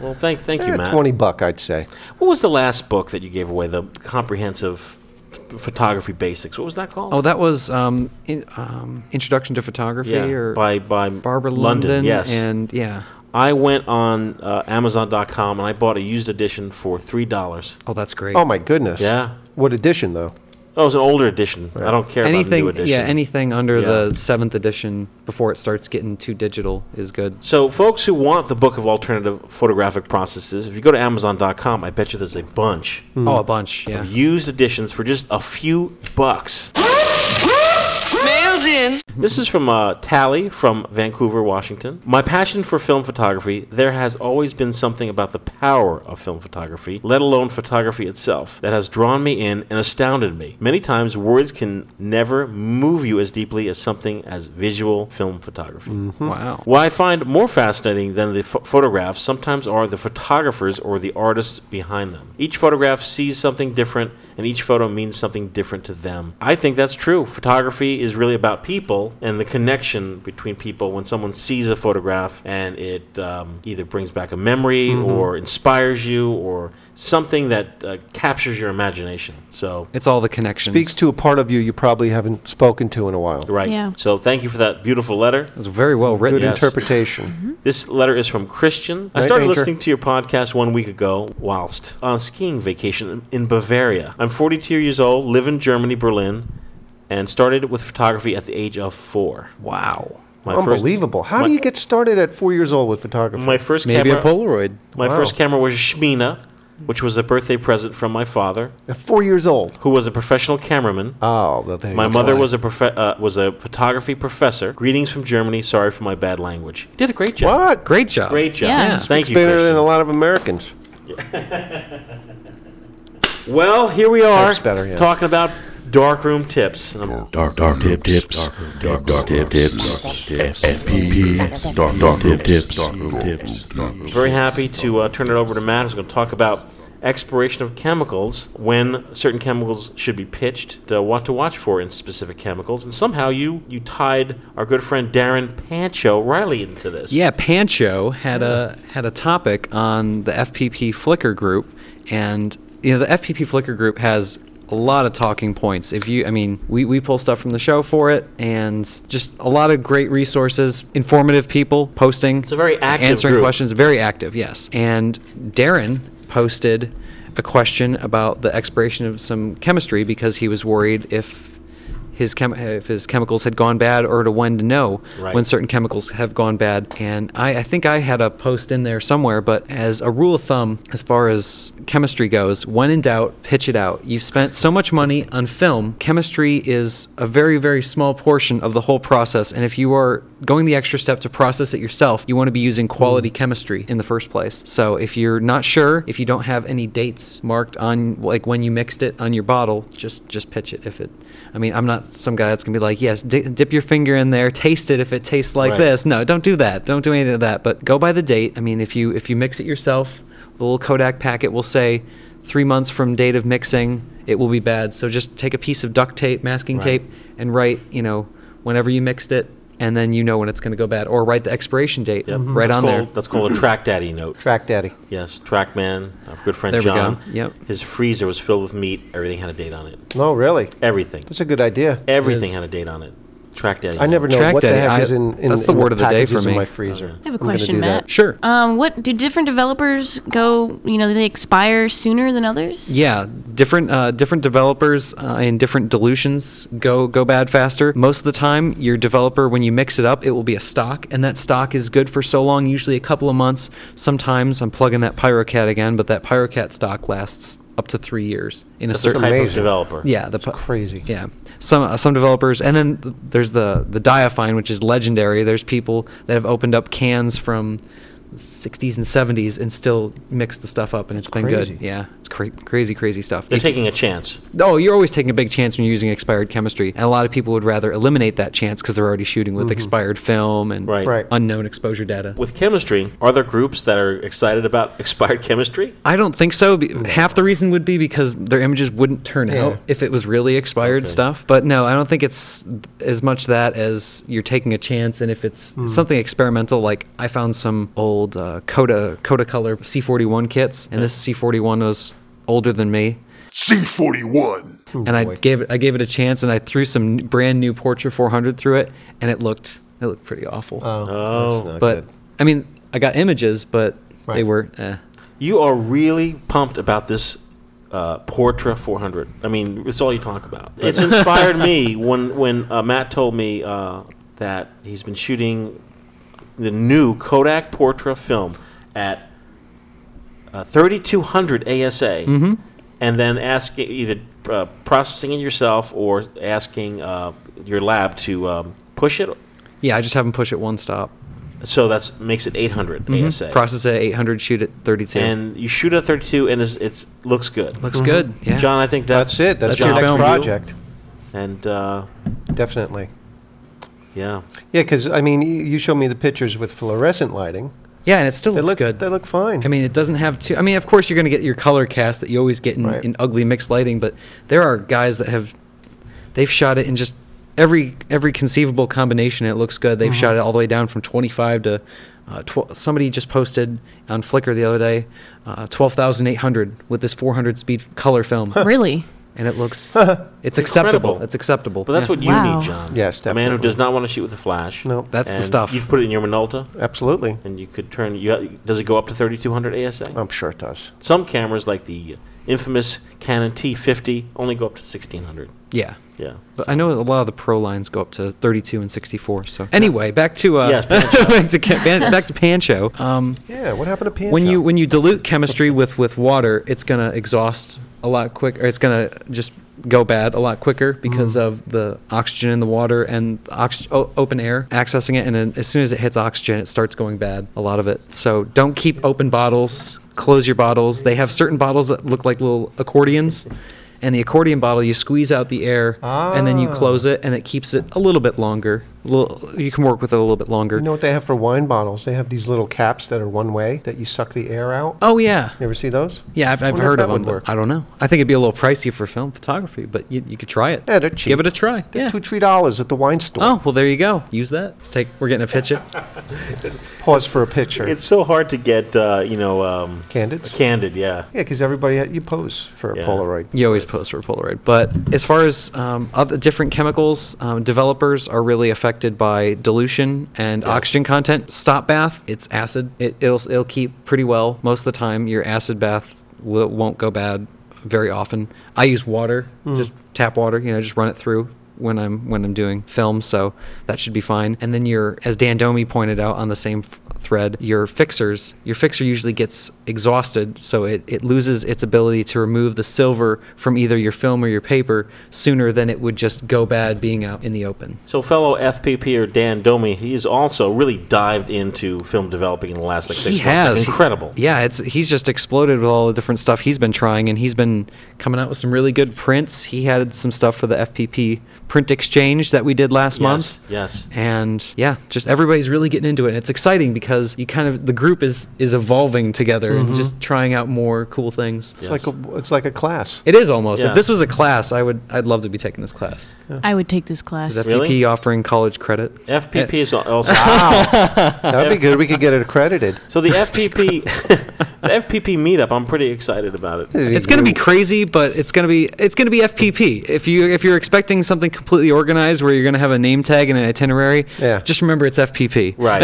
[SPEAKER 6] well, thank, thank you,
[SPEAKER 2] Eh,
[SPEAKER 6] Matt.
[SPEAKER 2] Twenty buck, I'd say.
[SPEAKER 6] What was the last book that you gave away? The comprehensive ph- photography basics. What was that called?
[SPEAKER 4] oh, that was um, in, um, Introduction to Photography
[SPEAKER 6] yeah,
[SPEAKER 4] or
[SPEAKER 6] by by
[SPEAKER 4] Barbara
[SPEAKER 6] London.
[SPEAKER 4] London.
[SPEAKER 6] yes,
[SPEAKER 4] And yeah.
[SPEAKER 6] I went on uh, Amazon.com and I bought a used edition for three dollars.
[SPEAKER 4] Oh, that's great.
[SPEAKER 2] Oh my goodness.
[SPEAKER 6] Yeah.
[SPEAKER 2] What edition though?
[SPEAKER 6] Oh, it was an older edition. I don't care
[SPEAKER 4] anything,
[SPEAKER 6] about the new
[SPEAKER 4] yeah,
[SPEAKER 6] edition.
[SPEAKER 4] anything under
[SPEAKER 6] Yeah.
[SPEAKER 4] the seventh edition before it starts getting too digital is good.
[SPEAKER 6] So, folks who want the book of alternative photographic processes, if you go to Amazon.com, I bet you there's a bunch
[SPEAKER 2] Hmm.
[SPEAKER 4] Oh, a bunch. Yeah.
[SPEAKER 6] of used editions for just a few bucks. Mails in. This is from uh, Tally from Vancouver, Washington. My passion for film photography, there has always been something about the power of film photography, let alone photography itself, that has drawn me in and astounded me. Many times, words can never move you as deeply as something as visual film photography.
[SPEAKER 2] Hmm.
[SPEAKER 4] Wow.
[SPEAKER 6] What I find more fascinating than the ph- photographs sometimes are the photographers or the artists behind them. Each photograph sees something different and and each photo means something different to them. I think that's true. Photography is really about people and the connection between people when someone sees a photograph and it um, either brings back a memory or inspires you or something that uh, captures your imagination. So,
[SPEAKER 4] It's all the connections.
[SPEAKER 2] Speaks to a part of you you probably haven't spoken to in a while.
[SPEAKER 6] right.
[SPEAKER 5] Yeah.
[SPEAKER 6] So, thank you for that beautiful letter.
[SPEAKER 4] It was very well written.
[SPEAKER 2] Good
[SPEAKER 6] Yes. Mm-hmm.
[SPEAKER 2] interpretation.
[SPEAKER 6] This letter is from Christian. I
[SPEAKER 2] Right,
[SPEAKER 6] started
[SPEAKER 2] Ranger?
[SPEAKER 6] listening to your podcast one week ago whilst on skiing vacation in- in Bavaria. I'm 42 years old, live in Germany, Berlin, and started with photography at the age of four.
[SPEAKER 4] Wow.
[SPEAKER 6] My first-
[SPEAKER 2] Unbelievable. How
[SPEAKER 6] my-
[SPEAKER 2] do you get started at four years old with photography?
[SPEAKER 6] my first
[SPEAKER 4] Maybe
[SPEAKER 6] camera?
[SPEAKER 4] a Polaroid.
[SPEAKER 6] My
[SPEAKER 2] Wow.
[SPEAKER 6] first camera was a Shmina, which was a birthday present from my father,
[SPEAKER 2] At four years old.
[SPEAKER 6] who was a professional cameraman.
[SPEAKER 2] Oh, well, there
[SPEAKER 6] My
[SPEAKER 2] that's
[SPEAKER 6] mother
[SPEAKER 2] why.
[SPEAKER 6] was a profe- uh, was a photography professor. Greetings from Germany. Sorry for my bad language. Did a great job.
[SPEAKER 2] What?
[SPEAKER 4] Great job.
[SPEAKER 6] Great job.
[SPEAKER 5] Yeah.
[SPEAKER 6] Thank you.
[SPEAKER 2] Better
[SPEAKER 6] Christian.
[SPEAKER 2] than a lot of Americans.
[SPEAKER 6] Well, here we are
[SPEAKER 2] That's better, yeah.
[SPEAKER 6] talking about darkroom tips. Um,
[SPEAKER 8] Dark dark tip tips. Dark dark tip tips. FPP. Dark dark tip tips. tips.
[SPEAKER 6] very happy to uh, turn it over to Matt, who's going to talk about expiration of chemicals, when certain chemicals should be pitched, uh, what to watch for in specific chemicals, and somehow you you tied our good friend Darren Pancho Riley into this.
[SPEAKER 4] Yeah, Pancho had a had a topic on the FPP Flickr group, and you know the FPP Flickr group has a lot of talking points. If you, I mean, we we pull stuff from the show for it, and just a lot of great resources, informative people posting. It's
[SPEAKER 6] a very active
[SPEAKER 4] answering
[SPEAKER 6] group.
[SPEAKER 4] questions. Very active, yes. And Darren posted a question about the expiration of some chemistry because he was worried if. His chem- if his chemicals had gone bad, or to when to know
[SPEAKER 6] Right.
[SPEAKER 4] when certain certain chemicals have gone bad. And I, I think I had a post in there somewhere, but as a rule of thumb, as far as chemistry goes, when in doubt, pitch it out. You've spent so much money on film, chemistry is a very, very small portion of the whole process. And if you are going the extra step to process it yourself, you want to be using quality chemistry in the first place. So if you're not sure, if you don't have any dates marked on like when you mixed it on your bottle, just just pitch it if it I mean, I'm not some guy that's going to be like, "Yes, di- dip your finger in there, taste it if it tastes like
[SPEAKER 6] Right.
[SPEAKER 4] this." No, don't do that. Don't do anything of that. But go by the date. I mean, if you if you mix it yourself, the little Kodak packet will say 3 months from date of mixing, it will be bad. So just take a piece of duct tape, masking
[SPEAKER 6] Right.
[SPEAKER 4] tape, and write, you know, whenever you mixed it, and then you know when it's going to go bad, or write the expiration date
[SPEAKER 6] Yep.
[SPEAKER 4] right
[SPEAKER 6] that's
[SPEAKER 4] on
[SPEAKER 6] called,
[SPEAKER 4] there.
[SPEAKER 6] That's called a track daddy note.
[SPEAKER 2] Track Daddy.
[SPEAKER 6] Yes, Trackman, our good friend
[SPEAKER 4] There we go.
[SPEAKER 6] John.
[SPEAKER 4] Yep.
[SPEAKER 6] His freezer was filled with meat. Everything had a date on it.
[SPEAKER 2] No, really.
[SPEAKER 6] Everything.
[SPEAKER 2] That's a good idea.
[SPEAKER 6] Everything
[SPEAKER 4] is-
[SPEAKER 6] had a date on it. Track daddy.
[SPEAKER 2] I never know
[SPEAKER 4] Track
[SPEAKER 2] what the
[SPEAKER 4] Daddy,
[SPEAKER 2] heck
[SPEAKER 4] I-
[SPEAKER 2] is in, in,
[SPEAKER 4] that's the
[SPEAKER 2] in
[SPEAKER 4] word of the day
[SPEAKER 2] packages
[SPEAKER 4] for
[SPEAKER 2] in
[SPEAKER 4] me.
[SPEAKER 2] my freezer.
[SPEAKER 5] I have a
[SPEAKER 2] I'm gonna
[SPEAKER 5] question,
[SPEAKER 2] do
[SPEAKER 5] Matt.
[SPEAKER 2] that.
[SPEAKER 4] Sure.
[SPEAKER 5] Um, what do different developers go? You know, do they expire sooner than others?
[SPEAKER 4] Yeah, different uh, different developers uh, and different dilutions go go bad faster. Most of the time, your developer when you mix it up, it will be a stock, and that stock is good for so long, usually a couple of months. Sometimes I'm plugging that Pyrocat again, but that Pyrocat stock lasts up to three years in a
[SPEAKER 6] That's the
[SPEAKER 4] certain
[SPEAKER 6] type of
[SPEAKER 2] amazing.
[SPEAKER 6] developer.
[SPEAKER 4] yeah, the pu-
[SPEAKER 2] crazy.
[SPEAKER 4] Yeah, some uh, some developers, and then th- there's the the Diafine, which is legendary. There's people that have opened up cans from the 60s and 70s and still mixed the stuff up, and it's been
[SPEAKER 2] crazy.
[SPEAKER 4] good. Yeah, it's cra- crazy, crazy stuff.
[SPEAKER 6] They're
[SPEAKER 4] If you-
[SPEAKER 6] taking a chance.
[SPEAKER 4] oh, you're always taking a big chance when you're using expired chemistry, and a lot of people would rather eliminate that chance because they're already shooting with expired film and
[SPEAKER 6] Right.
[SPEAKER 2] Mm-hmm. Right.
[SPEAKER 4] unknown exposure data.
[SPEAKER 6] With chemistry, are there groups that are excited about expired chemistry?
[SPEAKER 4] I don't think so. Be- Half the reason would be because their images wouldn't turn out if it was really expired stuff. But no, I don't think it's as much that as you're taking a chance. And if it's something experimental, like I found some old uh, Coda Coda Color C41 kits, and this C41 was older than me.
[SPEAKER 9] C41.
[SPEAKER 4] and I gave it I gave it a chance, and I threw some n- brand new Portra 400 through it, and it looked it looked pretty awful.
[SPEAKER 6] Oh,
[SPEAKER 4] but I mean, I got images, but they
[SPEAKER 2] Right.
[SPEAKER 4] were. Eh.
[SPEAKER 6] You are really pumped about this uh, Portra 400. I mean, it's all you talk about. It's inspired me when when uh, Matt told me uh, that he's been shooting the new Kodak Portra film at uh, 3200 ASA,
[SPEAKER 4] Mm-hmm.
[SPEAKER 6] and then asking either uh, processing it yourself or asking uh, your lab to um, push it.
[SPEAKER 4] Yeah, I just have them push it one stop. Mm-hmm.
[SPEAKER 6] So that makes it 800 ASA.
[SPEAKER 4] Process at 800, shoot at 32.
[SPEAKER 6] and you shoot at 32 and it's, it's looks good.
[SPEAKER 4] Looks good. Yeah.
[SPEAKER 6] John, I think that's,
[SPEAKER 2] That's it. That's,
[SPEAKER 4] That's
[SPEAKER 2] your
[SPEAKER 4] your
[SPEAKER 2] next
[SPEAKER 4] film.
[SPEAKER 2] project.
[SPEAKER 6] And uh,
[SPEAKER 2] Definitely.
[SPEAKER 6] yeah,
[SPEAKER 2] Yeah, because I mean, y- you showed me the pictures with fluorescent lighting,
[SPEAKER 4] Yeah, and it still
[SPEAKER 2] They
[SPEAKER 4] looks
[SPEAKER 2] look
[SPEAKER 4] good.
[SPEAKER 2] They look fine.
[SPEAKER 4] I mean, it doesn't have too. I mean, of course, you're going to get your color cast that you always get in,
[SPEAKER 2] Right.
[SPEAKER 4] in ugly mixed lighting, but there are guys that have they've shot it in just every every conceivable combination. and It looks good. They've
[SPEAKER 6] Mm-hmm.
[SPEAKER 4] shot it all the way down from 25 to uh, tw- somebody just posted on Flickr the other day uh, 12,800 with this 400 speed color film,
[SPEAKER 5] really?
[SPEAKER 4] and it looks it's acceptable.
[SPEAKER 6] incredible.
[SPEAKER 4] It's acceptable.
[SPEAKER 6] But that's
[SPEAKER 4] Yeah.
[SPEAKER 6] what you
[SPEAKER 5] Wow.
[SPEAKER 6] need, John.
[SPEAKER 2] Yes,
[SPEAKER 6] A man who
[SPEAKER 2] definitely.
[SPEAKER 6] does not want to shoot with a flash.
[SPEAKER 2] No.
[SPEAKER 4] That's the
[SPEAKER 6] And
[SPEAKER 4] stuff.
[SPEAKER 6] You'd put it in your Minolta,
[SPEAKER 2] Absolutely.
[SPEAKER 6] and you could turn. You does it go up to 3200 ASA?
[SPEAKER 2] I'm sure it does.
[SPEAKER 6] Some cameras, like the infamous Canon T50, only go up to 1600.
[SPEAKER 4] yeah.
[SPEAKER 6] Yeah.
[SPEAKER 4] But I know a lot of the pro lines go up to 32 and 64. So anyway, back to uh,
[SPEAKER 6] Yes, Pancho.
[SPEAKER 4] back to ca- ban- back to Pancho. Um,
[SPEAKER 2] Yeah, what happened to Pancho?
[SPEAKER 4] when you when you dilute chemistry with with water, it's gonna exhaust a lot quicker. It's gonna just go bad a lot quicker because
[SPEAKER 2] Mm-hmm.
[SPEAKER 4] of the oxygen in the water and the ox- o- open air accessing it. And then as soon as it hits oxygen, it starts going bad. A lot of it. So don't keep open bottles. Close your bottles. They have certain bottles that look like little accordions. And the accordion bottle, you squeeze out the air, and then you
[SPEAKER 2] Ah.
[SPEAKER 4] close it, and it keeps it a little bit longer. A little, you can work with it a little bit longer.
[SPEAKER 2] You know what they have for wine bottles? They have these little caps that are one way that you suck the air out.
[SPEAKER 4] oh yeah,
[SPEAKER 2] You ever see those?
[SPEAKER 4] Yeah, I've, I've
[SPEAKER 2] Wonder if
[SPEAKER 4] heard
[SPEAKER 2] that
[SPEAKER 4] of them.
[SPEAKER 2] would
[SPEAKER 4] but
[SPEAKER 2] work.
[SPEAKER 4] I don't know. I think it'd be a little pricey for film photography, but you, you could try it.
[SPEAKER 2] Yeah, they're cheap.
[SPEAKER 4] Give it a try.
[SPEAKER 2] They're
[SPEAKER 4] yeah.
[SPEAKER 2] Two, three dollars at the wine store.
[SPEAKER 4] Oh well, there you go. Use that. Let's take. We're getting a picture.
[SPEAKER 2] Pause for a picture.
[SPEAKER 6] It's so hard to get, uh, you know, um,
[SPEAKER 2] Candids?
[SPEAKER 6] Candid, yeah.
[SPEAKER 2] yeah, because everybody, ha- you pose for a
[SPEAKER 6] Yeah.
[SPEAKER 2] Polaroid.
[SPEAKER 4] You always pose for a Polaroid. But as far as um, other different chemicals, um, developers are really affected by dilution and oxygen content. Stop bath, it's acid. It, it'll it'll keep pretty well most of the time. Your acid bath will, won't go bad very often. I use water,
[SPEAKER 2] Hmm.
[SPEAKER 4] just tap water. You know, just run it through when I'm when I'm doing film, so that should be fine. And then your, as Dan Domi pointed out on the same f- thread, your fixers, your fixer usually gets exhausted, so it, it loses its ability to remove the silver from either your film or your paper sooner than it would just go bad being out in the open.
[SPEAKER 6] So, fellow FPPer Dan Domi, he's also really dived into film developing in the last like six
[SPEAKER 4] he
[SPEAKER 6] months.
[SPEAKER 4] has
[SPEAKER 6] incredible.
[SPEAKER 4] Yeah, it's he's just exploded with all the different stuff he's been trying, and he's been coming out with some really good prints. He had some stuff for the FPP print exchange that we did last
[SPEAKER 6] Yes,
[SPEAKER 4] month.
[SPEAKER 6] yes.
[SPEAKER 4] and yeah, just everybody's really getting into it. And it's exciting because you kind of the group is is evolving together
[SPEAKER 6] Mm-hmm.
[SPEAKER 4] and just trying out more cool things.
[SPEAKER 2] It's like a, it's like a class.
[SPEAKER 4] It is almost.
[SPEAKER 6] Yeah.
[SPEAKER 4] If this was a class, I would I'd love to be taking this class.
[SPEAKER 5] I would take this
[SPEAKER 4] Is
[SPEAKER 5] class.
[SPEAKER 4] FPP
[SPEAKER 6] Really?
[SPEAKER 4] offering college credit?
[SPEAKER 6] FPP is al- also.
[SPEAKER 2] That'd be good. We could get it accredited.
[SPEAKER 6] So the FPP, the FPP meetup, I'm pretty excited about it.
[SPEAKER 4] It's going to be crazy, but it's going to be it's going to be FPP. If you if you're expecting something completely organized where you're going to have a name tag and an itinerary,
[SPEAKER 2] Yeah.
[SPEAKER 4] just remember it's FPP.
[SPEAKER 6] Right.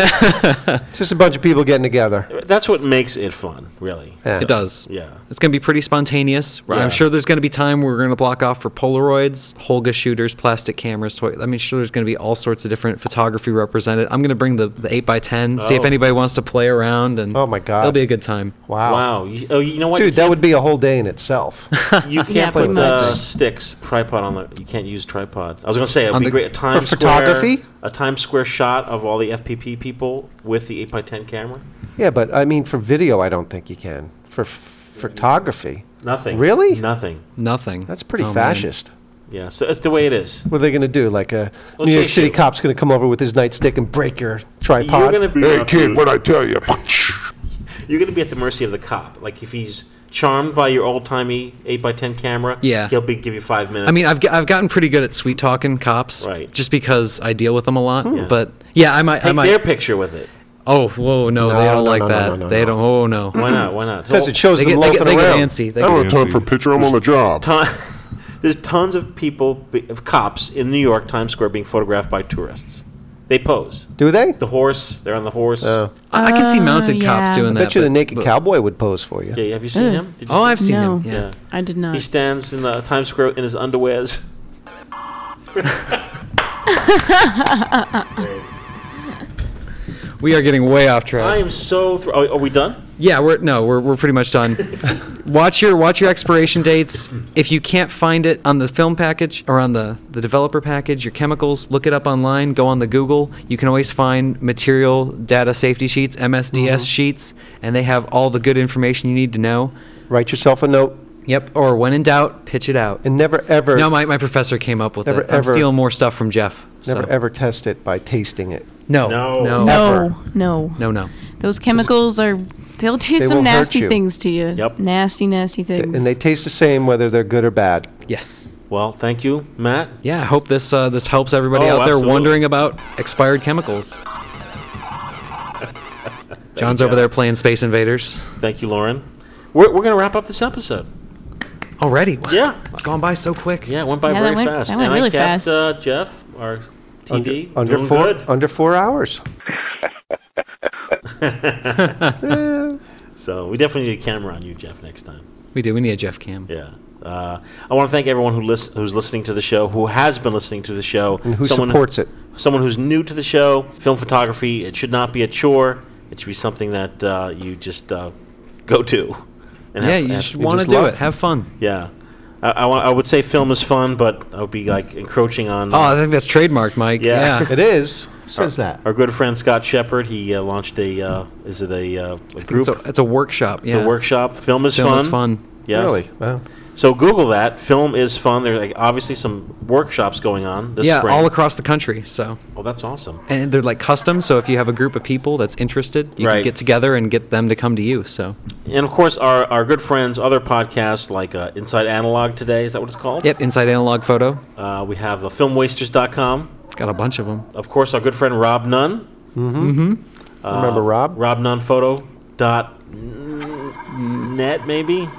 [SPEAKER 2] It's just a bunch of people getting together.
[SPEAKER 6] That's what makes it fun, really.
[SPEAKER 2] Yeah.
[SPEAKER 4] It does.
[SPEAKER 6] Yeah.
[SPEAKER 4] It's going to be pretty spontaneous.
[SPEAKER 6] Yeah.
[SPEAKER 4] I'm sure there's going to be time where we're going to block off for Polaroids, Holga shooters, plastic cameras, toy. I mean, sure, there's going to be all sorts of different photography represented. I'm going to bring the, the 8x10, see if
[SPEAKER 6] Oh.
[SPEAKER 4] anybody wants to play around. and
[SPEAKER 2] Oh, my God.
[SPEAKER 4] It'll be a good time.
[SPEAKER 2] Wow.
[SPEAKER 6] Wow. You, oh, you know what?
[SPEAKER 2] Dude, that would be a whole day in itself.
[SPEAKER 6] You can't
[SPEAKER 5] Yeah,
[SPEAKER 6] put
[SPEAKER 5] pretty
[SPEAKER 6] the
[SPEAKER 5] much.
[SPEAKER 6] sticks tripod on the. You can't use tripod. I was gonna say it'd
[SPEAKER 4] On
[SPEAKER 6] be
[SPEAKER 4] the-
[SPEAKER 6] great a Times
[SPEAKER 2] for
[SPEAKER 6] Square-
[SPEAKER 2] photography?
[SPEAKER 6] a Times Square shot of all the FPP people with the eight x ten camera.
[SPEAKER 2] yeah, but I mean, for video, I don't think you can. For f- photography,
[SPEAKER 6] Nothing.
[SPEAKER 2] Really?
[SPEAKER 6] Nothing.
[SPEAKER 4] Nothing.
[SPEAKER 2] that's pretty
[SPEAKER 4] Oh, man.
[SPEAKER 2] fascist.
[SPEAKER 6] Yeah. So that's the way it is.
[SPEAKER 2] What are they going to do? Like a
[SPEAKER 6] Well,
[SPEAKER 2] New York
[SPEAKER 6] take
[SPEAKER 2] City
[SPEAKER 6] you.
[SPEAKER 2] cop's going to come over with his nightstick and break your
[SPEAKER 6] You're
[SPEAKER 2] tripod?
[SPEAKER 6] gonna be
[SPEAKER 3] Hey,
[SPEAKER 6] up
[SPEAKER 3] kid,
[SPEAKER 6] to-
[SPEAKER 3] what I tell you?
[SPEAKER 6] you're gonna be at the mercy of the cop. Like if he's charmed by your old timey eight x ten camera,
[SPEAKER 4] Yeah.
[SPEAKER 6] he'll be give you five minutes.
[SPEAKER 4] I mean, I've, g- I've gotten pretty good at sweet talking cops,
[SPEAKER 6] Right.
[SPEAKER 4] Just because I deal with them a lot.
[SPEAKER 6] Yeah.
[SPEAKER 2] Hmm.
[SPEAKER 4] But yeah, I might. I
[SPEAKER 6] take
[SPEAKER 4] might.
[SPEAKER 6] their picture with it.
[SPEAKER 4] oh, whoa, no,
[SPEAKER 2] No,
[SPEAKER 4] they don't
[SPEAKER 2] no,
[SPEAKER 4] like
[SPEAKER 2] no, no,
[SPEAKER 4] that.
[SPEAKER 2] no, no,
[SPEAKER 4] they
[SPEAKER 2] no.
[SPEAKER 4] don't. Oh no.
[SPEAKER 6] Why not? Why not?
[SPEAKER 2] Because
[SPEAKER 6] So-
[SPEAKER 2] it shows
[SPEAKER 4] They
[SPEAKER 2] them
[SPEAKER 4] get, they
[SPEAKER 2] loafing
[SPEAKER 4] get, they get
[SPEAKER 2] around. Oh,
[SPEAKER 4] antsy. They
[SPEAKER 3] I
[SPEAKER 4] get
[SPEAKER 3] don't have time for picture. I'm on the job.
[SPEAKER 6] ton- there's tons of people, be- of cops in New York Times Square being photographed by tourists. They pose.
[SPEAKER 2] Do they?
[SPEAKER 6] The horse, they're on the horse.
[SPEAKER 2] Oh.
[SPEAKER 4] I, I can see
[SPEAKER 5] Oh,
[SPEAKER 4] mounted cops
[SPEAKER 5] yeah.
[SPEAKER 4] doing that.
[SPEAKER 2] Bet you the
[SPEAKER 4] but-
[SPEAKER 2] naked
[SPEAKER 4] but-
[SPEAKER 2] cowboy would pose for you.
[SPEAKER 6] Yeah, have you seen
[SPEAKER 5] Ugh.
[SPEAKER 6] him? Did you
[SPEAKER 4] Oh,
[SPEAKER 6] see
[SPEAKER 4] I've seen
[SPEAKER 5] No.
[SPEAKER 4] him. Yeah.
[SPEAKER 5] I did
[SPEAKER 6] He
[SPEAKER 5] not.
[SPEAKER 6] stands in the Times Square in his underwears.
[SPEAKER 4] We are getting way off
[SPEAKER 6] I
[SPEAKER 4] track.
[SPEAKER 6] am so. Thr- are, are we done?
[SPEAKER 4] yeah, we're no, we're, we're pretty much done. watch your watch your expiration dates. If you can't find it on the film package or on the the developer package, your chemicals, look it up online. Go on the Google. You can always find material data safety sheets, MSDS
[SPEAKER 2] Mm-hmm.
[SPEAKER 4] sheets, and they have all the good information you need to know.
[SPEAKER 2] Write yourself a note
[SPEAKER 4] Yep. Or when in doubt, pitch it out.
[SPEAKER 2] and never ever,
[SPEAKER 4] no, my, my professor came up with
[SPEAKER 2] Never
[SPEAKER 4] it. I'm
[SPEAKER 2] ever-
[SPEAKER 4] stealing more stuff from Jeff.
[SPEAKER 2] never
[SPEAKER 4] so.
[SPEAKER 2] ever test it by tasting it.
[SPEAKER 4] No.
[SPEAKER 6] No.
[SPEAKER 4] No.
[SPEAKER 2] Ever.
[SPEAKER 5] No, no.
[SPEAKER 4] No. no.
[SPEAKER 5] Those chemicals are, they'll
[SPEAKER 2] They
[SPEAKER 5] do
[SPEAKER 2] will
[SPEAKER 5] some
[SPEAKER 2] hurt
[SPEAKER 5] nasty
[SPEAKER 2] you.
[SPEAKER 5] things to you.
[SPEAKER 6] Yep.
[SPEAKER 5] Nasty, nasty things.
[SPEAKER 2] And they taste the same whether they're good or bad.
[SPEAKER 4] Yes.
[SPEAKER 6] Well, thank you, Matt.
[SPEAKER 4] Yeah. I hope this uh, this helps everybody
[SPEAKER 6] Oh,
[SPEAKER 4] out there
[SPEAKER 6] absolutely.
[SPEAKER 4] wondering about expired chemicals. John's over there playing Space Invaders
[SPEAKER 6] Thank you, Lauren. We're, we're going to wrap up this episode.
[SPEAKER 4] already. Wow.
[SPEAKER 6] Yeah.
[SPEAKER 4] It's gone by so quick.
[SPEAKER 6] Yeah, it went by
[SPEAKER 5] Yeah, that
[SPEAKER 6] very
[SPEAKER 5] went-
[SPEAKER 6] fast.
[SPEAKER 5] that went
[SPEAKER 6] and I
[SPEAKER 5] really
[SPEAKER 6] kept,
[SPEAKER 5] fast.
[SPEAKER 6] Uh, Jeff, our TD,
[SPEAKER 2] Under
[SPEAKER 6] doing
[SPEAKER 2] four
[SPEAKER 6] good.
[SPEAKER 2] under four hours.
[SPEAKER 6] So we definitely need a camera on you, Jeff, next time.
[SPEAKER 4] We do. We need a Jeff Cam.
[SPEAKER 6] Yeah. Uh, I want to thank everyone who lis- who's listening to the show, who has been listening to the show,
[SPEAKER 2] And who supports it.
[SPEAKER 6] Someone who's new to the show, film photography. It should not be a chore. It should be something that uh, you just uh, go to. And
[SPEAKER 4] Yeah,
[SPEAKER 6] have-
[SPEAKER 4] you
[SPEAKER 6] have-
[SPEAKER 4] just want to
[SPEAKER 2] just
[SPEAKER 4] do
[SPEAKER 2] love.
[SPEAKER 4] it. Have fun.
[SPEAKER 6] yeah. I, I, wa- I would say film is fun, but I would be like encroaching on.
[SPEAKER 4] Oh, I think that's trademarked, Mike.
[SPEAKER 6] Yeah.
[SPEAKER 4] Yeah.
[SPEAKER 2] It is. Says that.
[SPEAKER 6] our good friend Scott Shepard, he uh, launched a uh, is it a, uh, a
[SPEAKER 4] It's,
[SPEAKER 6] group?
[SPEAKER 4] a, it's a workshop. Yeah.
[SPEAKER 6] It's a workshop. Film is
[SPEAKER 4] Film
[SPEAKER 6] fun.
[SPEAKER 4] is fun.
[SPEAKER 6] Yes.
[SPEAKER 2] Really? Wow.
[SPEAKER 6] So Google that. Film is fun. There's like, obviously some workshops going on this
[SPEAKER 4] yeah,
[SPEAKER 6] spring.
[SPEAKER 4] all across the country. So,
[SPEAKER 6] oh, that's awesome.
[SPEAKER 4] and they're like custom. So if you have a group of people that's interested, you
[SPEAKER 6] Right.
[SPEAKER 4] can get together and get them to come to you. So,
[SPEAKER 6] And of course, our, our good friends, other podcasts like uh, Inside Analog today, is that what it's called?
[SPEAKER 4] yep, Inside Analog Photo
[SPEAKER 6] Uh, we have uh, filmwasters.com.
[SPEAKER 4] got a bunch of them.
[SPEAKER 6] Of course, our good friend Rob Nunn.
[SPEAKER 2] Remember Rob?
[SPEAKER 6] Rob Nunn Photo dot n- net maybe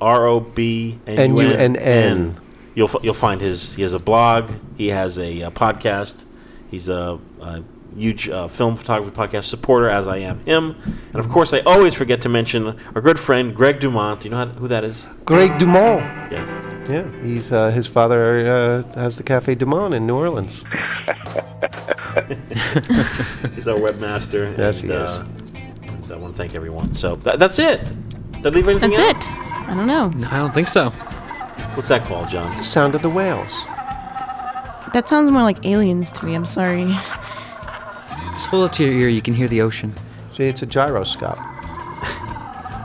[SPEAKER 6] R O B N U N N.
[SPEAKER 2] N-U-N-N.
[SPEAKER 6] You'll f- you'll find his he has a blog. He has a, uh podcast. He's a, a huge uh, film photography podcast supporter, as I am him. And of course, I always forget to mention our good friend Greg Dumont. Do you know how, who that is?
[SPEAKER 2] Greg Dumont.
[SPEAKER 6] Yes.
[SPEAKER 2] Yeah, he's uh, his father uh, has the Cafe Dumont in New Orleans.
[SPEAKER 6] He's our webmaster.
[SPEAKER 2] Yes, he
[SPEAKER 6] is. I want to thank everyone. So that, that's it. Did I leave anything
[SPEAKER 5] That's
[SPEAKER 6] out?
[SPEAKER 5] it. I don't know.
[SPEAKER 4] No, I don't think so.
[SPEAKER 6] What's that called, John?
[SPEAKER 2] The sound of the whales.
[SPEAKER 5] That sounds more like aliens to me. I'm sorry.
[SPEAKER 4] Just hold up to your ear, you can hear the ocean.
[SPEAKER 2] See, it's a gyroscope.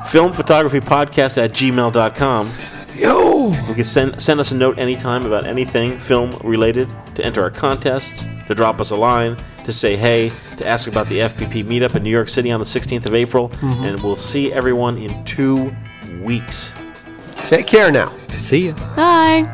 [SPEAKER 6] filmphotographypodcast at gmail.com.
[SPEAKER 2] Yo!
[SPEAKER 6] You can send, send us a note anytime about anything film related, to enter our contest, to drop us a line, to say hey, to ask about the FPP meetup in New York City on the 16th of April. And we'll see everyone in two weeks.
[SPEAKER 2] Take care now.
[SPEAKER 4] See ya.
[SPEAKER 5] Bye.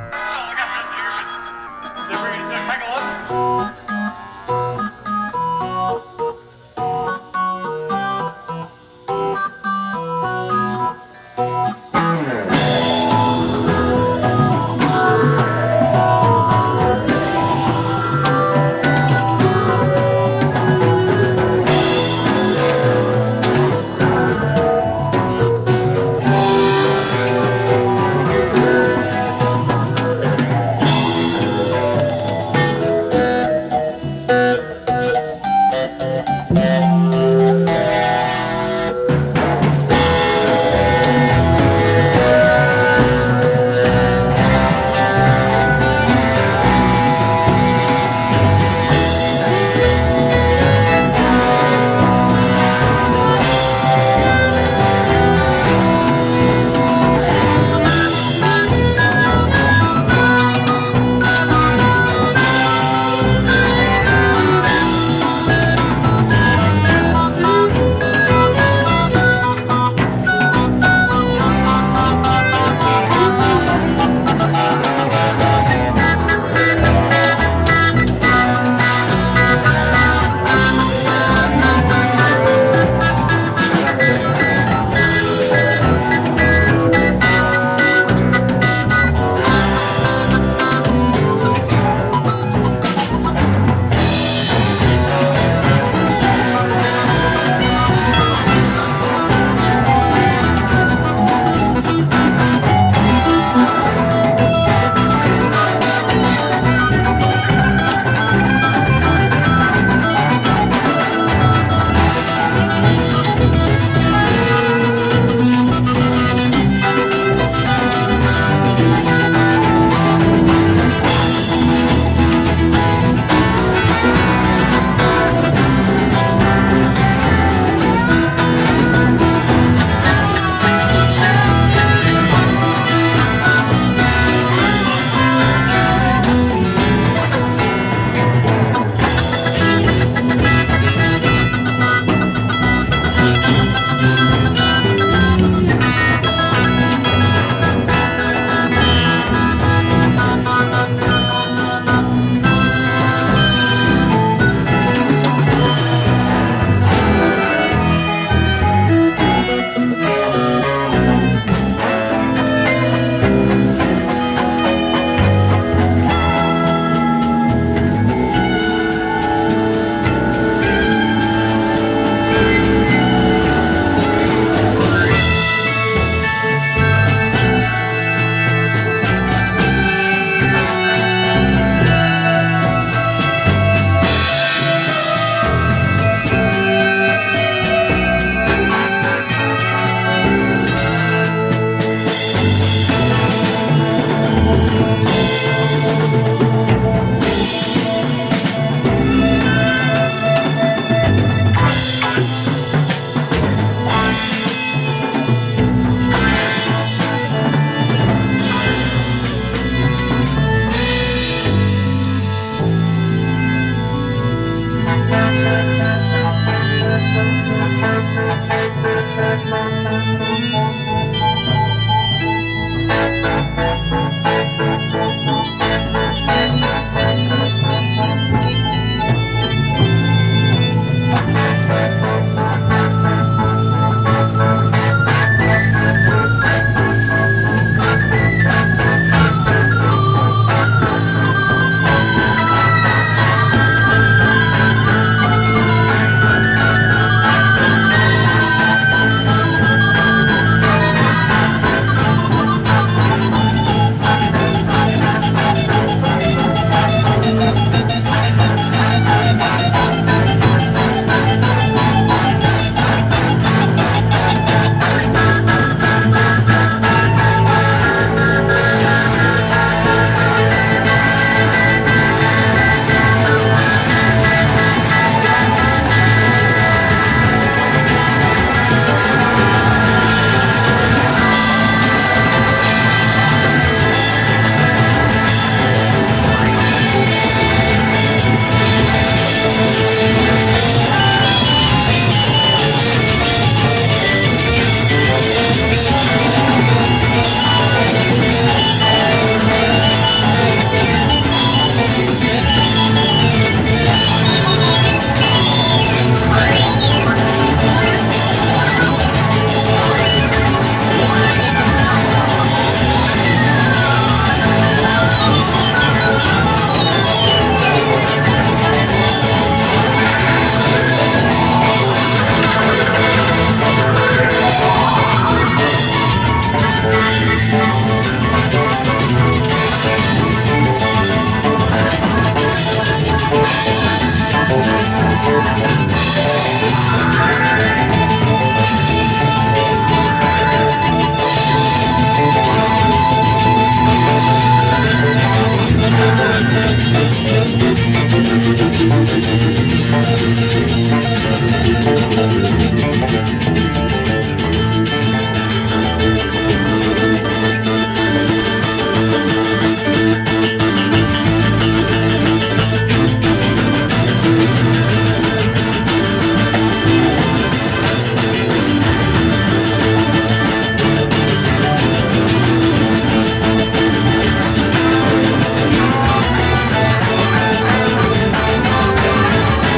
[SPEAKER 10] Thank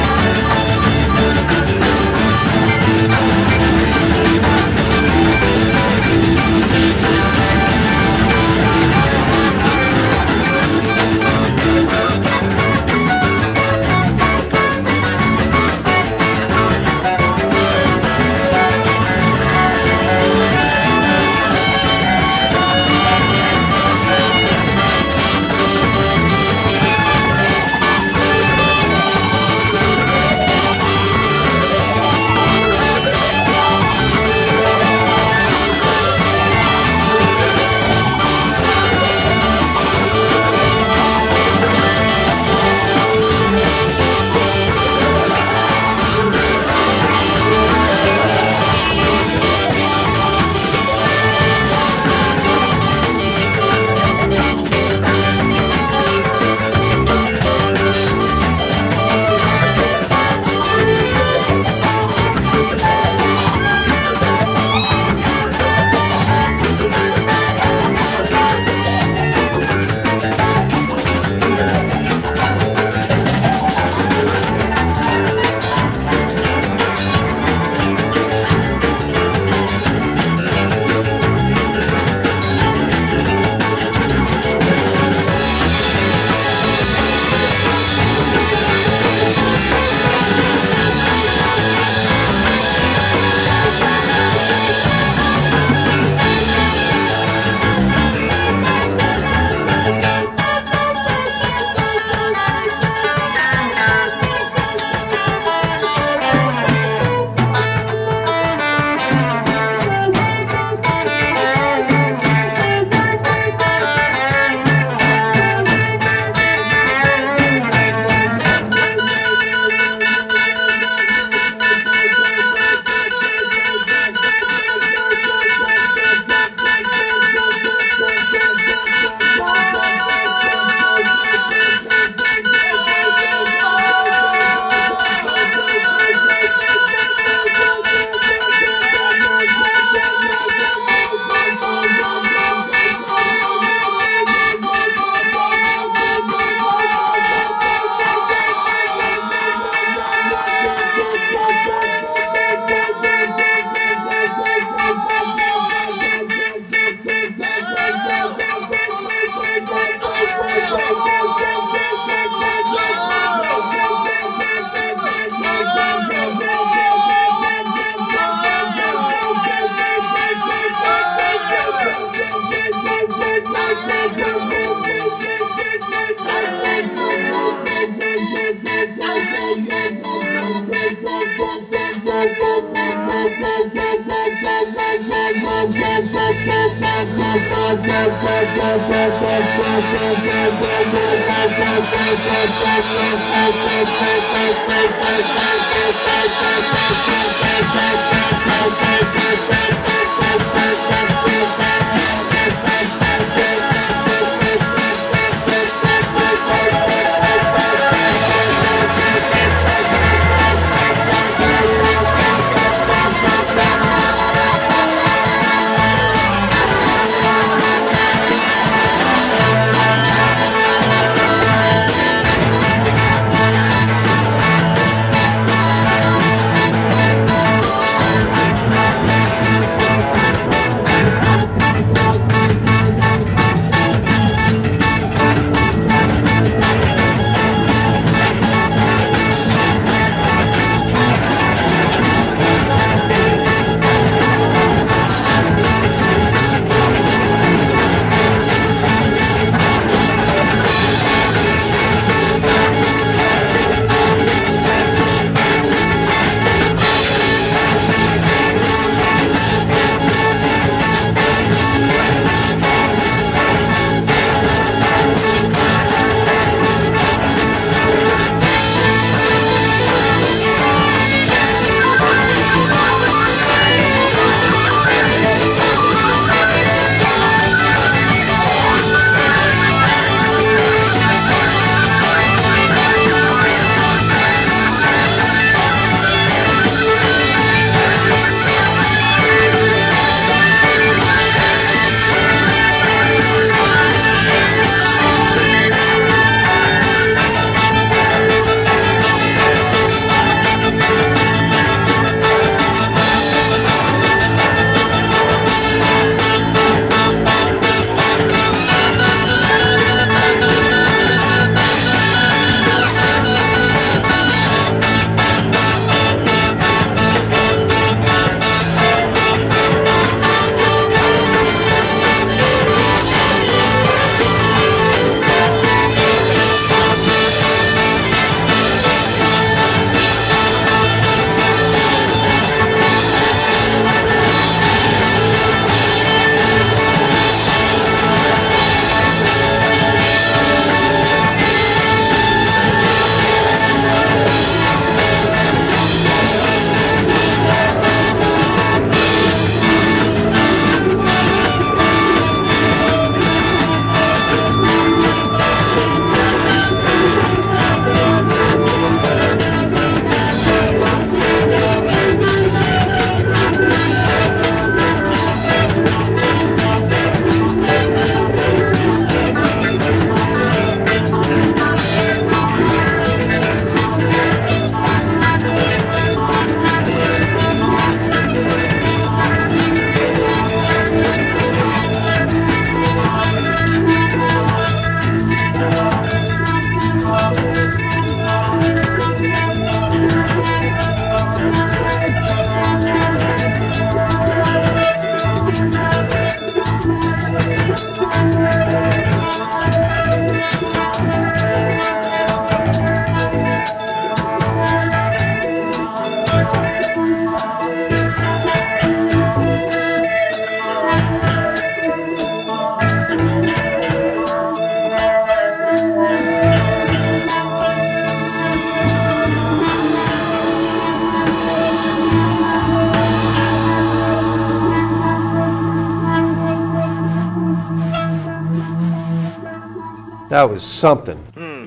[SPEAKER 11] That was something.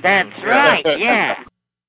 [SPEAKER 2] That's right, yeah.